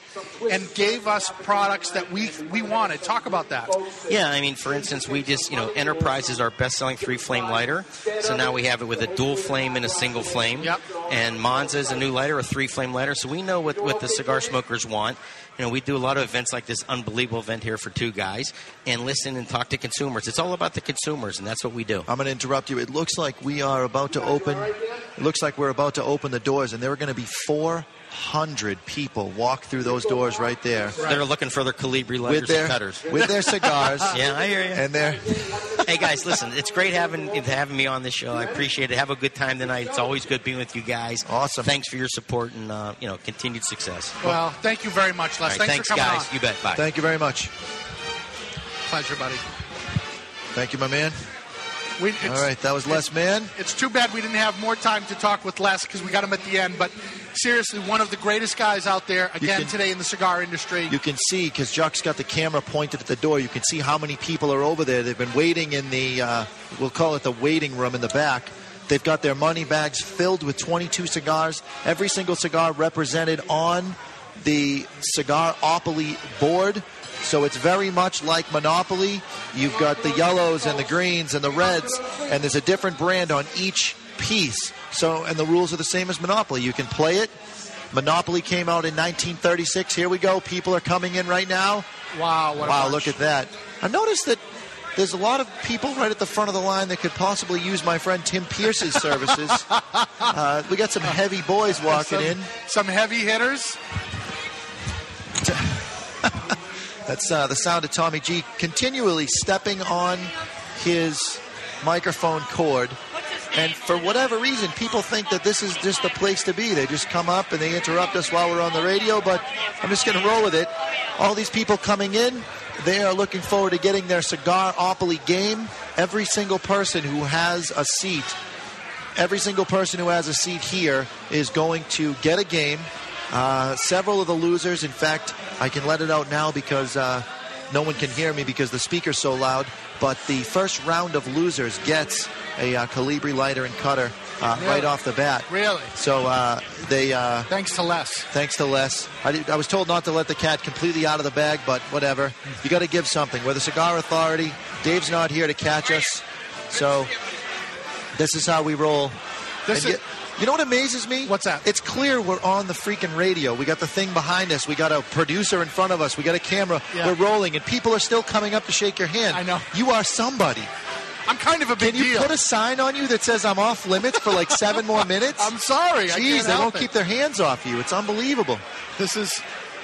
Speaker 7: and gave us products that we we wanted. Talk about that.
Speaker 24: Yeah, I mean, for instance, we just, you know, Enterprise is our best selling three flame lighter. So now we have it with a dual flame and a single flame. Yep. And Monza is a new lighter, a three flame lighter. So we know what, what the cigar smokers want. You know, we do a lot of events like this unbelievable event here for two guys and listen and talk to consumers. It's all about the consumers, and that's what we do.
Speaker 3: I'm going to interrupt you. It looks like we are about to open. It looks like we're about to open the doors, and there are going to be 400 people walk through those doors right there.
Speaker 24: They're looking for their Calibri lighters
Speaker 3: With their,
Speaker 24: and cutters.
Speaker 3: with their cigars.
Speaker 24: [laughs] yeah, I hear you.
Speaker 3: And their
Speaker 24: hey guys, listen, it's great having having me on this show. I appreciate it. Have a good time tonight. It's always good being with you guys. Awesome. Thanks for your support and uh, you know continued success.
Speaker 7: Well, thank you very much,
Speaker 24: All
Speaker 7: Les.
Speaker 24: right,
Speaker 7: thanks, for coming
Speaker 24: guys.
Speaker 7: on.
Speaker 24: You bet. Bye.
Speaker 3: Thank you very much.
Speaker 7: Pleasure, buddy.
Speaker 3: Thank you, my man.
Speaker 7: We, it's-
Speaker 3: All right, that was Les Mann.
Speaker 7: It's too bad we didn't have more time to talk with Les because we got him at the end. But seriously, one of the greatest guys out there again
Speaker 3: can-
Speaker 7: today in the cigar industry.
Speaker 3: You can see because Jock's got the camera pointed at the door. You can see how many people are over there. They've been waiting in the, uh, we'll call it the waiting room in the back. They've got their money bags filled with 22 cigars. Every single cigar represented on the cigaropoly board. So it's very much like Monopoly. You've got the yellows and the greens and the reds, and there's a different brand on each piece. So, and the rules are the same as Monopoly. You can play it. Monopoly came out in 1936. Here we go. People are coming in right now.
Speaker 7: Wow! What a
Speaker 3: wow!
Speaker 7: bunch.
Speaker 3: Look at that. I noticed that there's a lot of people right at the front of the line that could possibly use my friend Tim Pierce's services. Uh, we got some heavy boys walking
Speaker 7: some,
Speaker 3: in.
Speaker 7: Some heavy hitters.
Speaker 3: [laughs] That's uh, the sound of Tommy G continually stepping on his microphone cord. And for whatever reason, people think that this is just the place to be. They just come up and they interrupt us while we're on the radio, but I'm just going to roll with it. All these people coming in, they are looking forward to getting their cigaropoly game. Every single person who has a seat, every single person who has a seat here is going to get a game. Uh, several of the losers, in fact, I can let it out now because uh, no one can hear me because the speaker's so loud. But the first round of losers gets a uh, Calibri lighter and cutter uh, right
Speaker 7: Really?
Speaker 3: off the bat.
Speaker 7: Really?
Speaker 3: So uh, they. Uh,
Speaker 7: thanks to Les.
Speaker 3: Thanks to Les. I, did- I was told not to let the cat completely out of the bag, but whatever. You got to give something. We're the Cigar Authority. Dave's not here to catch us, so this is how we roll.
Speaker 7: This
Speaker 3: And
Speaker 7: is-
Speaker 3: you, you know what amazes me? What's that? It's clear we're on the freaking radio. We got the thing behind us. We got a producer in front of us. We got a camera.
Speaker 7: Yeah.
Speaker 3: We're rolling, and people are still coming up to shake your hand. I know. You are somebody.
Speaker 7: I'm kind of a big
Speaker 3: Can you
Speaker 7: deal.
Speaker 3: put a sign on you that says I'm off limits for like seven more minutes?
Speaker 7: [laughs] I'm sorry. I
Speaker 3: Jeez,
Speaker 7: can't
Speaker 3: they
Speaker 7: help
Speaker 3: won't
Speaker 7: it.
Speaker 3: keep their hands off you. It's unbelievable.
Speaker 7: This is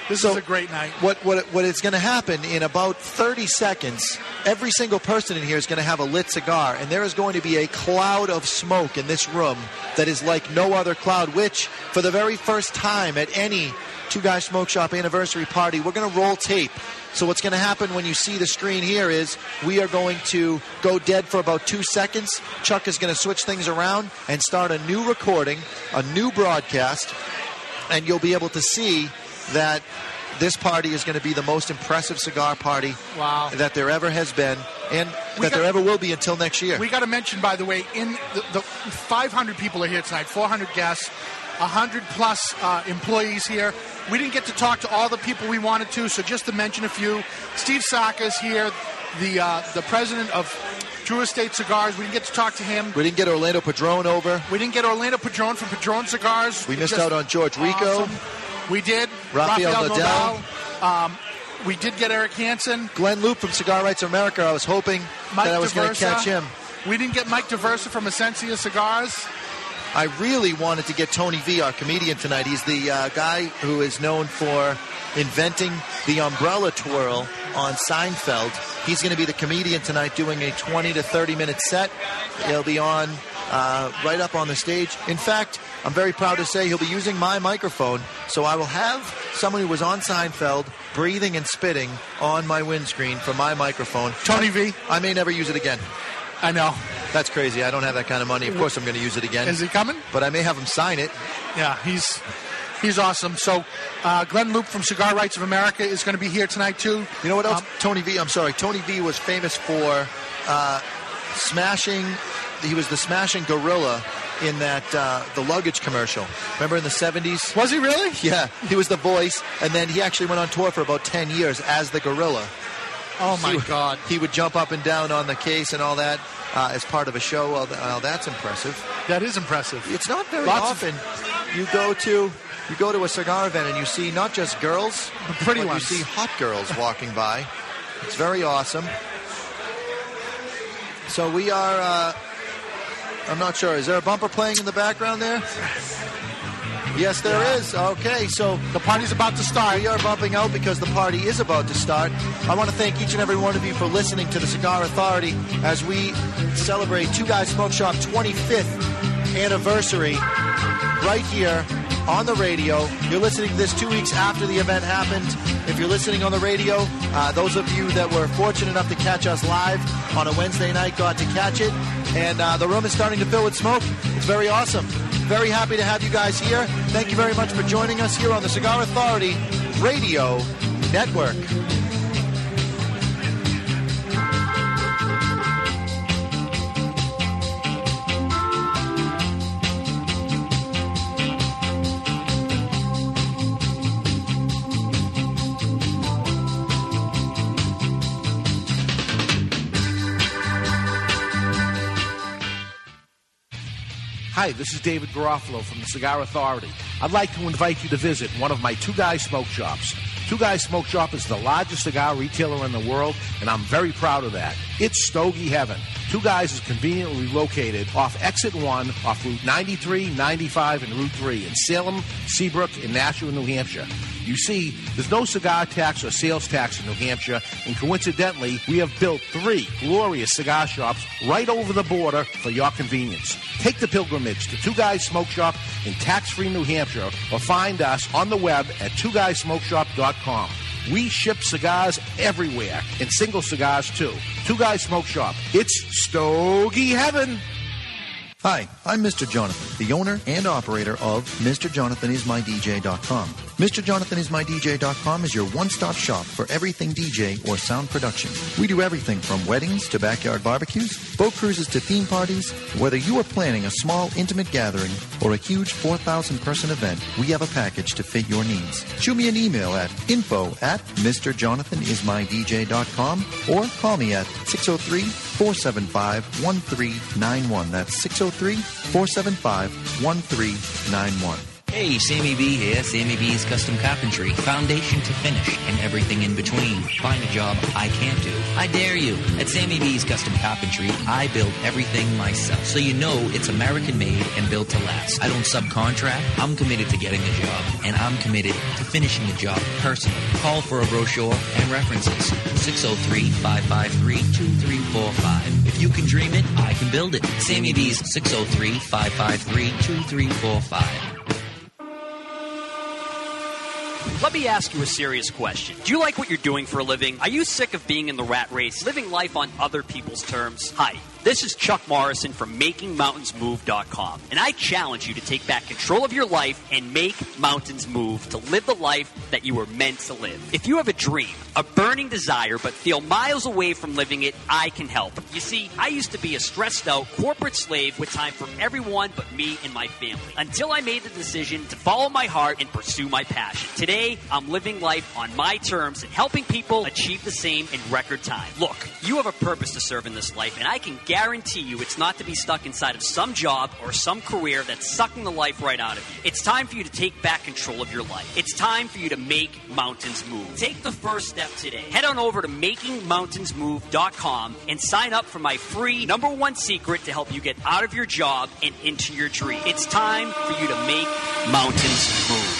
Speaker 7: this is a great night.
Speaker 3: What what what is going to happen in about 30 seconds? Every single person in here is going to have a lit cigar, and there is going to be a cloud of smoke in this room that is like no other cloud. Which, for the very first time at any Two Guys Smoke Shop anniversary party, we're going to roll tape. So what's going to happen when you see the screen here is we are going to go dead for about two seconds. Chuck is going to switch things around and start a new recording, a new broadcast and you'll be able to see that this party is going to be the most impressive cigar party
Speaker 7: Wow.
Speaker 3: that there ever has been and
Speaker 7: We got-
Speaker 3: that there ever will be until next year.
Speaker 7: We got to mention, by the way, in the, the 500 people are here tonight, 400 guests, 100 plus uh, employees here. We didn't get to talk to all the people we wanted to, so just to mention a few, Steve Saka's here, the uh, the president of Drew Estate Cigars. We didn't get to talk to him.
Speaker 3: We didn't get Orlando Padron over.
Speaker 7: We didn't get Orlando Padron from Padron Cigars.
Speaker 3: We missed
Speaker 7: Just
Speaker 3: out on George Rico.
Speaker 7: awesome. We did.
Speaker 3: Rafael Nadal.
Speaker 7: Nadal. Um, we did get Eric Hansen.
Speaker 3: Glenn Loop from Cigar Rights of America, I was hoping
Speaker 7: Mike
Speaker 3: that I was going to
Speaker 7: DeVersa.
Speaker 3: catch him.
Speaker 7: We didn't get Mike DeVersa from Essencia Cigars.
Speaker 3: I really wanted to get Tony V, our comedian, tonight. He's the uh, guy who is known for inventing the umbrella twirl on Seinfeld. He's going to be the comedian tonight doing a 20 to 30 minute set. He'll be on uh, right up on the stage. In fact, I'm very proud to say he'll be using my microphone, so I will have someone who was on Seinfeld breathing and spitting on my windscreen from my microphone. Tony V. I may never use it again.
Speaker 7: I know.
Speaker 3: That's crazy. I don't have that kind of money. Of course, I'm going to use it again.
Speaker 7: Is he coming?
Speaker 3: But I may have him sign it.
Speaker 7: Yeah, Ah, he's He's awesome. So, uh, Glenn Loop from Cigar Rights of America is going to be here tonight too. Um,
Speaker 3: You know what else? Tony V. I'm sorry. Tony V. was famous for uh, smashing. He was the smashing gorilla in that uh, the luggage commercial. Remember in the 70s?
Speaker 7: Was he really?
Speaker 3: Yeah. He was the voice, and then he actually went on tour for about 10 years as the gorilla.
Speaker 7: Oh my God!
Speaker 3: He would jump up and down on the case and all that uh, as part of a show. Well, th- well, that's impressive.
Speaker 7: That is impressive.
Speaker 3: It's not very
Speaker 7: Lots of-
Speaker 3: often you go to you go to a cigar event and you see not just girls, but
Speaker 7: pretty
Speaker 3: but
Speaker 7: ones.
Speaker 3: You see hot girls walking by. It's very awesome. So we are. Uh, I'm not sure. Is there a bumper playing in the background there? Yes, there is. Okay, so
Speaker 7: the party's about to start.
Speaker 3: We are bumping out because the party is about to start. I want to thank each and every one of you for listening to the Cigar Authority as we celebrate Two Guys Smoke Shop 25th anniversary right here on the radio. You're listening to this two weeks after the event happened. If you're listening on the radio, uh, those of you that were fortunate enough to catch us live on a Wednesday night got to catch it. And uh, the room is starting to fill with smoke. It's very awesome. Very happy to have you guys here. Thank you very much for joining us here on the Cigar Authority Radio Network.
Speaker 6: Hi, this is David Garofalo from the Cigar Authority. I'd like to invite you to visit one of my Two Guys Smoke Shops. Two Guys Smoke Shop is the largest cigar retailer in the world, and I'm very proud of that. It's Stogie Heaven. Two Guys is conveniently located off Exit 1, off Route 93, 95, and Route 3 in Salem, Seabrook, and Nashua, New Hampshire. You see, there's no cigar tax or sales tax in New Hampshire, and coincidentally, we have built three glorious cigar shops right over the border for your convenience. Take the pilgrimage to Two Guys Smoke Shop in tax free New Hampshire or find us on the web at twoguysmokeshop.com. We ship cigars everywhere and single cigars too. Two Guys Smoke Shop. It's Stogie Heaven.
Speaker 3: Hi, I'm Mr. Jonathan, the owner and operator of MrJonathanIsMyDJ.com. MrJonathanIsMyDJ.com is your one-stop shop for everything DJ or sound production. We do everything from weddings to backyard barbecues, boat cruises to theme parties. Whether you are planning a small, intimate gathering or a huge 4,000-person event, we have a package to fit your needs. Shoot me an email at info at MrJonathanIsMyDJ.com or call me at 603-475-1391. That's 603-475-1391.
Speaker 4: Hey, Sammy B here. Sammy B's Custom Carpentry. Foundation to finish and everything in between. Find a job I can't do. I dare you. At Sammy B's Custom Carpentry, I build everything myself. So you know it's American made and built to last. I don't subcontract. I'm committed to getting a job and I'm committed to finishing the job personally. Call for a brochure and references. 603-553-2345. If you can dream it, I can build it. Sammy B's 603-553-2345.
Speaker 18: Let me ask you a serious question. Do you like what you're doing for a living? Are you sick of being in the rat race, living life on other people's terms? Hi, this is Chuck Morrison from MakingMountainsMove.com, and I challenge you to take back control of your life and make mountains move to live the life that you were meant to live. If you have a dream, a burning desire, but feel miles away from living it, I can help. You see, I used to be a stressed out corporate slave with time for everyone but me and my family until I made the decision to follow my heart and pursue my passion. Today, I'm living life on my terms and helping people achieve the same in record time. Look, you have a purpose to serve in this life, and I can guarantee you it's not to be stuck inside of some job or some career that's sucking the life right out of you. It's time for you to take back control of your life. It's time for you to make mountains move. Take the first step today. Head on over to makingmountainsmove.com and sign up for my free number one secret to help you get out of your job and into your dream. It's time for you to make mountains move.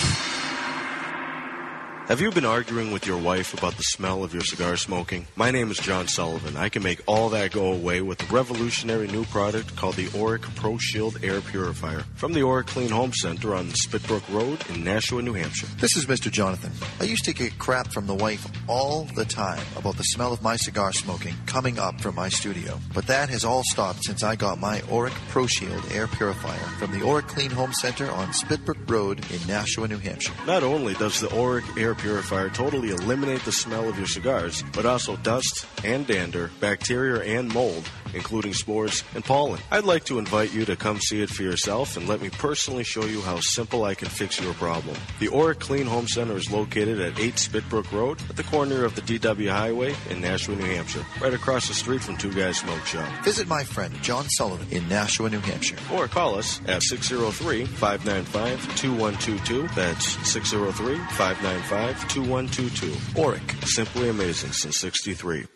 Speaker 25: Have you been arguing with your wife about the smell of your cigar smoking? My name is John Sullivan. I can make all that go away with a revolutionary new product called the Auric Pro Shield Air Purifier from the Auric Clean Home Center on Spitbrook Road in Nashua, New Hampshire.
Speaker 3: This is Mr. Jonathan. I used to get crap from the wife all the time about the smell of my cigar smoking coming up from my studio. But that has all stopped since I got my Auric Pro Shield air purifier from the Auric Clean Home Center on Spitbrook Road in Nashua, New Hampshire.
Speaker 25: Not only does the Auric air purifier totally eliminate the smell of your cigars, but also dust and dander, bacteria and mold, including spores and pollen. I'd like to invite you to come see it for yourself and let me personally show you how simple I can fix your problem. The Auric Clean Home Center is located at 8 Spitbrook Road at the corner of the DW Highway in Nashua, New Hampshire, right across the street from Two Guys Smoke Shop.
Speaker 3: Visit my friend John Sullivan in Nashua, New Hampshire.
Speaker 25: Or call us at 603 595 2122. That's 603 595 2122. Auric, simply amazing since 63.